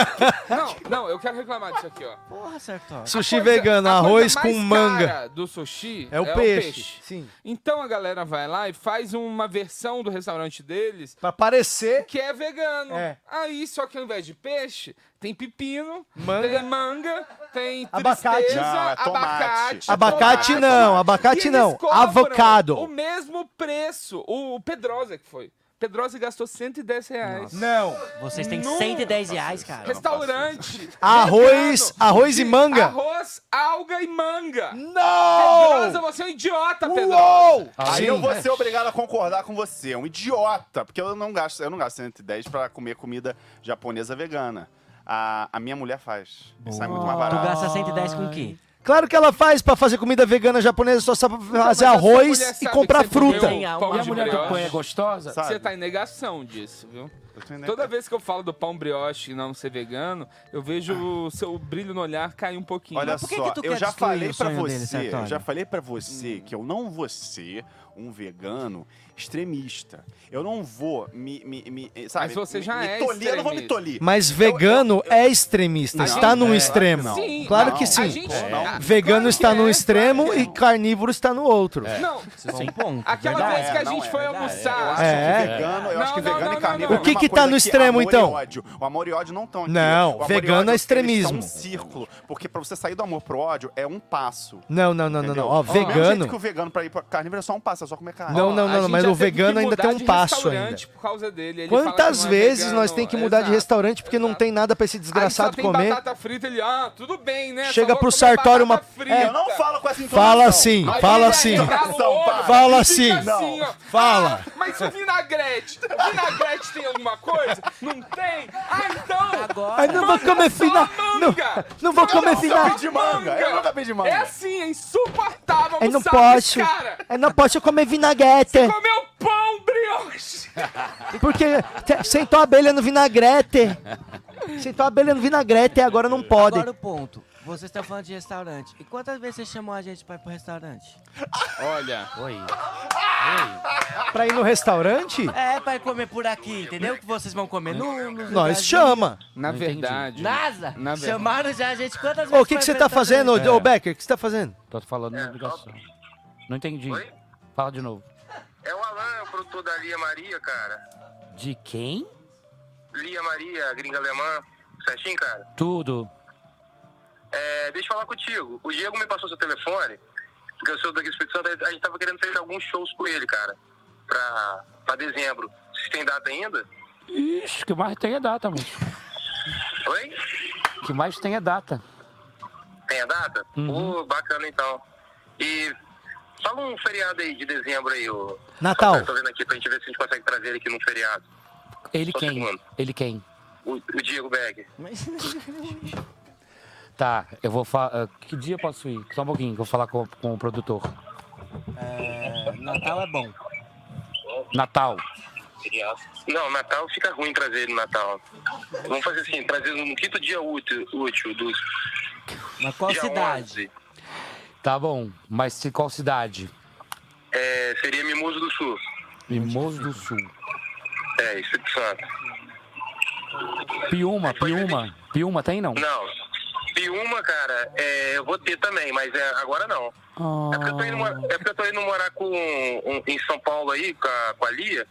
Speaker 16: *laughs* não, não, eu quero reclamar disso aqui, ó.
Speaker 1: Porra, certo.
Speaker 14: Sushi vegano, arroz com manga.
Speaker 16: do sushi
Speaker 14: É o peixe, sim.
Speaker 16: Então a galera vai lá e faz uma versão do restaurante deles
Speaker 14: Pra parecer
Speaker 16: que é vegano.
Speaker 14: É.
Speaker 16: Aí só que ao invés de peixe, tem pepino,
Speaker 14: Manga.
Speaker 16: tem manga, tem
Speaker 14: Abacate.
Speaker 16: tristeza,
Speaker 14: Não, é tomate.
Speaker 16: abacate,
Speaker 14: Abacate
Speaker 16: tomate.
Speaker 14: não, abacate
Speaker 16: E eles
Speaker 14: não,
Speaker 16: cobram
Speaker 14: avocado.
Speaker 16: O mesmo preço, o Pedrosa que foi. Pedrosa gastou 110 reais.
Speaker 14: Não.
Speaker 16: Vocês
Speaker 14: têm
Speaker 1: 110 reais, cara.
Speaker 16: Restaurante.
Speaker 14: Arroz, arroz e manga.
Speaker 16: Arroz, alga e manga.
Speaker 14: Não!
Speaker 16: Pedrosa, você é um idiota, Pedrosa. É.
Speaker 17: Aí eu vou ser obrigado a concordar com você, é um idiota, porque eu não gasto, eu não gasto 110 pra comer comida japonesa vegana. A, a minha mulher faz. Sai muito mais barato.
Speaker 1: Tu gasta 110 com o quê?
Speaker 14: Claro que ela faz pra fazer comida vegana japonesa, só sabe fazer arroz e comprar
Speaker 17: um
Speaker 14: fruta.
Speaker 16: um Pão de brioche.
Speaker 14: é
Speaker 13: Sabe?
Speaker 16: Você tá em negação disso, viu?
Speaker 17: em nega-
Speaker 16: Toda vez que eu falo do pão brioche e não ser vegano, eu vejo o seu brilho no olhar cair um pouquinho.
Speaker 17: Ah. Olha
Speaker 16: Mas por que
Speaker 17: só,
Speaker 16: que tu
Speaker 17: eu
Speaker 16: quer
Speaker 17: já
Speaker 16: destruir
Speaker 17: falei
Speaker 16: o
Speaker 17: pra
Speaker 16: sonho dele,
Speaker 17: você,
Speaker 16: Sartori? Hum.
Speaker 17: eu já falei para você que eu não vou ser um vegano extremista. Eu não vou me, me, me eh, sabe?
Speaker 16: Mas você
Speaker 17: me-
Speaker 16: já
Speaker 17: me
Speaker 16: é
Speaker 17: tolir, eu não vou me tolir.
Speaker 14: Mas vegano é extremista,
Speaker 17: Não,
Speaker 14: está num
Speaker 17: é,
Speaker 14: extremo.
Speaker 17: claro que não.
Speaker 14: claro
Speaker 17: Não,
Speaker 14: que
Speaker 17: a
Speaker 14: sim.
Speaker 17: gente- É.
Speaker 14: Vegano está num extremo e carnívoro está no outro.
Speaker 16: Não,
Speaker 14: Bom um ponto,
Speaker 16: aquela
Speaker 14: verdade.
Speaker 16: vez que a
Speaker 14: É, não,
Speaker 16: gente
Speaker 14: é
Speaker 16: foi
Speaker 14: verdade.
Speaker 16: almoçar.
Speaker 14: Eu
Speaker 17: acho
Speaker 14: É.
Speaker 17: que vegano, eu
Speaker 16: Não,
Speaker 17: acho que
Speaker 16: não,
Speaker 17: vegano
Speaker 16: não,
Speaker 17: e carnívoro
Speaker 14: não, não. O que
Speaker 17: é uma
Speaker 14: que tá
Speaker 17: coisa
Speaker 14: no extremo,
Speaker 17: amor
Speaker 14: então?
Speaker 17: E ódio. O amor e ódio não estão aqui.
Speaker 14: Não,
Speaker 17: O amor e
Speaker 14: vegano
Speaker 17: ódio,
Speaker 14: é
Speaker 17: eles
Speaker 14: extremismo.
Speaker 17: são um círculo, porque pra você sair do amor pro ódio é um passo.
Speaker 14: Não, não, não, não, não.
Speaker 17: entendeu?
Speaker 14: Ó,
Speaker 17: Do mesmo jeito
Speaker 14: vegano.
Speaker 17: que o vegano pra ir pra carnívoro é só um passo, é só comer carne.
Speaker 14: Não, não, não, mas o vegano ainda tem um passo ainda.
Speaker 16: por causa dele. Ele fala que
Speaker 14: Quantas
Speaker 16: não é
Speaker 14: vezes
Speaker 16: vegano,
Speaker 14: nós tem que mudar de restaurante porque não tem nada pra esse
Speaker 16: Só
Speaker 14: desgraçado
Speaker 16: tem
Speaker 14: comer?
Speaker 16: batata frita, ele, ah, tudo bem, né?
Speaker 14: Chega
Speaker 16: Só
Speaker 14: pro
Speaker 16: vou
Speaker 14: Sartório uma.
Speaker 16: frita.
Speaker 14: É,
Speaker 16: Eu não
Speaker 17: falo com essa
Speaker 14: Fala assim,
Speaker 16: Aí
Speaker 14: fala
Speaker 16: ele
Speaker 14: assim.
Speaker 16: arrebenta o olho,
Speaker 14: Fala
Speaker 16: e fica
Speaker 14: assim.
Speaker 16: assim, ó.
Speaker 14: Fala.
Speaker 16: Mas o vinagrete, o vinagrete tem alguma coisa? Não tem? Ah, então!
Speaker 14: Ai, não vou comer fina. Não, não vou comer fina.
Speaker 16: Eu nunca pedi manga. É assim, é insuportável.
Speaker 14: Eu não
Speaker 16: almoçar com esse
Speaker 14: posso.
Speaker 16: Cara, *laughs*
Speaker 14: Eu não posso comer vinagrete.
Speaker 16: comeu pão brioche.
Speaker 14: Porque te- sentou a abelha no vinagrete. Sentou a abelha no vinagrete e agora não pode.
Speaker 21: Agora o ponto. Vocês estão falando de restaurante. E quantas vezes você chamou a gente pra ir pro restaurante?
Speaker 16: Olha.
Speaker 21: Oi.
Speaker 14: Pra ir no restaurante?
Speaker 21: É, pra ir comer por aqui, entendeu? Que vocês vão comer no. no
Speaker 14: Nós chama.
Speaker 16: Na verdade.
Speaker 21: Nasa!
Speaker 16: Na verdade.
Speaker 21: Chamaram já a gente quantas vezes?
Speaker 14: Ô, o que, que você tá fazendo, ô
Speaker 13: É.
Speaker 14: ô, Becker? O que você tá fazendo?
Speaker 13: Tô falando na ligação. Não entendi. Fala de novo.
Speaker 8: É o Alan, é o produtor da Lia Maria, cara.
Speaker 13: De quem?
Speaker 8: Lia Maria, a gringa alemã. Certinho, cara?
Speaker 13: Tudo.
Speaker 8: É, deixa eu falar contigo. O Diego me passou seu telefone, porque eu sou daqui do Espírito Santo. A gente tava querendo fazer alguns shows com ele, cara, pra, pra dezembro. Vocês têm data ainda?
Speaker 13: Ixi, que mais tem é data, mano.
Speaker 8: Oi?
Speaker 13: Que mais tem é data.
Speaker 8: Tem a data?
Speaker 13: Uhum.
Speaker 8: Pô, bacana então. E fala um feriado aí de dezembro aí, ô.
Speaker 13: Natal.
Speaker 8: Eu tô vendo aqui pra gente ver se a gente consegue trazer ele aqui num feriado.
Speaker 13: Ele
Speaker 8: um
Speaker 13: quem? Ele quem?
Speaker 8: O, o Diego Berg.
Speaker 13: Tá, eu vou falar. que dia eu posso ir? Só um pouquinho, que eu vou falar com, com o produtor.
Speaker 21: É,
Speaker 8: Tá
Speaker 21: Natal é bom.
Speaker 13: Natal.
Speaker 8: Não, Natal fica ruim trazer ele no Natal. Vamos fazer assim, trazer no quinto dia útil, útil do.
Speaker 21: Na qual
Speaker 8: cidade?
Speaker 13: Tá bom, mas se qual cidade?
Speaker 8: É, seria Mimoso do Sul.
Speaker 13: Mimoso do Sul.
Speaker 8: É, Espírito Santo.
Speaker 13: Piuma, Piuma. Piuma tem não?
Speaker 8: Não. Piuma, cara, é, eu vou ter também, mas é, agora não.
Speaker 13: Ah.
Speaker 8: É porque eu tô indo, mo- é porque eu tô indo morar com, um- em São Paulo aí, com a, com a Lia,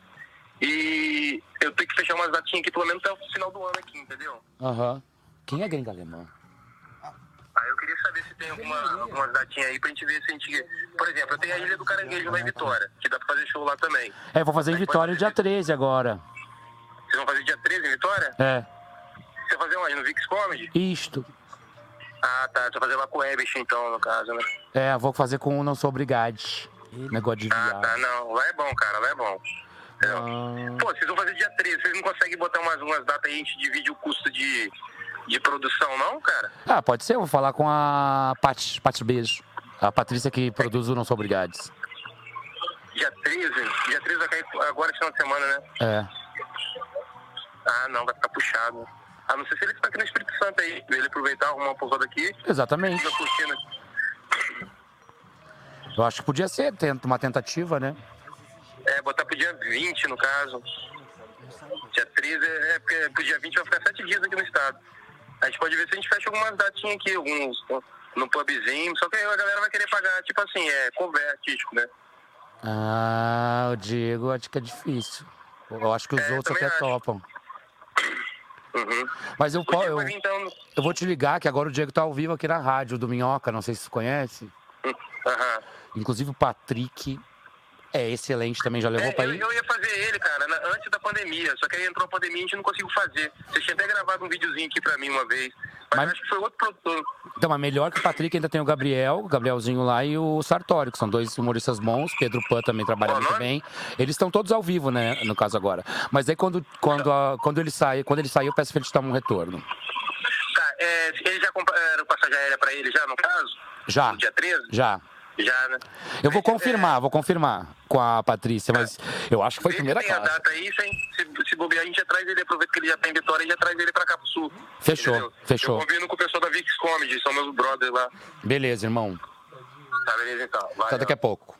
Speaker 8: e eu tenho que fechar umas datinhas aqui, pelo menos até o final do ano aqui, entendeu?
Speaker 13: Aham. Quem é gringa alemã?
Speaker 8: Aí eu queria saber se tem alguma, algumas datinhas aí pra gente ver se a gente. Por exemplo, eu tenho a Ilha do Caranguejo lá em Vitória, que dá pra fazer show lá também.
Speaker 13: É, vou fazer em Vitória dia 13 agora.
Speaker 8: Vocês vão fazer dia 13 em Vitória?
Speaker 13: É.
Speaker 8: Você vai fazer onde? No Vix Comedy?
Speaker 13: Isto.
Speaker 8: Ah, tá. Você vai fazer lá com o Ebert, então, no caso, né?
Speaker 13: É, vou fazer com o Não Sou Obrigados. Negócio de
Speaker 8: Ah,
Speaker 13: viagem.
Speaker 8: tá. Não, lá é bom, cara, lá é bom.
Speaker 13: Ah.
Speaker 8: Pô, vocês vão fazer dia 13, vocês não conseguem botar umas, umas datas aí, a gente divide o custo de, de produção, não, cara?
Speaker 13: Ah, pode ser, eu vou falar com a Pat, Pat Beijo. A Patrícia que produz o Não Sou Obrigados.
Speaker 8: Dia 13? Dia 13 vai cair agora, final de semana, né?
Speaker 13: É.
Speaker 8: Ah, não, vai ficar puxado. A não ser se ele ficar aqui no Espírito Santo aí, ele aproveitar, arrumar uma pousada aqui.
Speaker 13: Exatamente.
Speaker 8: Fica curtindo.
Speaker 13: Eu acho que podia ser tenta- uma tentativa, né?
Speaker 8: É, botar pro dia 20, no caso. Dia 13, é, é, porque pro dia 20 vai ficar sete dias aqui no estado. A gente pode ver se a gente fecha algumas datinhas aqui, alguns no pubzinho, só que aí a galera vai querer pagar, tipo assim, é cover artístico, né?
Speaker 13: Ah, o Diego, acho que é difícil. Eu É, acho Uhum. que os outros até topam. Mas eu, po- eu, eu vou te ligar que agora o Diego tá ao vivo aqui na rádio do Minhoca, não sei se você conhece.
Speaker 8: Aham.
Speaker 13: Inclusive o Patrick é excelente também, já levou pra
Speaker 8: Eu,
Speaker 13: ir.
Speaker 8: eu ia fazer ver ele, cara, na- antes da pandemia. Só que aí entrou a pandemia e a gente não conseguiu fazer. Você tinha até gravado um videozinho aqui pra mim uma vez. Mas, acho que foi outro produtor.
Speaker 13: Então, mas melhor que o Patrick ainda tem o Gabriel, o Gabrielzinho lá e o Sartório, que são dois humoristas bons. Pedro Pan também trabalha muito bem. Eles estão todos ao vivo, né? No caso agora. Mas aí quando, quando, a- quando ele sair, quando ele sair, eu peço pra ele te dar um retorno.
Speaker 8: Tá, é, ele já compraram passagem aérea pra ele já, no caso?
Speaker 13: Já.
Speaker 8: No Assim, dia 13?
Speaker 13: Já.
Speaker 8: Já, né?
Speaker 13: Eu vou confirmar, vou confirmar com a Patrícia, mas eu acho que foi primeira
Speaker 8: Tem a
Speaker 13: classe.
Speaker 8: data aí, se, se, se bobear, a gente atrás dele, aproveita que ele já tá em Vitória, a gente atrás dele pra cá pro sul.
Speaker 13: Fechou, fechou.
Speaker 8: Combino com o pessoal da Vix Comedy, são meus brothers lá.
Speaker 13: Beleza, irmão.
Speaker 8: Tá, beleza então. Vai,
Speaker 13: Até daqui a pouco.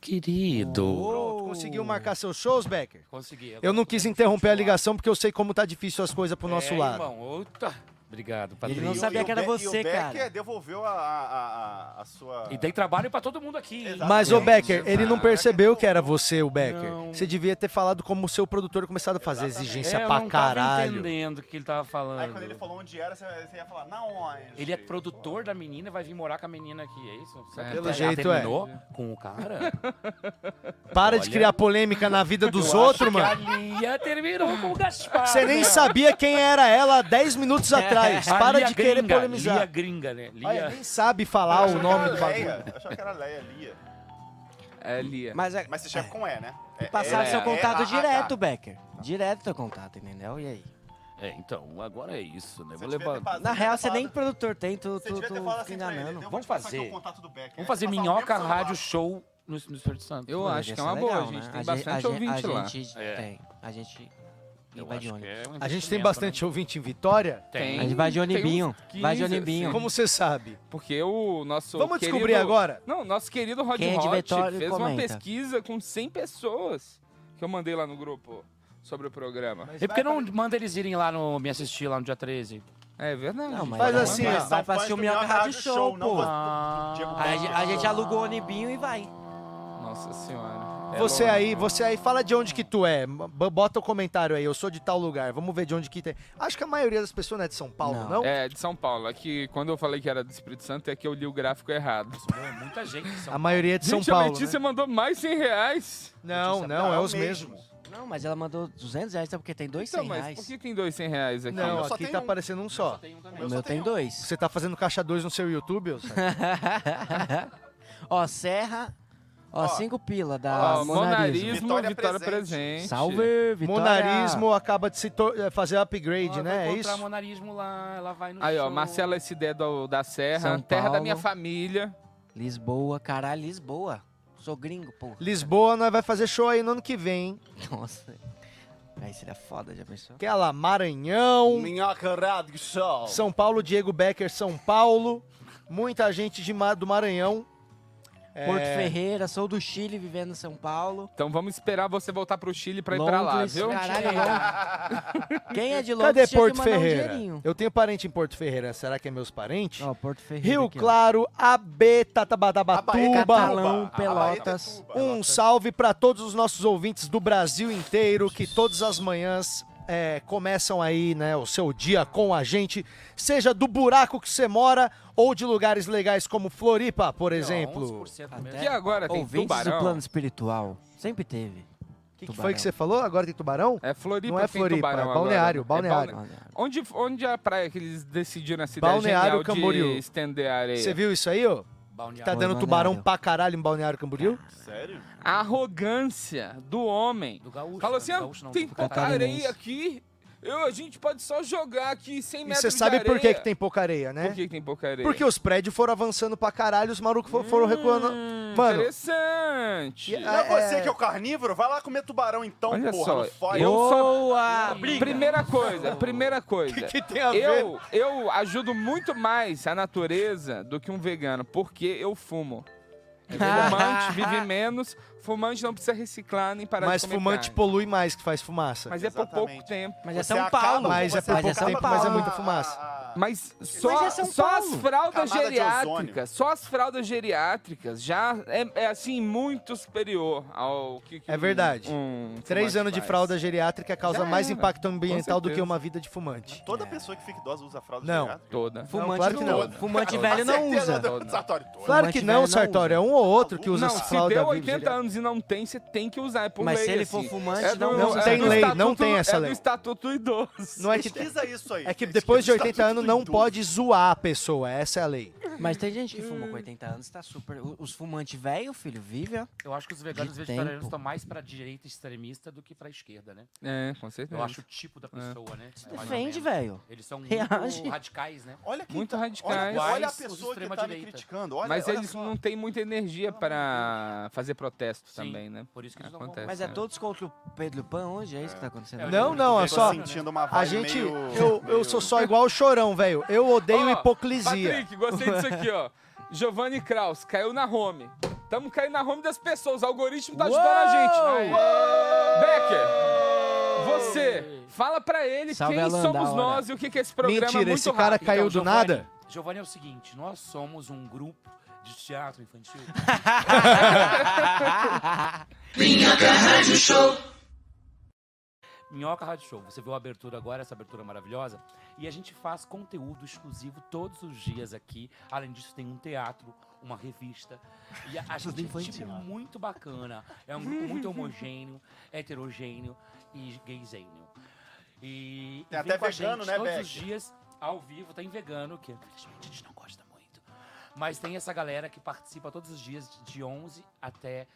Speaker 13: Querido.
Speaker 14: Pronto, conseguiu marcar seus shows, Becker?
Speaker 13: Consegui.
Speaker 14: Eu não quis interromper a ligação porque eu sei como tá difícil as coisas pro nosso
Speaker 13: É,
Speaker 14: lado.
Speaker 13: irmão, outra. é, Obrigado, Patrícia.
Speaker 14: não sabia que era você, cara.
Speaker 17: devolveu a, a- a- a sua...
Speaker 13: E tem trabalho pra todo mundo aqui. hein?
Speaker 14: Mas o Becker, ele não percebeu que era você, o Becker. Você devia ter falado como o seu produtor começado a fazer exigência
Speaker 13: É, eu
Speaker 14: pra
Speaker 13: não tava
Speaker 14: caralho.
Speaker 13: entendendo o que ele tava falando.
Speaker 17: Aí quando ele falou onde era, você, você ia falar, na onde?
Speaker 13: Ele é produtor da menina e vai vir morar com a menina aqui, é isso? Será que
Speaker 14: pelo
Speaker 13: ela já
Speaker 14: jeito é.
Speaker 13: terminou com o cara?
Speaker 14: Para
Speaker 13: Olha.
Speaker 14: de criar polêmica na vida dos
Speaker 13: *laughs* Eu acho
Speaker 14: outros,
Speaker 13: que
Speaker 14: mano.
Speaker 13: A Lia terminou com o Gaspar.
Speaker 14: Você nem
Speaker 13: né?
Speaker 14: sabia quem era ela há 10 minutos atrás.
Speaker 13: É, A
Speaker 14: Para
Speaker 13: Lia
Speaker 14: de querer
Speaker 13: gringa, Lia
Speaker 14: polemizar.
Speaker 13: gringa, né? Lia...
Speaker 14: Olha, nem sabe falar o
Speaker 13: é
Speaker 14: nome do bagulho.
Speaker 17: Achava que era Leia, Lia.
Speaker 16: É Lia.
Speaker 17: Mas, você chega com E, né? É-
Speaker 21: Passaram
Speaker 17: é-
Speaker 21: seu
Speaker 17: é-
Speaker 21: contato
Speaker 17: é-
Speaker 21: direto,
Speaker 17: ah,
Speaker 21: Becker. Direto teu contato, entendeu? E aí?
Speaker 13: É, então, agora é isso, né? Vou
Speaker 21: devia ter
Speaker 13: levar.
Speaker 21: Na real, você nem produtor tem, tu, tu, tu fica
Speaker 14: assim
Speaker 21: enganando.
Speaker 14: um
Speaker 13: Vamos
Speaker 17: aqui
Speaker 13: fazer.
Speaker 17: o contato do Becker.
Speaker 13: Vamos fazer minhoca rádio show no, no Espírito Santo.
Speaker 16: Eu acho que é uma boa, a
Speaker 13: né?
Speaker 16: gente tem bastante ouvinte lá.
Speaker 21: A né? gente tem. A gente.
Speaker 13: É. Eu
Speaker 21: vai de
Speaker 13: acho que
Speaker 21: ônibus.
Speaker 13: é um
Speaker 14: A gente tem
Speaker 13: investimento,
Speaker 14: bastante ouvinte em Vitória?
Speaker 16: Tem.
Speaker 21: A gente vai de Onibinho.
Speaker 16: Tem uns
Speaker 21: Vai de
Speaker 16: 15,
Speaker 21: Onibinho.
Speaker 16: assim.
Speaker 14: Como você sabe?
Speaker 16: Porque o nosso.
Speaker 14: Vamos
Speaker 16: querido-
Speaker 14: descobrir agora?
Speaker 16: Não, nosso querido Rod
Speaker 21: Quem é de
Speaker 16: Hot
Speaker 21: Vitória,
Speaker 16: fez uma
Speaker 21: comenta.
Speaker 16: pesquisa com 100 pessoas que eu mandei lá no grupo sobre o programa.
Speaker 14: É
Speaker 13: E por que É não manda eles irem lá no me assistir lá no dia 13?
Speaker 16: É verdade.
Speaker 13: Não, mas
Speaker 21: Faz assim, ó. Vai pra
Speaker 13: Faz
Speaker 21: assistir o
Speaker 13: do
Speaker 21: Minhoca
Speaker 13: Minhoca
Speaker 21: Rádio Show,
Speaker 13: não
Speaker 21: pô.
Speaker 13: vou-
Speaker 21: Ah, A gente- a gente aluga o Onibinho e vai.
Speaker 16: Nossa senhora. É
Speaker 14: Você
Speaker 16: bom.
Speaker 14: aí, você aí, fala de onde que tu é. B- Bota o comentário aí, eu sou de tal lugar. Vamos ver de onde que tem. Acho que a maioria das pessoas não é de São Paulo, não?
Speaker 16: É, de São Paulo. Aqui, quando eu falei que era do Espírito Santo, é que eu li o gráfico errado.
Speaker 13: Muita gente. em São
Speaker 14: A maioria é de São
Speaker 16: Gente, a
Speaker 14: Paulo.
Speaker 16: Letícia mandou mais 100 reais.
Speaker 14: Não, não, é os mesmos.
Speaker 21: Não, mas ela mandou 200 reais, sabe? Porque tem dois
Speaker 16: Então,
Speaker 21: 100
Speaker 16: mas por
Speaker 21: reais.
Speaker 16: que tem dois 100 reais aqui?
Speaker 14: Não, aqui tá aparecendo um só.
Speaker 21: É, O meu tem dois.
Speaker 14: Você tá fazendo caixa 2 no seu YouTube, ô Sérgio?
Speaker 21: Ó, Serra. *laughs* Ó,
Speaker 14: Ó.
Speaker 21: 5 pila da
Speaker 14: Ó,
Speaker 21: Monarismo.
Speaker 16: Monarismo, Vitória, presente.
Speaker 21: Salve, Vitória.
Speaker 14: Monarismo acaba de se tor- eh, fazer upgrade, né? É
Speaker 13: encontrar
Speaker 14: isso?
Speaker 13: monarismo lá, ela vai no
Speaker 16: Aí, ó,
Speaker 13: show.
Speaker 16: Marcela Sidé do- da Serra,
Speaker 21: São
Speaker 16: terra da
Speaker 21: Paulo.
Speaker 16: minha família.
Speaker 21: Lisboa, caralho, Lisboa. Sou gringo, porra.
Speaker 14: Lisboa, nós vai fazer show aí no ano que vem, hein?
Speaker 1: *laughs*
Speaker 21: Nossa. Aí seria foda, já pensou?
Speaker 14: Que é lá, Maranhão.
Speaker 17: Minhoca Rádio Show.
Speaker 14: São Paulo, Diego Becker, São Paulo. Muita gente de Ma- do Maranhão.
Speaker 21: Porto
Speaker 14: É,
Speaker 21: Ferreira, sou do Chile, vivendo em São Paulo.
Speaker 16: Então vamos esperar você voltar pro Chile pra ir pra lá,
Speaker 21: Londres,
Speaker 16: viu?
Speaker 21: caralho, Londres. Quem é de Londres
Speaker 14: Cadê
Speaker 21: tinha que
Speaker 14: Porto
Speaker 21: mandar um
Speaker 14: Ferreira?
Speaker 21: dinheirinho.
Speaker 14: Eu tenho parente em Porto Ferreira. Será que é meus parentes?
Speaker 21: Porto Ferreira
Speaker 14: Rio
Speaker 21: aqui, ó.
Speaker 14: Claro, AB,
Speaker 16: é
Speaker 21: Abaeta,
Speaker 14: Tatabatabatuba.
Speaker 21: Catalão, Pelotas.
Speaker 14: Um salve para todos os nossos ouvintes do Brasil inteiro que todas as manhãs é, começam aí, né, o seu dia com a gente, seja do buraco que você mora ou de lugares legais como Floripa, por exemplo.
Speaker 13: tá
Speaker 16: Que agora tem
Speaker 21: Ouvintes
Speaker 16: tubarão.
Speaker 21: do plano espiritual. Sempre teve. O
Speaker 14: que Foi que você falou? Agora tem tubarão?
Speaker 16: É Floripa,
Speaker 14: Não é
Speaker 16: tem
Speaker 14: Floripa,
Speaker 16: tubarão
Speaker 14: é balneário,
Speaker 16: agora.
Speaker 14: balneário.
Speaker 16: É Onde, onde é a praia que eles decidiram na cidade
Speaker 14: Balneário
Speaker 16: genial
Speaker 14: Camboriú.
Speaker 16: de estender a areia?
Speaker 14: Você viu isso aí, ó? Que tá dando
Speaker 16: Balneário.
Speaker 14: tubarão pra caralho em Balneário Camboriú?
Speaker 21: É.
Speaker 17: Sério?
Speaker 16: A arrogância do homem. Do
Speaker 13: gaúcho.
Speaker 16: Falou assim, ah,
Speaker 13: não,
Speaker 16: tem
Speaker 13: do
Speaker 16: pouca
Speaker 14: catarinense.
Speaker 16: areia aqui, eu, a gente pode só jogar aqui 100
Speaker 14: E
Speaker 16: metros
Speaker 14: você
Speaker 16: de
Speaker 14: sabe por que,
Speaker 16: areia."
Speaker 14: que tem pouca areia, né?
Speaker 16: Por que que tem pouca areia? Hum,
Speaker 14: Porque os prédios foram avançando pra caralho, os malucos fo- foram recuando. Mano,
Speaker 16: Interessante.
Speaker 17: Não é você que é o carnívoro? Vai lá comer tubarão então,
Speaker 16: Olha
Speaker 17: porra.
Speaker 16: só,
Speaker 17: não fode.
Speaker 16: eu sou... Primeira
Speaker 14: *laughs*
Speaker 16: coisa, primeira coisa.
Speaker 17: que tem a
Speaker 16: eu, eu ajudo muito mais a natureza do que um vegano, porque eu fumo. E Fumante vive menos, fumante não precisa reciclar nem parar
Speaker 14: mas
Speaker 16: de comer
Speaker 14: fumante
Speaker 16: carne.
Speaker 14: polui mais que faz fumaça.
Speaker 16: Mas é por pouco tempo.
Speaker 21: Mas é Você São Paulo. acaba-
Speaker 14: Mas é
Speaker 21: você
Speaker 14: por pouco
Speaker 21: acaba
Speaker 14: tempo,
Speaker 21: com
Speaker 14: mas é
Speaker 21: a-
Speaker 14: muita fumaça.
Speaker 16: Mas só,
Speaker 14: é São
Speaker 16: só as
Speaker 14: Paulo.
Speaker 16: fraldas
Speaker 14: Camada de ozônio.
Speaker 16: geriátricas, só as fraldas geriátricas já é, é, assim muito superior ao que, que
Speaker 14: É verdade.
Speaker 16: um
Speaker 14: Três
Speaker 16: fumante
Speaker 14: anos de
Speaker 16: faz.
Speaker 14: fralda geriátrica é causa
Speaker 16: Já
Speaker 14: mais
Speaker 16: era,
Speaker 14: impacto
Speaker 16: com
Speaker 14: ambiental do que
Speaker 16: certeza.
Speaker 14: uma vida de fumante.
Speaker 16: é.
Speaker 17: Toda pessoa que fica idosa usa fralda tá
Speaker 14: Não.
Speaker 17: geriátrica?
Speaker 16: Toda.
Speaker 14: Fumante claro que não. não.
Speaker 17: Toda.
Speaker 14: Fumante
Speaker 17: Com
Speaker 14: velho não
Speaker 17: certeza,
Speaker 14: usa.
Speaker 17: Sartori, toda.
Speaker 14: Claro que não, Sartório, é um ou ou outro que usa
Speaker 16: não,
Speaker 14: as
Speaker 16: se
Speaker 14: fraldas
Speaker 16: deu é
Speaker 14: viva
Speaker 16: 80 anos e não tem, você tem que usar. É por
Speaker 14: Mas
Speaker 16: lei,
Speaker 14: se ele
Speaker 16: assim.
Speaker 14: for fumante,
Speaker 16: é
Speaker 14: não- não tem
Speaker 16: do
Speaker 14: lei, não
Speaker 16: estatuto-
Speaker 14: tem essa
Speaker 16: É
Speaker 14: lei.
Speaker 16: do estatuto do idoso.
Speaker 14: Não é que
Speaker 17: Pesquisa isso aí.
Speaker 14: É que depois de 80 anos não pode zoar a pessoa, essa é a lei.
Speaker 1: Mas tem gente que fuma com 80 anos, tá super. o- Os fumantes velho, filho, vive, ó.
Speaker 13: Eu acho que os veganos
Speaker 1: De
Speaker 13: e vegetarianos
Speaker 1: tempo.
Speaker 13: estão mais pra direita extremista do que pra esquerda, né?
Speaker 16: É, com certeza.
Speaker 13: Eu acho o tipo da
Speaker 16: É.
Speaker 13: pessoa, né?
Speaker 1: Se
Speaker 13: Mais ou
Speaker 1: defende,
Speaker 13: menos.
Speaker 1: velho.
Speaker 13: Eles
Speaker 1: *laughs*
Speaker 13: são
Speaker 1: Reage.
Speaker 13: muito radicais, né?
Speaker 17: Olha tá-
Speaker 16: Muito radicais.
Speaker 13: Olha,
Speaker 17: olha a
Speaker 13: os
Speaker 17: pessoa que
Speaker 13: extrema
Speaker 17: tá me
Speaker 13: direita.
Speaker 17: criticando. Olha,
Speaker 16: Mas
Speaker 17: olha
Speaker 16: eles não têm muita energia para fazer protesto também, né?
Speaker 13: Por isso que eles
Speaker 16: Acontece,
Speaker 1: Mas é todos contra o Pedro Pan hoje? É isso que tá acontecendo?
Speaker 14: Não, não, é só.
Speaker 1: Ah,
Speaker 14: a gente. Eu, eu sou só igual o chorão, velho. Eu odeio hipocrisia.
Speaker 16: Patrick, gostei disso aqui, ó. Giovanni Kraus, caiu na home. Tamo caindo na home das pessoas. O algoritmo tá ajudando a gente. Aí. Becker, você, fala pra ele
Speaker 14: Salve
Speaker 16: quem
Speaker 14: a Landau,
Speaker 16: somos nós e o que, que é esse programa
Speaker 14: Mentira,
Speaker 16: muito
Speaker 14: esse cara
Speaker 16: rápido.
Speaker 14: caiu
Speaker 16: Então,
Speaker 14: do nada?
Speaker 13: Giovanni, é o seguinte, nós somos um grupo de teatro infantil.
Speaker 11: *laughs* Minhoca Rádio Show.
Speaker 13: Minhoca Rádio Show. Você viu a abertura agora, essa abertura maravilhosa? E a gente faz conteúdo exclusivo todos os dias aqui. Além disso, tem um teatro, uma revista. E a, a gente é um time muito bacana. É um grupo muito homogêneo, heterogêneo e gaysênio. E,
Speaker 17: Tem
Speaker 13: e vem
Speaker 17: até
Speaker 13: com a
Speaker 17: vegano,
Speaker 13: gente
Speaker 17: né,
Speaker 13: todos
Speaker 17: Beck?
Speaker 13: os dias, ao vivo, tem vegano, que infelizmente a gente não gosta muito. Mas tem essa galera que participa todos os dias, de 11 até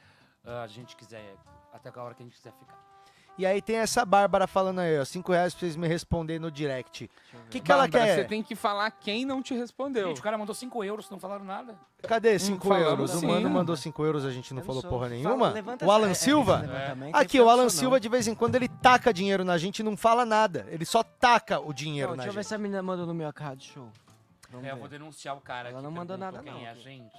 Speaker 13: ah, a gente quiser, até a hora que a gente quiser ficar.
Speaker 14: *laughs* E aí tem essa Bárbara falando aí, ó. 5 reais pra vocês me responderem no direct. O que, que ela
Speaker 16: Bárbara, Você
Speaker 14: quer?
Speaker 16: tem que falar quem não te respondeu.
Speaker 13: Gente, o cara mandou 5 euros, não falaram nada.
Speaker 14: Cadê
Speaker 16: Não
Speaker 14: 5
Speaker 16: Hum, falamos,
Speaker 14: euros?
Speaker 16: sim.
Speaker 14: O mano mandou 5 euros, a gente não falou
Speaker 1: sou-
Speaker 14: porra
Speaker 1: fala-
Speaker 14: nenhuma.
Speaker 1: levanta É,
Speaker 14: O Alan
Speaker 1: essa-
Speaker 14: Silva?
Speaker 1: esse levantamento,
Speaker 14: Aqui,
Speaker 1: não
Speaker 14: o Alan
Speaker 1: funcionou.
Speaker 14: Silva, de vez em quando, ele taca dinheiro na gente e não fala nada. Ele só taca o dinheiro
Speaker 1: Não,
Speaker 14: na
Speaker 1: deixa eu ver
Speaker 14: gente.
Speaker 1: se a menina mandou no meu rádio show. Vamos
Speaker 13: É, eu
Speaker 1: ver.
Speaker 13: vou denunciar o cara Ela
Speaker 1: não mandou nada,
Speaker 13: quem
Speaker 1: não,
Speaker 13: é a gente.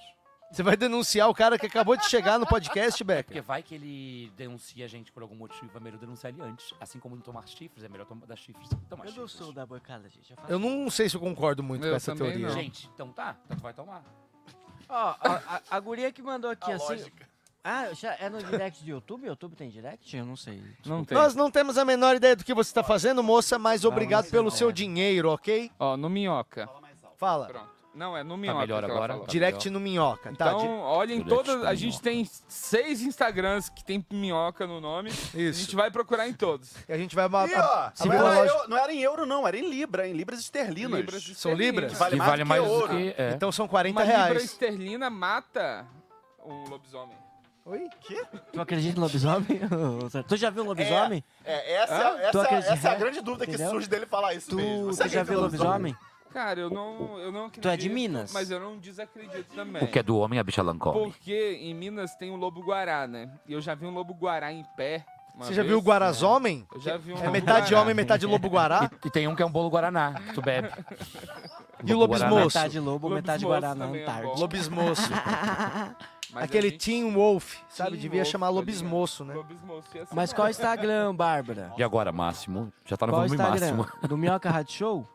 Speaker 14: Você vai denunciar o cara que acabou de chegar no podcast, Becker?
Speaker 13: Porque vai que ele denuncia a gente por algum motivo, é melhor denunciar ele antes. Assim como não tomar chifres, é melhor tomar dar chifres do que tomar
Speaker 1: Eu não
Speaker 13: chifres.
Speaker 1: sou da bancada, gente. faço-
Speaker 14: Eu não sei se eu concordo muito
Speaker 1: Eu
Speaker 14: com essa
Speaker 1: também
Speaker 14: teoria.
Speaker 1: não.
Speaker 13: Gente, então tá, então tu vai tomar.
Speaker 1: Ó, a, a- a guria que mandou aqui
Speaker 13: A
Speaker 1: assim.
Speaker 13: lógica.
Speaker 1: Ah, já é no direct do YouTube? YouTube tem direct? Eu não sei.
Speaker 16: Não
Speaker 14: Nós não temos a menor ideia do que você está fazendo, moça, mas
Speaker 1: Vamos
Speaker 14: obrigado pelo
Speaker 1: embora.
Speaker 14: seu dinheiro, ok?
Speaker 16: Ó, no Minhoca.
Speaker 14: Fala.
Speaker 16: Não, é no Minhoca.
Speaker 13: melhor
Speaker 16: que ela
Speaker 13: agora?
Speaker 16: falou.
Speaker 14: Direct no Minhoca, tá?
Speaker 16: Então,
Speaker 14: Di-
Speaker 16: olhem
Speaker 14: Tá Direct
Speaker 16: todas.
Speaker 14: no
Speaker 16: A gente tem seis Instagrams que tem minhoca no nome. A gente vai procurar em todos.
Speaker 14: E a gente vai
Speaker 17: E, ó,
Speaker 16: se
Speaker 17: não,
Speaker 16: vira
Speaker 17: era
Speaker 16: lógico.
Speaker 17: eu- não era em euro, não, era em libra, em libras esterlinas.
Speaker 16: Libras
Speaker 14: São libras?
Speaker 16: Que vale mais do que ouro.
Speaker 14: Então são 40
Speaker 16: Uma libra
Speaker 14: reais.
Speaker 16: esterlina mata um lobisomem.
Speaker 14: Oi?
Speaker 16: Quê?
Speaker 1: Tu acredita em lobisomem? *laughs* tu já viu um lobisomem?
Speaker 17: É, essa,
Speaker 1: Ah?
Speaker 17: essa,
Speaker 1: Tu acredita-
Speaker 17: essa é a grande dúvida
Speaker 1: Entendeu?
Speaker 17: que surge dele falar isso
Speaker 1: Tu-
Speaker 17: mesmo.
Speaker 1: tu
Speaker 17: Você
Speaker 1: já viu
Speaker 17: acredita no
Speaker 1: lobisomem?
Speaker 16: Cara, eu não, eu não acredito.
Speaker 1: Tu é de Minas?
Speaker 16: Mas eu não desacredito também.
Speaker 13: O que é do homem, a bicha lancou.
Speaker 16: Porque em Minas tem o lobo guará, né? E eu já vi um lobo guará em pé. uma
Speaker 14: Você já
Speaker 16: vez.
Speaker 14: viu o Guarazomem?
Speaker 16: Eu já vi um
Speaker 14: É
Speaker 16: lobo
Speaker 14: metade
Speaker 16: guará.
Speaker 14: homem, metade lobo
Speaker 1: *laughs*
Speaker 14: guará?
Speaker 13: E, e tem um que é um bolo guaraná, que tu bebe.
Speaker 14: *laughs* E o
Speaker 13: Lobo guaraná.
Speaker 14: lobismoço?
Speaker 1: Metade lobo, metade guaraná,
Speaker 16: é
Speaker 1: Antártico. *laughs*
Speaker 14: Lobismoço.
Speaker 1: Mas
Speaker 14: Aquele
Speaker 1: a gente-
Speaker 14: Tim Wolf, sabe?
Speaker 1: Teen
Speaker 14: Devia
Speaker 1: Wolf,
Speaker 14: chamar
Speaker 1: tô
Speaker 14: lobismoço, né?
Speaker 1: Mas qual é o Instagram, Bárbara?
Speaker 13: E agora, Máximo? Já tá no
Speaker 1: qual é o
Speaker 13: volume
Speaker 1: Instagram?
Speaker 13: máximo. *laughs*
Speaker 1: Do Minhoca Rádio Show?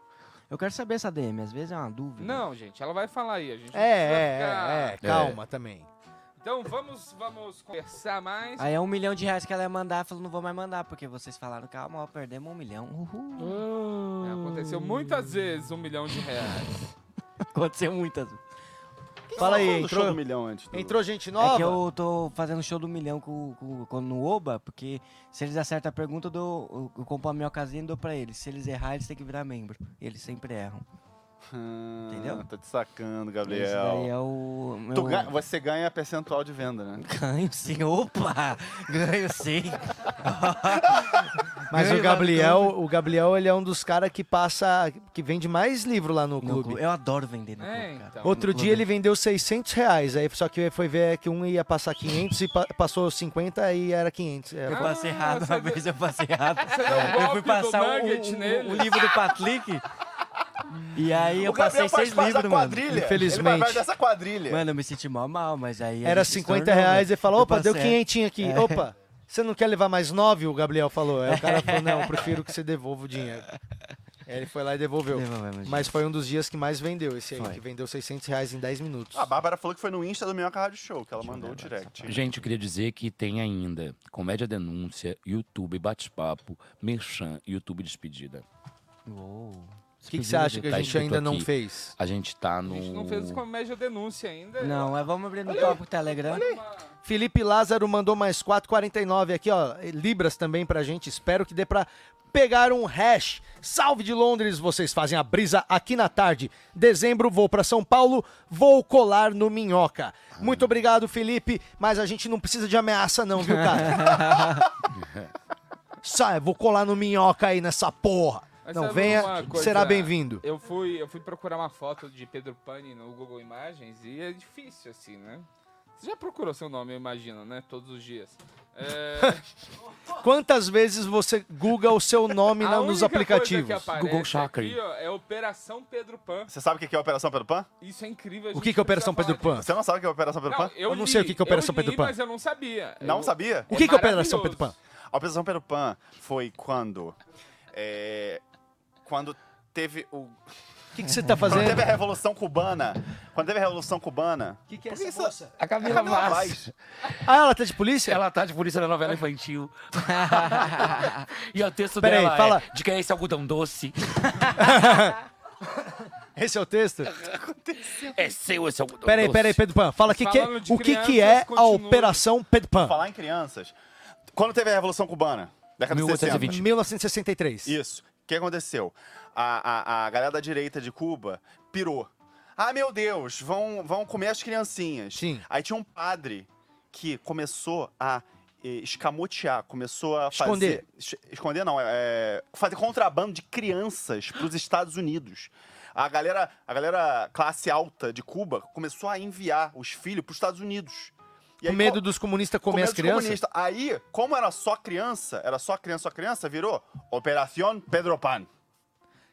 Speaker 1: Eu quero saber essa DM, às vezes é uma dúvida.
Speaker 16: Não, gente, ela vai falar aí. A gente não
Speaker 1: É,
Speaker 16: precisa
Speaker 1: é,
Speaker 16: ficar-
Speaker 1: é, é, calma É.
Speaker 14: também.
Speaker 16: Então vamos, vamos conversar mais.
Speaker 1: Aí é um milhão de reais que ela ia mandar, ela falou, não vou mais mandar, porque vocês falaram, calma, ó, perdemos um milhão. Uhul.
Speaker 16: É, aconteceu muitas vezes um milhão de reais.
Speaker 1: *laughs* Aconteceu muitas.
Speaker 14: Fala aí, entrou,
Speaker 1: do-
Speaker 14: entrou gente
Speaker 1: É
Speaker 14: nova?
Speaker 1: que eu tô fazendo show do milhão com, com, com- no Oba, porque se eles acertam a pergunta, eu, dou, eu, eu compro a minha casinha e dou pra eles. Se eles errarem, eles têm que virar membro. E eles sempre erram. *laughs*
Speaker 17: Ah,
Speaker 1: Entendeu?
Speaker 17: Tá te sacando, Gabriel.
Speaker 1: Esse daí é o meu-
Speaker 17: Tu ga- Você ganha percentual de venda, né?
Speaker 1: Ganho sim, opa! Ganho sim.
Speaker 14: Mas o
Speaker 1: Ganho lá no
Speaker 14: Gabriel, o Gabriel, ele é um dos caras que passa, que vende mais livro lá no clube.
Speaker 1: Eu adoro vender no
Speaker 14: né?
Speaker 1: clube, cara.
Speaker 14: Outro
Speaker 1: No
Speaker 14: dia ele vendeu 600 reais, aí só que foi ver que um ia passar 500 e pa- passou 50 e era É. 500. Era-
Speaker 1: Eu passei errado uma vez, eu passei errado.
Speaker 14: deu um
Speaker 1: eu fui
Speaker 14: golpe do
Speaker 1: passar o
Speaker 14: nugget nele.
Speaker 1: livro do Patlick. E aí eu
Speaker 14: O Gabriel
Speaker 1: passei
Speaker 14: faz
Speaker 1: seis
Speaker 14: parte da
Speaker 1: livros, mano.
Speaker 14: quadrilha. Ele Infelizmente. faz parte dessa
Speaker 17: quadrilha.
Speaker 1: Mano, eu me senti mal mal, mas aí. a
Speaker 14: Era
Speaker 1: gente
Speaker 14: 50
Speaker 1: estourou,
Speaker 14: reais
Speaker 1: mano.
Speaker 14: e falou,
Speaker 1: Eu
Speaker 14: opa, deu
Speaker 1: passei-
Speaker 14: 500 aqui.
Speaker 1: Tá *laughs* É.
Speaker 14: Opa, você não quer levar mais 9? O Gabriel falou. Aí o cara falou, não, eu prefiro que você devolva o dinheiro. Aí ele foi lá e devolveu. Mas foi um dos dias que mais vendeu esse aí, que vendeu 600 reais em 10 minutos.
Speaker 17: A Bárbara falou que foi no Insta do Minhoca Rádio Show, que ela mandou o direct.
Speaker 13: Gente, eu queria dizer que tem ainda Comédia Denúncia, YouTube Bate-Papo, Merchan, YouTube Despedida.
Speaker 1: Uou.
Speaker 14: O que, que você acha que a
Speaker 13: Tá
Speaker 14: gente
Speaker 13: escrito
Speaker 14: ainda não
Speaker 13: aqui.
Speaker 14: fez?
Speaker 13: A gente tá no.
Speaker 16: Não fez comédia denúncia ainda.
Speaker 14: Não,
Speaker 16: Eu-
Speaker 14: mas vamos abrir no
Speaker 16: Olha
Speaker 14: tópico
Speaker 16: aí.
Speaker 14: Telegram.
Speaker 16: Olha aí.
Speaker 14: Felipe Lázaro mandou mais 4,49 aqui, ó. Libras também pra gente. Espero que dê pra pegar um hash. Salve de Londres, vocês fazem a brisa aqui na tarde. Dezembro, vou pra São Paulo, vou colar no Minhoca. Muito obrigado, Felipe, mas a gente não precisa de ameaça, não, viu,
Speaker 16: *laughs*
Speaker 14: cara?
Speaker 13: *laughs*
Speaker 14: *laughs* Sai, vou colar no Minhoca aí nessa porra.
Speaker 16: Mas
Speaker 14: não,
Speaker 16: sabe uma
Speaker 14: venha,
Speaker 16: coisa?
Speaker 14: será bem-vindo.
Speaker 16: Eu fui, eu fui procurar uma foto de Pedro Pani no Google Imagens e é difícil, assim, né? Você já procurou seu nome, eu imagino, né? Todos os dias.
Speaker 14: *laughs*
Speaker 16: É...
Speaker 14: Quantas vezes você googa o seu nome
Speaker 16: a
Speaker 14: na- nos
Speaker 16: única coisa
Speaker 14: aplicativos?
Speaker 16: que aparece aqui, ó, é Operação Pedro Pan.
Speaker 17: Você sabe o que é a Operação Pedro Pan?
Speaker 16: Isso é incrível. a
Speaker 14: O
Speaker 16: gente
Speaker 14: que, que é Operação
Speaker 16: precisa
Speaker 14: Pedro Pan?
Speaker 17: Você não sabe o que é Operação Pedro
Speaker 16: falar.
Speaker 17: Pan?
Speaker 16: Não, eu li,
Speaker 14: é
Speaker 16: eu li, mas eu não sabia.
Speaker 17: Não
Speaker 16: Eu-
Speaker 17: sabia?
Speaker 14: O que que é Operação Pedro Pan?
Speaker 17: A Operação Pedro Pan foi quando. é, quando teve o. O
Speaker 14: que, você tá fazendo?
Speaker 17: Quando teve a Revolução Cubana. Quando teve a Revolução Cubana. O
Speaker 14: que,
Speaker 17: que é
Speaker 14: essa
Speaker 17: moça?
Speaker 13: A Camila, Vaz.
Speaker 14: Ah, ela tá de polícia?
Speaker 13: Ela tá de polícia na novela infantil. e o texto
Speaker 14: Peraí,
Speaker 13: dela
Speaker 14: fala.
Speaker 13: é, de quem é esse algodão doce?
Speaker 14: Esse é o texto?
Speaker 13: é seu esse algodão
Speaker 14: Peraí,
Speaker 13: doce.
Speaker 14: peraí, Pedro Pan, fala que que é-
Speaker 17: Falando de
Speaker 14: o que, que
Speaker 17: crianças,
Speaker 14: é a
Speaker 17: continua.
Speaker 14: Operação Pedro Pan?
Speaker 17: Falar em crianças. Quando teve a Revolução Cubana? Década de 60.
Speaker 14: 1963.
Speaker 17: Isso. O que aconteceu? A, a, a galera da direita de Cuba pirou. Ah, meu Deus, vão, vão comer as criancinhas. Sim. Aí tinha um padre que começou a eh, escamotear, começou a
Speaker 14: Esconder.
Speaker 17: fazer... es- Esconder não, é, é, fazer contrabando de crianças para os Estados Unidos. A galera, a galera classe alta de Cuba começou a enviar os filhos para os Estados Unidos.
Speaker 14: O medo dos comunistas comer
Speaker 17: Comendo
Speaker 14: as
Speaker 17: de
Speaker 14: crianças?
Speaker 17: comunista. Aí, como era só criança, era só criança, só criança, virou Operação Pedro Pan.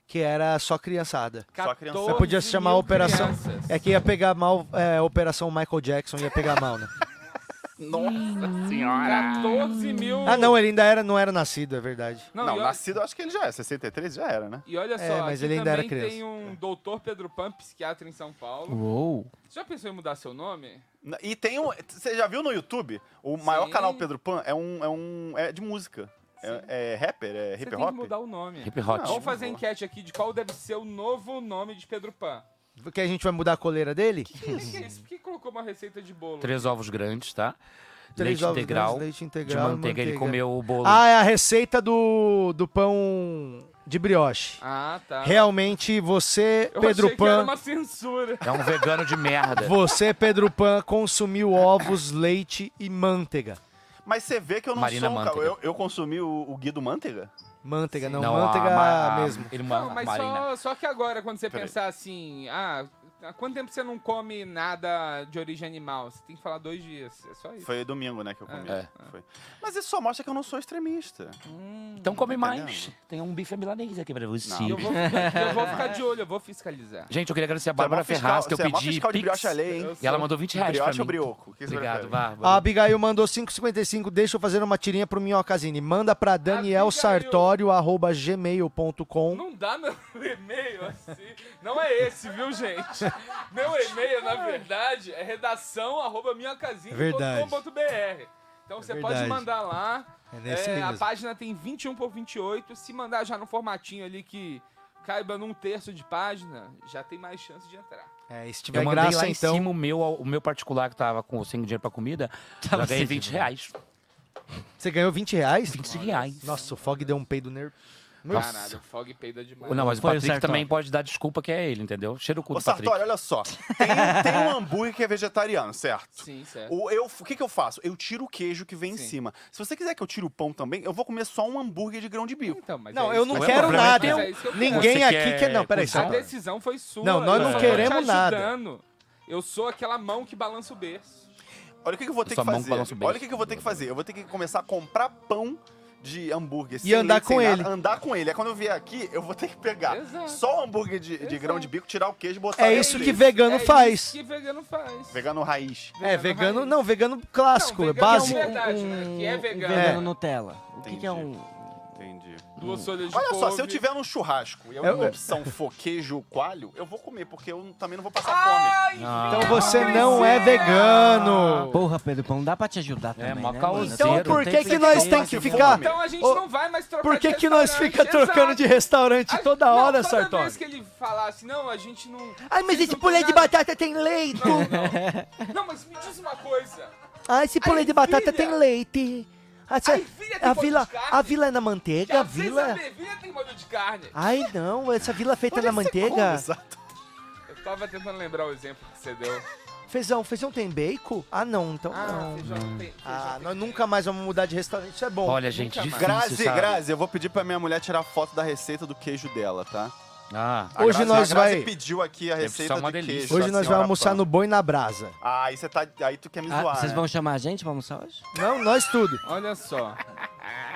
Speaker 14: Que era só criançada.
Speaker 17: Só criança.
Speaker 14: Você podia se chamar
Speaker 17: 14 mil
Speaker 14: Operação.
Speaker 17: crianças.
Speaker 14: É que ia pegar mal é, Operação Michael Jackson, ia pegar mal,
Speaker 16: *laughs*
Speaker 14: né?
Speaker 16: Nossa senhora. 14 Hum, mil.
Speaker 14: Ah, não, ele ainda era, não era nascido, é verdade.
Speaker 16: Não,
Speaker 17: Não,
Speaker 16: e olha-
Speaker 17: nascido eu acho que ele já é, 63 já era, né?
Speaker 16: E olha só,
Speaker 14: É, mas
Speaker 16: aqui
Speaker 14: ele ainda era
Speaker 16: também
Speaker 14: criança.
Speaker 16: tem um doutor Pedro Pan, psiquiatra em São Paulo.
Speaker 17: Uou.
Speaker 16: Você já pensou em mudar seu nome?
Speaker 17: E tem um. Você já viu no YouTube? O maior canal Pedro Pan é um. É, um, é de música. É, é rapper, é
Speaker 16: Você
Speaker 17: hip
Speaker 16: tem que
Speaker 17: hop.
Speaker 16: mudar o nome.
Speaker 17: Hip hop.
Speaker 16: Vamos fazer enquete aqui de qual deve ser o novo nome de Pedro Pan.
Speaker 14: Porque a gente vai mudar a coleira dele?
Speaker 16: O que, que é isso? Por que colocou uma receita de bolo?
Speaker 13: Três ovos grandes, tá?
Speaker 14: Três
Speaker 13: leite,
Speaker 14: ovos
Speaker 13: integral,
Speaker 14: grandes, leite integral
Speaker 13: De
Speaker 14: e
Speaker 13: manteiga. Ele
Speaker 14: manteiga.
Speaker 13: comeu o bolo.
Speaker 14: *laughs* Ah, é a receita do, do pão de brioche.
Speaker 16: Ah, tá.
Speaker 14: Realmente, você,
Speaker 16: Eu
Speaker 14: Pedro
Speaker 16: achei que era
Speaker 14: Pan.
Speaker 16: uma censura.
Speaker 13: É um vegano de
Speaker 14: *laughs*
Speaker 13: merda.
Speaker 14: Você, Pedro Pan, consumiu ovos, leite e manteiga.
Speaker 17: Mas você vê que eu não
Speaker 14: Marina
Speaker 17: sou um cara.
Speaker 14: Manteiga.
Speaker 17: Eu, eu consumi o, o Guido Manteiga?
Speaker 14: Manteiga, não,
Speaker 13: Não, a
Speaker 14: manteiga
Speaker 13: ma- a-
Speaker 14: mesmo.
Speaker 13: ele ma-
Speaker 17: Ah,
Speaker 16: Não, mas só, só que agora, quando você pensar assim, ah, há quanto tempo você não come nada de origem animal? Você tem que falar dois dias, é só isso.
Speaker 17: Foi domingo, né, que eu comi.
Speaker 16: É.
Speaker 17: Foi. Mas isso só mostra que eu não sou extremista.
Speaker 13: Então come
Speaker 17: Tá
Speaker 13: mais. Tem um bife à milanesa aqui pra você.
Speaker 17: Não.
Speaker 16: Eu vou, ficar, eu vou ficar de olho, eu vou fiscalizar.
Speaker 13: *laughs* Gente, eu queria agradecer a
Speaker 16: Você é mó
Speaker 13: Bárbara
Speaker 16: fiscal-
Speaker 13: Ferraz, que eu
Speaker 16: você é mó
Speaker 13: pedi
Speaker 16: fiscal de
Speaker 13: pix,
Speaker 16: brioche alheia, hein?
Speaker 13: E ela mandou 20 reais pra
Speaker 17: Brioche
Speaker 13: mim.
Speaker 17: ou brioco? O que você
Speaker 13: Obrigado,
Speaker 17: prefere?
Speaker 13: Bárbara.
Speaker 14: A Abigail mandou 5,55. Deixa eu fazer uma tirinha pro Minhocasini. Manda pra danielsartório.gmail.com.
Speaker 16: Não dá meu *laughs* e-mail assim. Não é esse, viu, gente? Meu e-mail, na verdade, é redação arroba minhacasinha.com.br. Então você pode
Speaker 14: É verdade.
Speaker 16: mandar lá.
Speaker 14: É nesse
Speaker 16: É,
Speaker 14: aí
Speaker 16: a
Speaker 14: mesmo.
Speaker 16: página tem 21 por 28. Se mandar já no formatinho ali que caiba num terço de página, já tem mais chance de entrar.
Speaker 14: É, se
Speaker 13: eu
Speaker 14: tiver
Speaker 13: mandei
Speaker 14: graça,
Speaker 13: lá em
Speaker 14: então.
Speaker 13: cima o meu, o meu particular que tava com, sem dinheiro pra comida.
Speaker 14: Tava
Speaker 13: já ganhei
Speaker 14: sem
Speaker 13: 20
Speaker 14: dinheiro.
Speaker 13: reais.
Speaker 14: Você ganhou 20 reais?
Speaker 13: 20 reais.
Speaker 14: Nossa, o Fog deu um peido nervoso.
Speaker 16: Caralho, o Fog peida demais.
Speaker 13: Não, mas o Patrick também pode dar desculpa que é ele, entendeu? Cheira o cu
Speaker 17: Ô,
Speaker 13: do Patrick.
Speaker 17: Sartori, olha só. Tem, tem um hambúrguer que é vegetariano, certo?
Speaker 16: Sim, certo.
Speaker 17: O, eu, o que, que eu faço? Eu tiro o queijo que vem em cima. Se você quiser que eu tire o pão também, eu vou comer só um hambúrguer de grão de bico.
Speaker 14: Não, é eu isso não que eu- quero nada. Mas é isso que eu quero. Ninguém aqui quer- não, peraí,
Speaker 16: A
Speaker 14: Sartori.
Speaker 16: decisão foi sua.
Speaker 14: Não, nós
Speaker 16: eu
Speaker 14: não
Speaker 16: só tô
Speaker 14: queremos
Speaker 16: te
Speaker 14: nada.
Speaker 16: ajudando. Eu sou aquela mão que balança o berço.
Speaker 17: Olha o que, que eu vou ter
Speaker 16: Sua
Speaker 17: que
Speaker 16: mão
Speaker 17: fazer.
Speaker 16: balança o beijo.
Speaker 17: Olha o que, que eu vou ter que fazer. Eu vou ter que começar a comprar pão de hambúrguer.
Speaker 14: E andar
Speaker 17: leite,
Speaker 14: com
Speaker 17: nada.
Speaker 14: ele.
Speaker 17: Andar com ele. Aí quando eu vier aqui, eu vou ter que pegar só o hambúrguer de, de grão de bico, tirar o queijo e botar
Speaker 14: É
Speaker 17: ele
Speaker 14: isso
Speaker 17: dentro.
Speaker 14: que vegano faz.
Speaker 16: Que vegano faz.
Speaker 17: Vegano raiz.
Speaker 14: É, vegano. Não, vegano clássico, é
Speaker 16: vegano é
Speaker 14: básico. Um-
Speaker 16: verdade, né? Que é vegano.
Speaker 1: Vegano Nutella. O que,
Speaker 17: Entendi.
Speaker 14: Então
Speaker 1: que é um.
Speaker 17: Entendi.
Speaker 16: Duas folhas de
Speaker 17: Olha só, se eu
Speaker 16: couve.
Speaker 17: tiver num churrasco e a
Speaker 14: É
Speaker 16: Eu-
Speaker 17: única opção for queijo coalho, eu vou comer, porque eu também não vou passar fome.
Speaker 14: Então
Speaker 17: Ah,
Speaker 14: você não é vegano.
Speaker 21: Porra, Pedro Pão, dá pra te ajudar também,
Speaker 14: mó
Speaker 21: né,
Speaker 1: Assim,
Speaker 14: causeiro.
Speaker 21: mano?
Speaker 14: Então por
Speaker 21: Tem
Speaker 14: que que nós
Speaker 21: ser
Speaker 14: tem que
Speaker 21: vegano.
Speaker 14: ficar-
Speaker 16: Então a gente
Speaker 14: Ô,
Speaker 16: não vai mais trocar
Speaker 14: Por que,
Speaker 16: de
Speaker 14: que nós
Speaker 16: restaurante,
Speaker 14: fica trocando
Speaker 16: exato.
Speaker 14: de restaurante toda
Speaker 16: Não,
Speaker 14: hora,
Speaker 16: toda
Speaker 14: Sartori?
Speaker 16: vez que ele falasse, não, a gente não...
Speaker 6: Ai, mas
Speaker 16: vocês
Speaker 6: esse
Speaker 16: não têm
Speaker 14: é
Speaker 6: pulê de
Speaker 16: nada-
Speaker 6: batata tem leite.
Speaker 14: *laughs*
Speaker 16: Não, mas me diz uma coisa.
Speaker 6: Ai, esse pulê de batata tem leite. A, se-
Speaker 16: filha, tem
Speaker 6: a
Speaker 16: pão
Speaker 6: vila,
Speaker 16: de carne?
Speaker 6: a vila é na manteiga, a
Speaker 16: Já sei
Speaker 14: é
Speaker 6: vila.
Speaker 16: saber, vila tem molho de carne.
Speaker 6: Ai, não, essa vila feita na manteiga.
Speaker 16: Eu tava tentando lembrar o exemplo que você deu.
Speaker 14: Feijão, feijão tem bacon? Ah, não, então.
Speaker 16: Ah, feijão tem.
Speaker 14: Ah, nós nunca mais vamos mudar de restaurante, isso é bom. Nunca mais.
Speaker 17: Grazi, Grazi, eu vou pedir pra minha mulher tirar foto da receita do queijo dela, tá?
Speaker 13: Ah,
Speaker 17: A
Speaker 14: Hoje
Speaker 17: Grazi-
Speaker 14: nós
Speaker 17: a Grazi
Speaker 14: vai-
Speaker 17: pediu aqui a
Speaker 13: Tá
Speaker 17: receita de queijo.
Speaker 14: Hoje
Speaker 17: assim, da
Speaker 14: nós vamos
Speaker 17: senhora
Speaker 14: almoçar
Speaker 17: Pan.
Speaker 14: no Boi na Brasa.
Speaker 17: Ah, aí você tá. Aí tu quer me
Speaker 21: Ah,
Speaker 17: zoar.
Speaker 21: vocês
Speaker 17: né?
Speaker 21: vão chamar a gente pra almoçar hoje?
Speaker 14: Não, nós tudo.
Speaker 16: Olha só.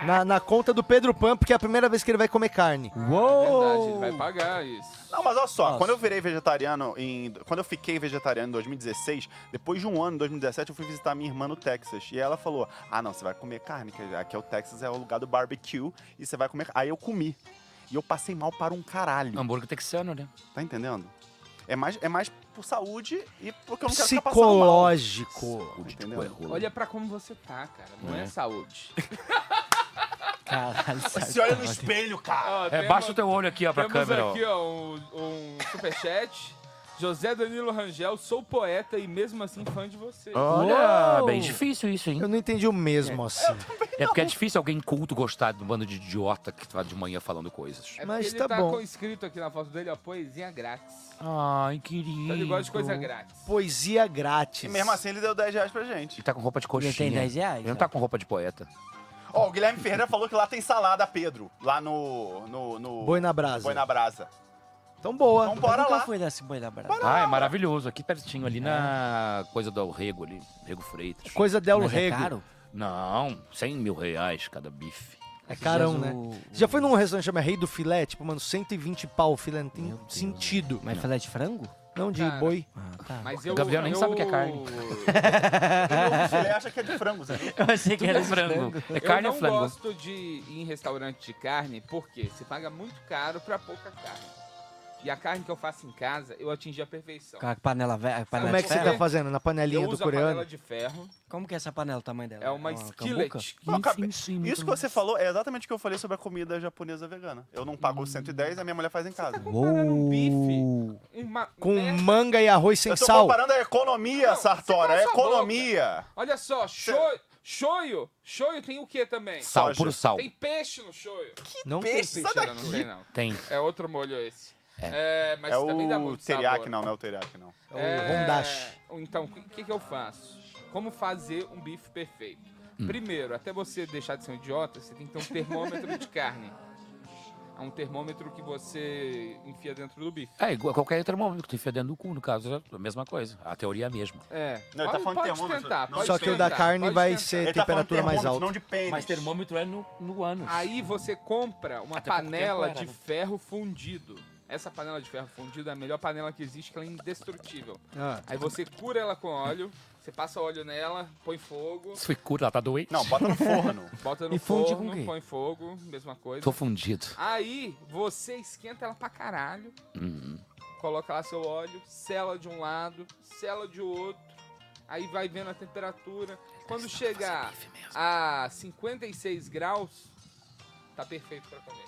Speaker 14: Na, na conta do Pedro Pan, porque é a primeira vez que ele vai comer carne. Uou!
Speaker 17: É
Speaker 16: Verdade, ele vai
Speaker 14: Oh.
Speaker 16: pagar isso.
Speaker 17: Não, mas olha só,
Speaker 16: Nossa.
Speaker 17: quando eu virei vegetariano em. Quando eu fiquei vegetariano em 2016, depois de um ano, em 2017, eu fui visitar minha irmã no Texas. E ela falou: Ah, não, você vai comer carne, que aqui é o Texas, é o lugar do barbecue, e você vai comer. Aí eu comi. E eu passei mal para um caralho.
Speaker 13: Hambúrguer texano, né?
Speaker 17: Tá entendendo? É mais, é mais por saúde e porque eu não quero ficar passando mal. tipo,
Speaker 14: Psicológico.
Speaker 17: Entendeu?
Speaker 16: Olha pra como você tá, cara. Não é,
Speaker 17: É.
Speaker 16: saúde.
Speaker 21: Caralho,
Speaker 17: Se olha no espelho, cara.
Speaker 16: Ó,
Speaker 13: É,
Speaker 16: temos-
Speaker 13: baixa o teu olho aqui, ó, pra
Speaker 16: temos
Speaker 13: câmera, ó.
Speaker 16: aqui, ó, um, um superchat. José Danilo Rangel, sou poeta e mesmo assim fã de você.
Speaker 13: Olha, bem difícil isso, hein?
Speaker 14: Eu não entendi o mesmo, assim.
Speaker 13: É porque é difícil alguém culto gostar de um bando de idiota que tá de manhã falando coisas.
Speaker 16: É Mas ele tá, com escrito aqui na foto dele, ó, poesia
Speaker 14: *laughs*
Speaker 16: grátis.
Speaker 13: Ai, querido.
Speaker 16: Então ele gosta de coisa grátis.
Speaker 14: Poesia grátis.
Speaker 17: E mesmo assim ele deu 10 reais pra gente.
Speaker 13: Ele tá com roupa de coxinha.
Speaker 17: tem 10 reais,
Speaker 13: Ele não tá com roupa de poeta.
Speaker 17: Ó, o Guilherme Ferreira falou que lá tem salada, Pedro. Lá no. no, no
Speaker 13: Boi na Brasa.
Speaker 17: Boi na Brasa.
Speaker 14: Então boa.
Speaker 17: Então bora
Speaker 21: eu nunca
Speaker 17: lá.
Speaker 21: fui nesse boi da Brasa.
Speaker 13: Ah, é maravilhoso. Aqui pertinho, ali na coisa do Rego ali. Rego Freitas.
Speaker 14: Coisa del Mas é Rego. caro?
Speaker 13: Não, 100 mil reais cada bife.
Speaker 14: É carão, né? Você já foi num restaurante chamado Rei do Filé? Tipo, mano, 120 pau o filé, não tem sentido.
Speaker 21: Mas filé de frango?
Speaker 14: Não, de
Speaker 21: Cara,
Speaker 14: boi.
Speaker 16: Mas eu,
Speaker 13: Gabriel nem
Speaker 16: eu-
Speaker 13: sabe Ah, tá. o que é
Speaker 16: *laughs*
Speaker 13: carne.
Speaker 17: Ele acha que é de frango, né?
Speaker 13: Eu achei que
Speaker 16: Tudo
Speaker 13: era
Speaker 16: é
Speaker 13: frango. É carne
Speaker 16: eu
Speaker 13: ou
Speaker 16: não
Speaker 13: frango?
Speaker 16: gosto de ir em restaurante de carne porque você paga muito caro pra pouca carne. E a carne que eu faço em casa, eu atingi a perfeição.
Speaker 21: Com a panela velha. panela
Speaker 14: Como é
Speaker 21: de
Speaker 14: que você
Speaker 21: ferro?
Speaker 14: tá fazendo? Na panelinha
Speaker 16: eu
Speaker 14: do
Speaker 16: uso a
Speaker 14: coreano?
Speaker 16: panela de ferro.
Speaker 21: Como que é essa panela, o tamanho dela?
Speaker 16: É uma
Speaker 21: cambuca?
Speaker 16: skillet.
Speaker 17: Não, acabei- Isso que você falou é exatamente o que eu falei sobre a comida japonesa vegana. Eu não
Speaker 13: Hum.
Speaker 17: pago 110 e a minha mulher faz em
Speaker 16: tá
Speaker 17: casa.
Speaker 16: Um
Speaker 14: Uou.
Speaker 16: Uma
Speaker 14: Com manga e arroz sem
Speaker 17: eu tô
Speaker 14: sal.
Speaker 17: comparando a economia, Sartori, a
Speaker 16: cala sua
Speaker 17: é economia.
Speaker 16: Olha só, shoyu, shoyu, shoyu tem o que também?
Speaker 13: Sal, puro sal.
Speaker 16: Tem peixe no shoyu. Que
Speaker 13: Não tem
Speaker 16: peixe?
Speaker 13: peixe
Speaker 16: Mentira, não
Speaker 13: daqui.
Speaker 16: tem não.
Speaker 13: Tem.
Speaker 16: É outro molho esse. É, mas
Speaker 17: é
Speaker 16: também dá
Speaker 17: o
Speaker 16: muito
Speaker 17: teriyaki,
Speaker 16: sabor.
Speaker 17: não, não é o teriyaki, não.
Speaker 16: É, Então, o que, que que eu faço? Como fazer um bife perfeito?
Speaker 14: Hum.
Speaker 16: Primeiro, até você deixar de ser um idiota, você tem que ter um termômetro de carne. É um termômetro que você enfia dentro do bife.
Speaker 13: É, igual a qualquer termômetro que tu enfia dentro do cu, no caso, é a mesma coisa. A teoria é a mesma.
Speaker 16: É.
Speaker 17: Não, ele tá
Speaker 16: pode,
Speaker 17: falando
Speaker 16: pode
Speaker 17: termômetro.
Speaker 16: tentar,
Speaker 17: Não,
Speaker 16: pode
Speaker 14: só que o
Speaker 16: tentar,
Speaker 14: da carne
Speaker 16: pode
Speaker 14: vai
Speaker 16: tentar.
Speaker 14: ser Ele tá falando temperatura mais alta.
Speaker 17: de pênis.
Speaker 13: Mas termômetro é no, no ânus.
Speaker 16: Aí você compra uma
Speaker 13: Até porque
Speaker 16: panela
Speaker 13: é claro,
Speaker 16: de
Speaker 13: né?
Speaker 16: ferro fundido. Essa panela de ferro fundido é a melhor panela que existe, que ela é indestrutível.
Speaker 13: Ah.
Speaker 16: Aí você cura ela com óleo, você passa óleo nela, põe fogo.
Speaker 13: Isso foi curto, ela tá doente.
Speaker 16: Não, bota no forno. *laughs* Bota no
Speaker 13: E funde com
Speaker 16: forno,
Speaker 13: quê?
Speaker 16: põe fogo, mesma coisa.
Speaker 13: Tô fundido.
Speaker 16: Aí você esquenta ela pra caralho,
Speaker 13: Hum.
Speaker 16: coloca lá seu óleo, sela de um lado, sela de outro, aí vai vendo a temperatura. Quando chegar a 56 graus, tá perfeito pra comer.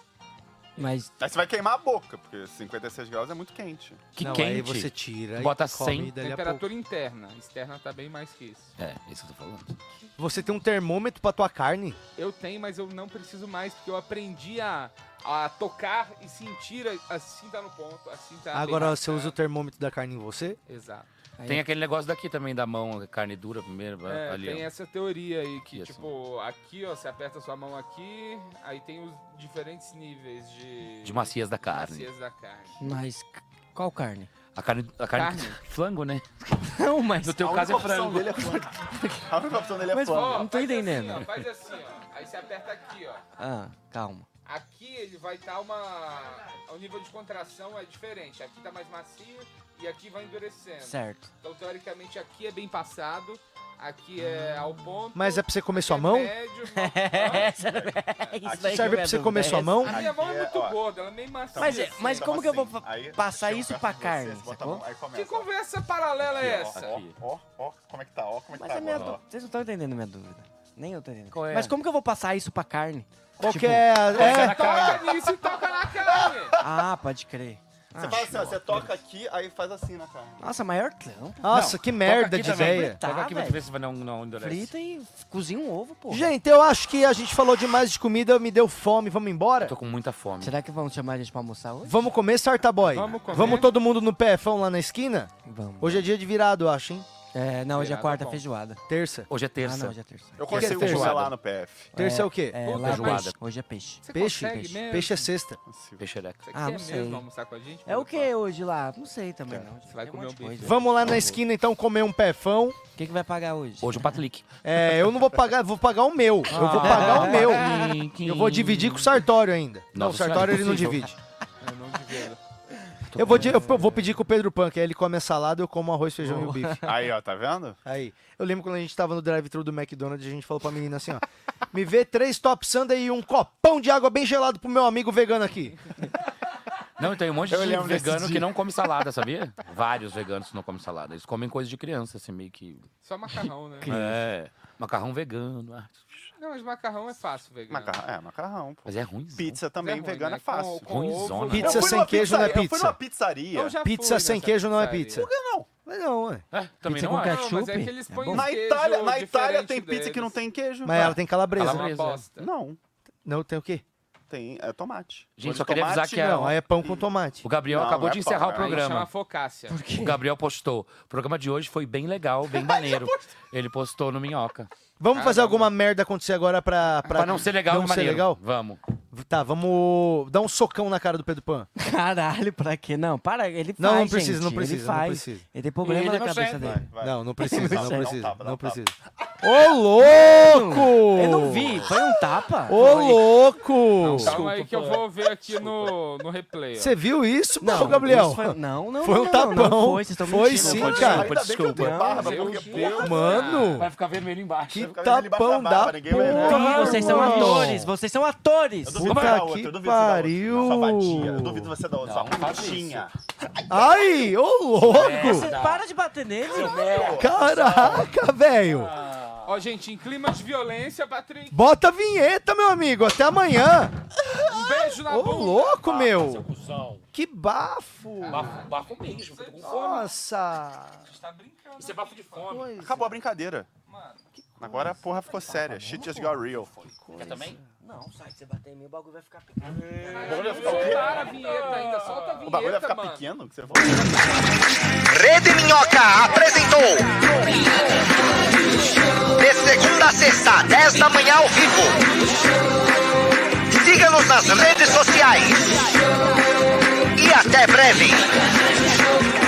Speaker 21: Mas.
Speaker 17: Aí você vai queimar a boca, porque 56 graus é muito quente.
Speaker 13: Que Não, aí quente. você tira e Bota come 100. dali a
Speaker 16: Temperatura interna, externa tá bem mais que isso.
Speaker 13: É, isso que eu tô falando.
Speaker 14: Você tem um termômetro pra tua carne?
Speaker 16: Eu tenho, mas eu não preciso mais, porque eu aprendi a, a tocar e sentir a- assim tá no ponto, assim tá bem
Speaker 14: Agora
Speaker 16: mais
Speaker 14: você usa o termômetro da carne em você?
Speaker 16: Exato.
Speaker 14: é-
Speaker 13: Tem aquele negócio daqui também da mão, carne dura primeiro,
Speaker 16: É,
Speaker 13: ali.
Speaker 16: tem
Speaker 13: ó.
Speaker 16: essa teoria aí que,
Speaker 13: E assim?
Speaker 16: tipo, aqui, ó, você aperta sua mão aqui, aí tem os diferentes níveis de...
Speaker 13: De macias da carne.
Speaker 16: Macias da carne.
Speaker 21: Mas c- qual carne?
Speaker 13: A carne, a carne,
Speaker 16: Carne?
Speaker 13: *laughs* flango, né?
Speaker 21: Não, mas.
Speaker 13: No teu caso é frango.
Speaker 17: A única opção dele é
Speaker 21: Mas,
Speaker 17: fome.
Speaker 21: ó, não tô entendendo.
Speaker 16: Assim, ó, faz assim, ó. Aí você aperta aqui, ó.
Speaker 21: Ah, calma.
Speaker 16: Aqui ele vai estar uma... O nível de contração é diferente. Aqui tá mais macio, e aqui vai endurecendo.
Speaker 1: Certo.
Speaker 16: Então, teoricamente, aqui é bem passado, aqui é ao ponto.
Speaker 14: Mas é pra você comer sua mão?
Speaker 16: médio,
Speaker 1: *laughs*
Speaker 16: uma-
Speaker 1: é
Speaker 14: Isso daí serve pra você comer sua mão?
Speaker 16: A minha mão é muito gorda, ela é
Speaker 14: Tá
Speaker 16: meio macia.
Speaker 1: Mas, é-
Speaker 16: assim.
Speaker 1: mas como que eu vou fa- passar isso pra carne? sacou?
Speaker 14: assim,
Speaker 16: Que conversa paralela é essa?
Speaker 7: Ó, ó, como é que tá? Ó, como é que
Speaker 1: Mas
Speaker 7: tá
Speaker 1: a minha
Speaker 7: agora?
Speaker 1: du- vocês não estão entendendo minha dúvida. Nem eu tô entendendo.
Speaker 7: é?
Speaker 1: Mas como que eu vou passar isso pra carne?
Speaker 14: Qual que
Speaker 1: Tipo,
Speaker 14: é? a-
Speaker 1: qual que é
Speaker 14: é?
Speaker 1: a carne?
Speaker 16: Isso toca na carne!
Speaker 1: Ah, pode crer.
Speaker 17: Você
Speaker 1: Ah,
Speaker 17: fala assim, ó,
Speaker 1: show.
Speaker 17: você toca aqui, aí faz assim na carne.
Speaker 1: Nossa, maior clã.
Speaker 14: Nossa, que merda de ideia.
Speaker 13: Toca aqui pra
Speaker 1: velho.
Speaker 13: ver se vai não, não endurece.
Speaker 1: Frita e f- cozinha um ovo, pô.
Speaker 14: Gente, eu acho que a gente falou demais de comida, me deu fome, vamos embora?
Speaker 13: tô com muita fome.
Speaker 1: Será que vão chamar a gente pra almoçar hoje?
Speaker 14: Vamos comer, Sarta Boy?
Speaker 1: Vamos comer.
Speaker 14: Vamos todo mundo no PFão lá na esquina?
Speaker 1: Vamos.
Speaker 14: Hoje é dia de virado, eu acho, hein?
Speaker 1: É, não, hoje é Virado é quarta, bom. feijoada.
Speaker 14: Terça.
Speaker 13: Hoje é
Speaker 1: terça. Ah, não, hoje é terça.
Speaker 14: Eu
Speaker 1: consigo
Speaker 14: consigo terça?
Speaker 1: comer lá no
Speaker 14: PF. Terça é, o quê?
Speaker 1: É, é lá peixe. Hoje é peixe.
Speaker 14: Você Peixe?
Speaker 1: Peixe?
Speaker 14: consegue mesmo? Peixe é sexta.
Speaker 13: Peixereca.
Speaker 7: é
Speaker 1: Ah, não
Speaker 16: quer
Speaker 1: sei.
Speaker 16: mesmo almoçar com a gente?
Speaker 1: É o que hoje lá? Não sei também, não.
Speaker 16: Vai comer um bife.
Speaker 14: Vamos lá na esquina então comer um pefão.
Speaker 1: O que, que vai pagar hoje?
Speaker 13: Hoje o Patlick.
Speaker 14: É, eu não vou pagar, vou pagar o meu. Eu
Speaker 1: Ah,
Speaker 14: vou pagar o
Speaker 1: *laughs*
Speaker 14: meu. Eu vou dividir com o Sartório ainda. Não, o
Speaker 13: Nossa
Speaker 14: Sartório ele
Speaker 13: Senhora,
Speaker 14: não é
Speaker 13: impossível.
Speaker 14: divide. Eu vou, di- eu vou pedir com o Pedro Punk, aí ele come a salada, eu como arroz, feijão e
Speaker 13: *laughs*
Speaker 14: o *laughs* bife.
Speaker 7: Aí, ó, tá vendo?
Speaker 14: Aí. Eu lembro quando a gente tava no drive-thru do McDonald's, a gente falou pra menina assim, ó. Me vê três top sundae e um copão de água bem gelado pro meu amigo vegano aqui.
Speaker 13: Não, tem um monte
Speaker 14: Eu
Speaker 13: de
Speaker 14: lembro desse
Speaker 13: vegano que
Speaker 14: dia.
Speaker 13: não come salada, sabia? *laughs* Vários veganos que não comem salada. Eles comem coisa de criança, assim, meio que.
Speaker 16: Só macarrão, né?
Speaker 13: É. Macarrão vegano. ah.
Speaker 16: Não, mas macarrão é fácil, velho.
Speaker 7: Macarrão, é, macarrão. Pô.
Speaker 13: Mas é ruim.
Speaker 7: Pizza também,
Speaker 16: Mas é ruim,
Speaker 7: vegana
Speaker 16: né?
Speaker 7: é fácil.
Speaker 16: Com- com Ruimzona. ovo.
Speaker 14: Pizza
Speaker 7: Eu fui
Speaker 14: sem
Speaker 7: numa
Speaker 14: queijo não é
Speaker 7: pizzaria, Eu fui
Speaker 14: pizza.
Speaker 7: numa pizzaria.
Speaker 14: Eu já Pizza fui sem nessa queijo não é pizzaria. pizza.
Speaker 7: Por que não?
Speaker 14: Mas não, ué.
Speaker 13: também
Speaker 14: Pizza
Speaker 13: não
Speaker 14: com
Speaker 13: é.
Speaker 14: ketchup?
Speaker 13: Não, mas é que eles
Speaker 14: É
Speaker 13: põem
Speaker 14: bom.
Speaker 7: na Itália, na Itália tem pizza que não tem queijo. né?
Speaker 14: Mas ela tem calabresa. Calabresa.
Speaker 7: Não,
Speaker 14: Não, tem o quê?
Speaker 7: tem é tomate.
Speaker 13: Gente,
Speaker 7: Ou de
Speaker 13: só queria
Speaker 7: tomate,
Speaker 13: avisar que é
Speaker 14: Não,
Speaker 13: um-
Speaker 14: aí é pão com tomate.
Speaker 13: O Gabriel
Speaker 7: Não, não
Speaker 13: acabou
Speaker 7: é
Speaker 13: de encerrar
Speaker 7: pau,
Speaker 13: o
Speaker 7: né? Aí
Speaker 13: programa.
Speaker 7: chama
Speaker 16: focácia.
Speaker 13: O Gabriel postou. O programa de hoje foi bem
Speaker 7: *laughs*
Speaker 13: legal, bem maneiro. Ele postou no Minhoca.
Speaker 14: Vamos fazer alguma merda acontecer agora pra...
Speaker 13: Pra não ser legal
Speaker 14: não
Speaker 13: e
Speaker 14: ser
Speaker 13: maneiro.
Speaker 14: legal?
Speaker 13: Vamos.
Speaker 14: Tá, vamos dar um socão na cara do Pedro Pan.
Speaker 1: Caralho, pra quê? Não, para, ele faz,
Speaker 14: Não, não precisa, não
Speaker 1: gente,
Speaker 14: precisa,
Speaker 1: ele
Speaker 14: não
Speaker 1: faz.
Speaker 14: precisa.
Speaker 1: Ele tem problema
Speaker 14: Ele
Speaker 1: na
Speaker 14: não
Speaker 1: cabeça
Speaker 14: serve.
Speaker 1: dele.
Speaker 14: Vai, vai. *laughs* Não, não precisa,
Speaker 1: Ele
Speaker 14: não
Speaker 1: serve.
Speaker 14: precisa,
Speaker 13: tá,
Speaker 14: não precisa. Ô, louco!
Speaker 1: Eu não vi, foi um tapa.
Speaker 14: Ô, louco!
Speaker 16: Calma aí que eu vou ver aqui no, no replay. ó.
Speaker 14: Você viu isso,
Speaker 16: Não,
Speaker 14: não, Gabriel?
Speaker 16: isso foi- não, não,
Speaker 14: Foi
Speaker 16: não,
Speaker 14: um
Speaker 16: não,
Speaker 14: tapão.
Speaker 16: não foi, vocês estão
Speaker 14: Foi
Speaker 16: mentindo.
Speaker 14: sim,
Speaker 16: Não,
Speaker 14: cara.
Speaker 16: ainda bem que eu tenho barba, Não, porque, Deus porra, Deus.
Speaker 14: Mano,
Speaker 13: Vai ficar vermelho embaixo.
Speaker 14: que tapão da
Speaker 7: barba, ninguém vai ver.
Speaker 14: porra,
Speaker 7: Ih, vocês são
Speaker 14: irmão.
Speaker 7: atores,
Speaker 1: vocês são atores.
Speaker 14: Puta que pariu.
Speaker 7: Eu duvido você dar outra. Só putinha.
Speaker 14: Ai, ô
Speaker 1: Você
Speaker 14: louco!
Speaker 1: para de bater nele.
Speaker 14: Caraca, velho.
Speaker 16: Ó, gente, em clima de violência, Patrick,
Speaker 14: Bota a vinheta, meu amigo. Até amanhã.
Speaker 16: um beijo na
Speaker 14: Ô
Speaker 16: bunda.
Speaker 14: louco, meu.
Speaker 20: Cusão.
Speaker 14: Que bafo.
Speaker 20: Bafo, bafo mesmo, que eu tô com fome.
Speaker 14: Nossa.
Speaker 20: Isso é bafo de fome.
Speaker 7: Acabou a brincadeira. Agora a porra ficou séria. Shit just got real.
Speaker 20: Quer também?
Speaker 1: Não, sai, você bater em mim, o bagulho vai ficar pequeno.
Speaker 16: Soltaram a vinheta ainda, solta a vinheta,
Speaker 7: O bagulho vai ficar
Speaker 16: mano.
Speaker 7: pequeno? que você falou?
Speaker 15: Rede Minhoca apresentou. De segunda a sexta, 10 da manhã ao vivo. Siga-nos nas redes sociais. E até breve.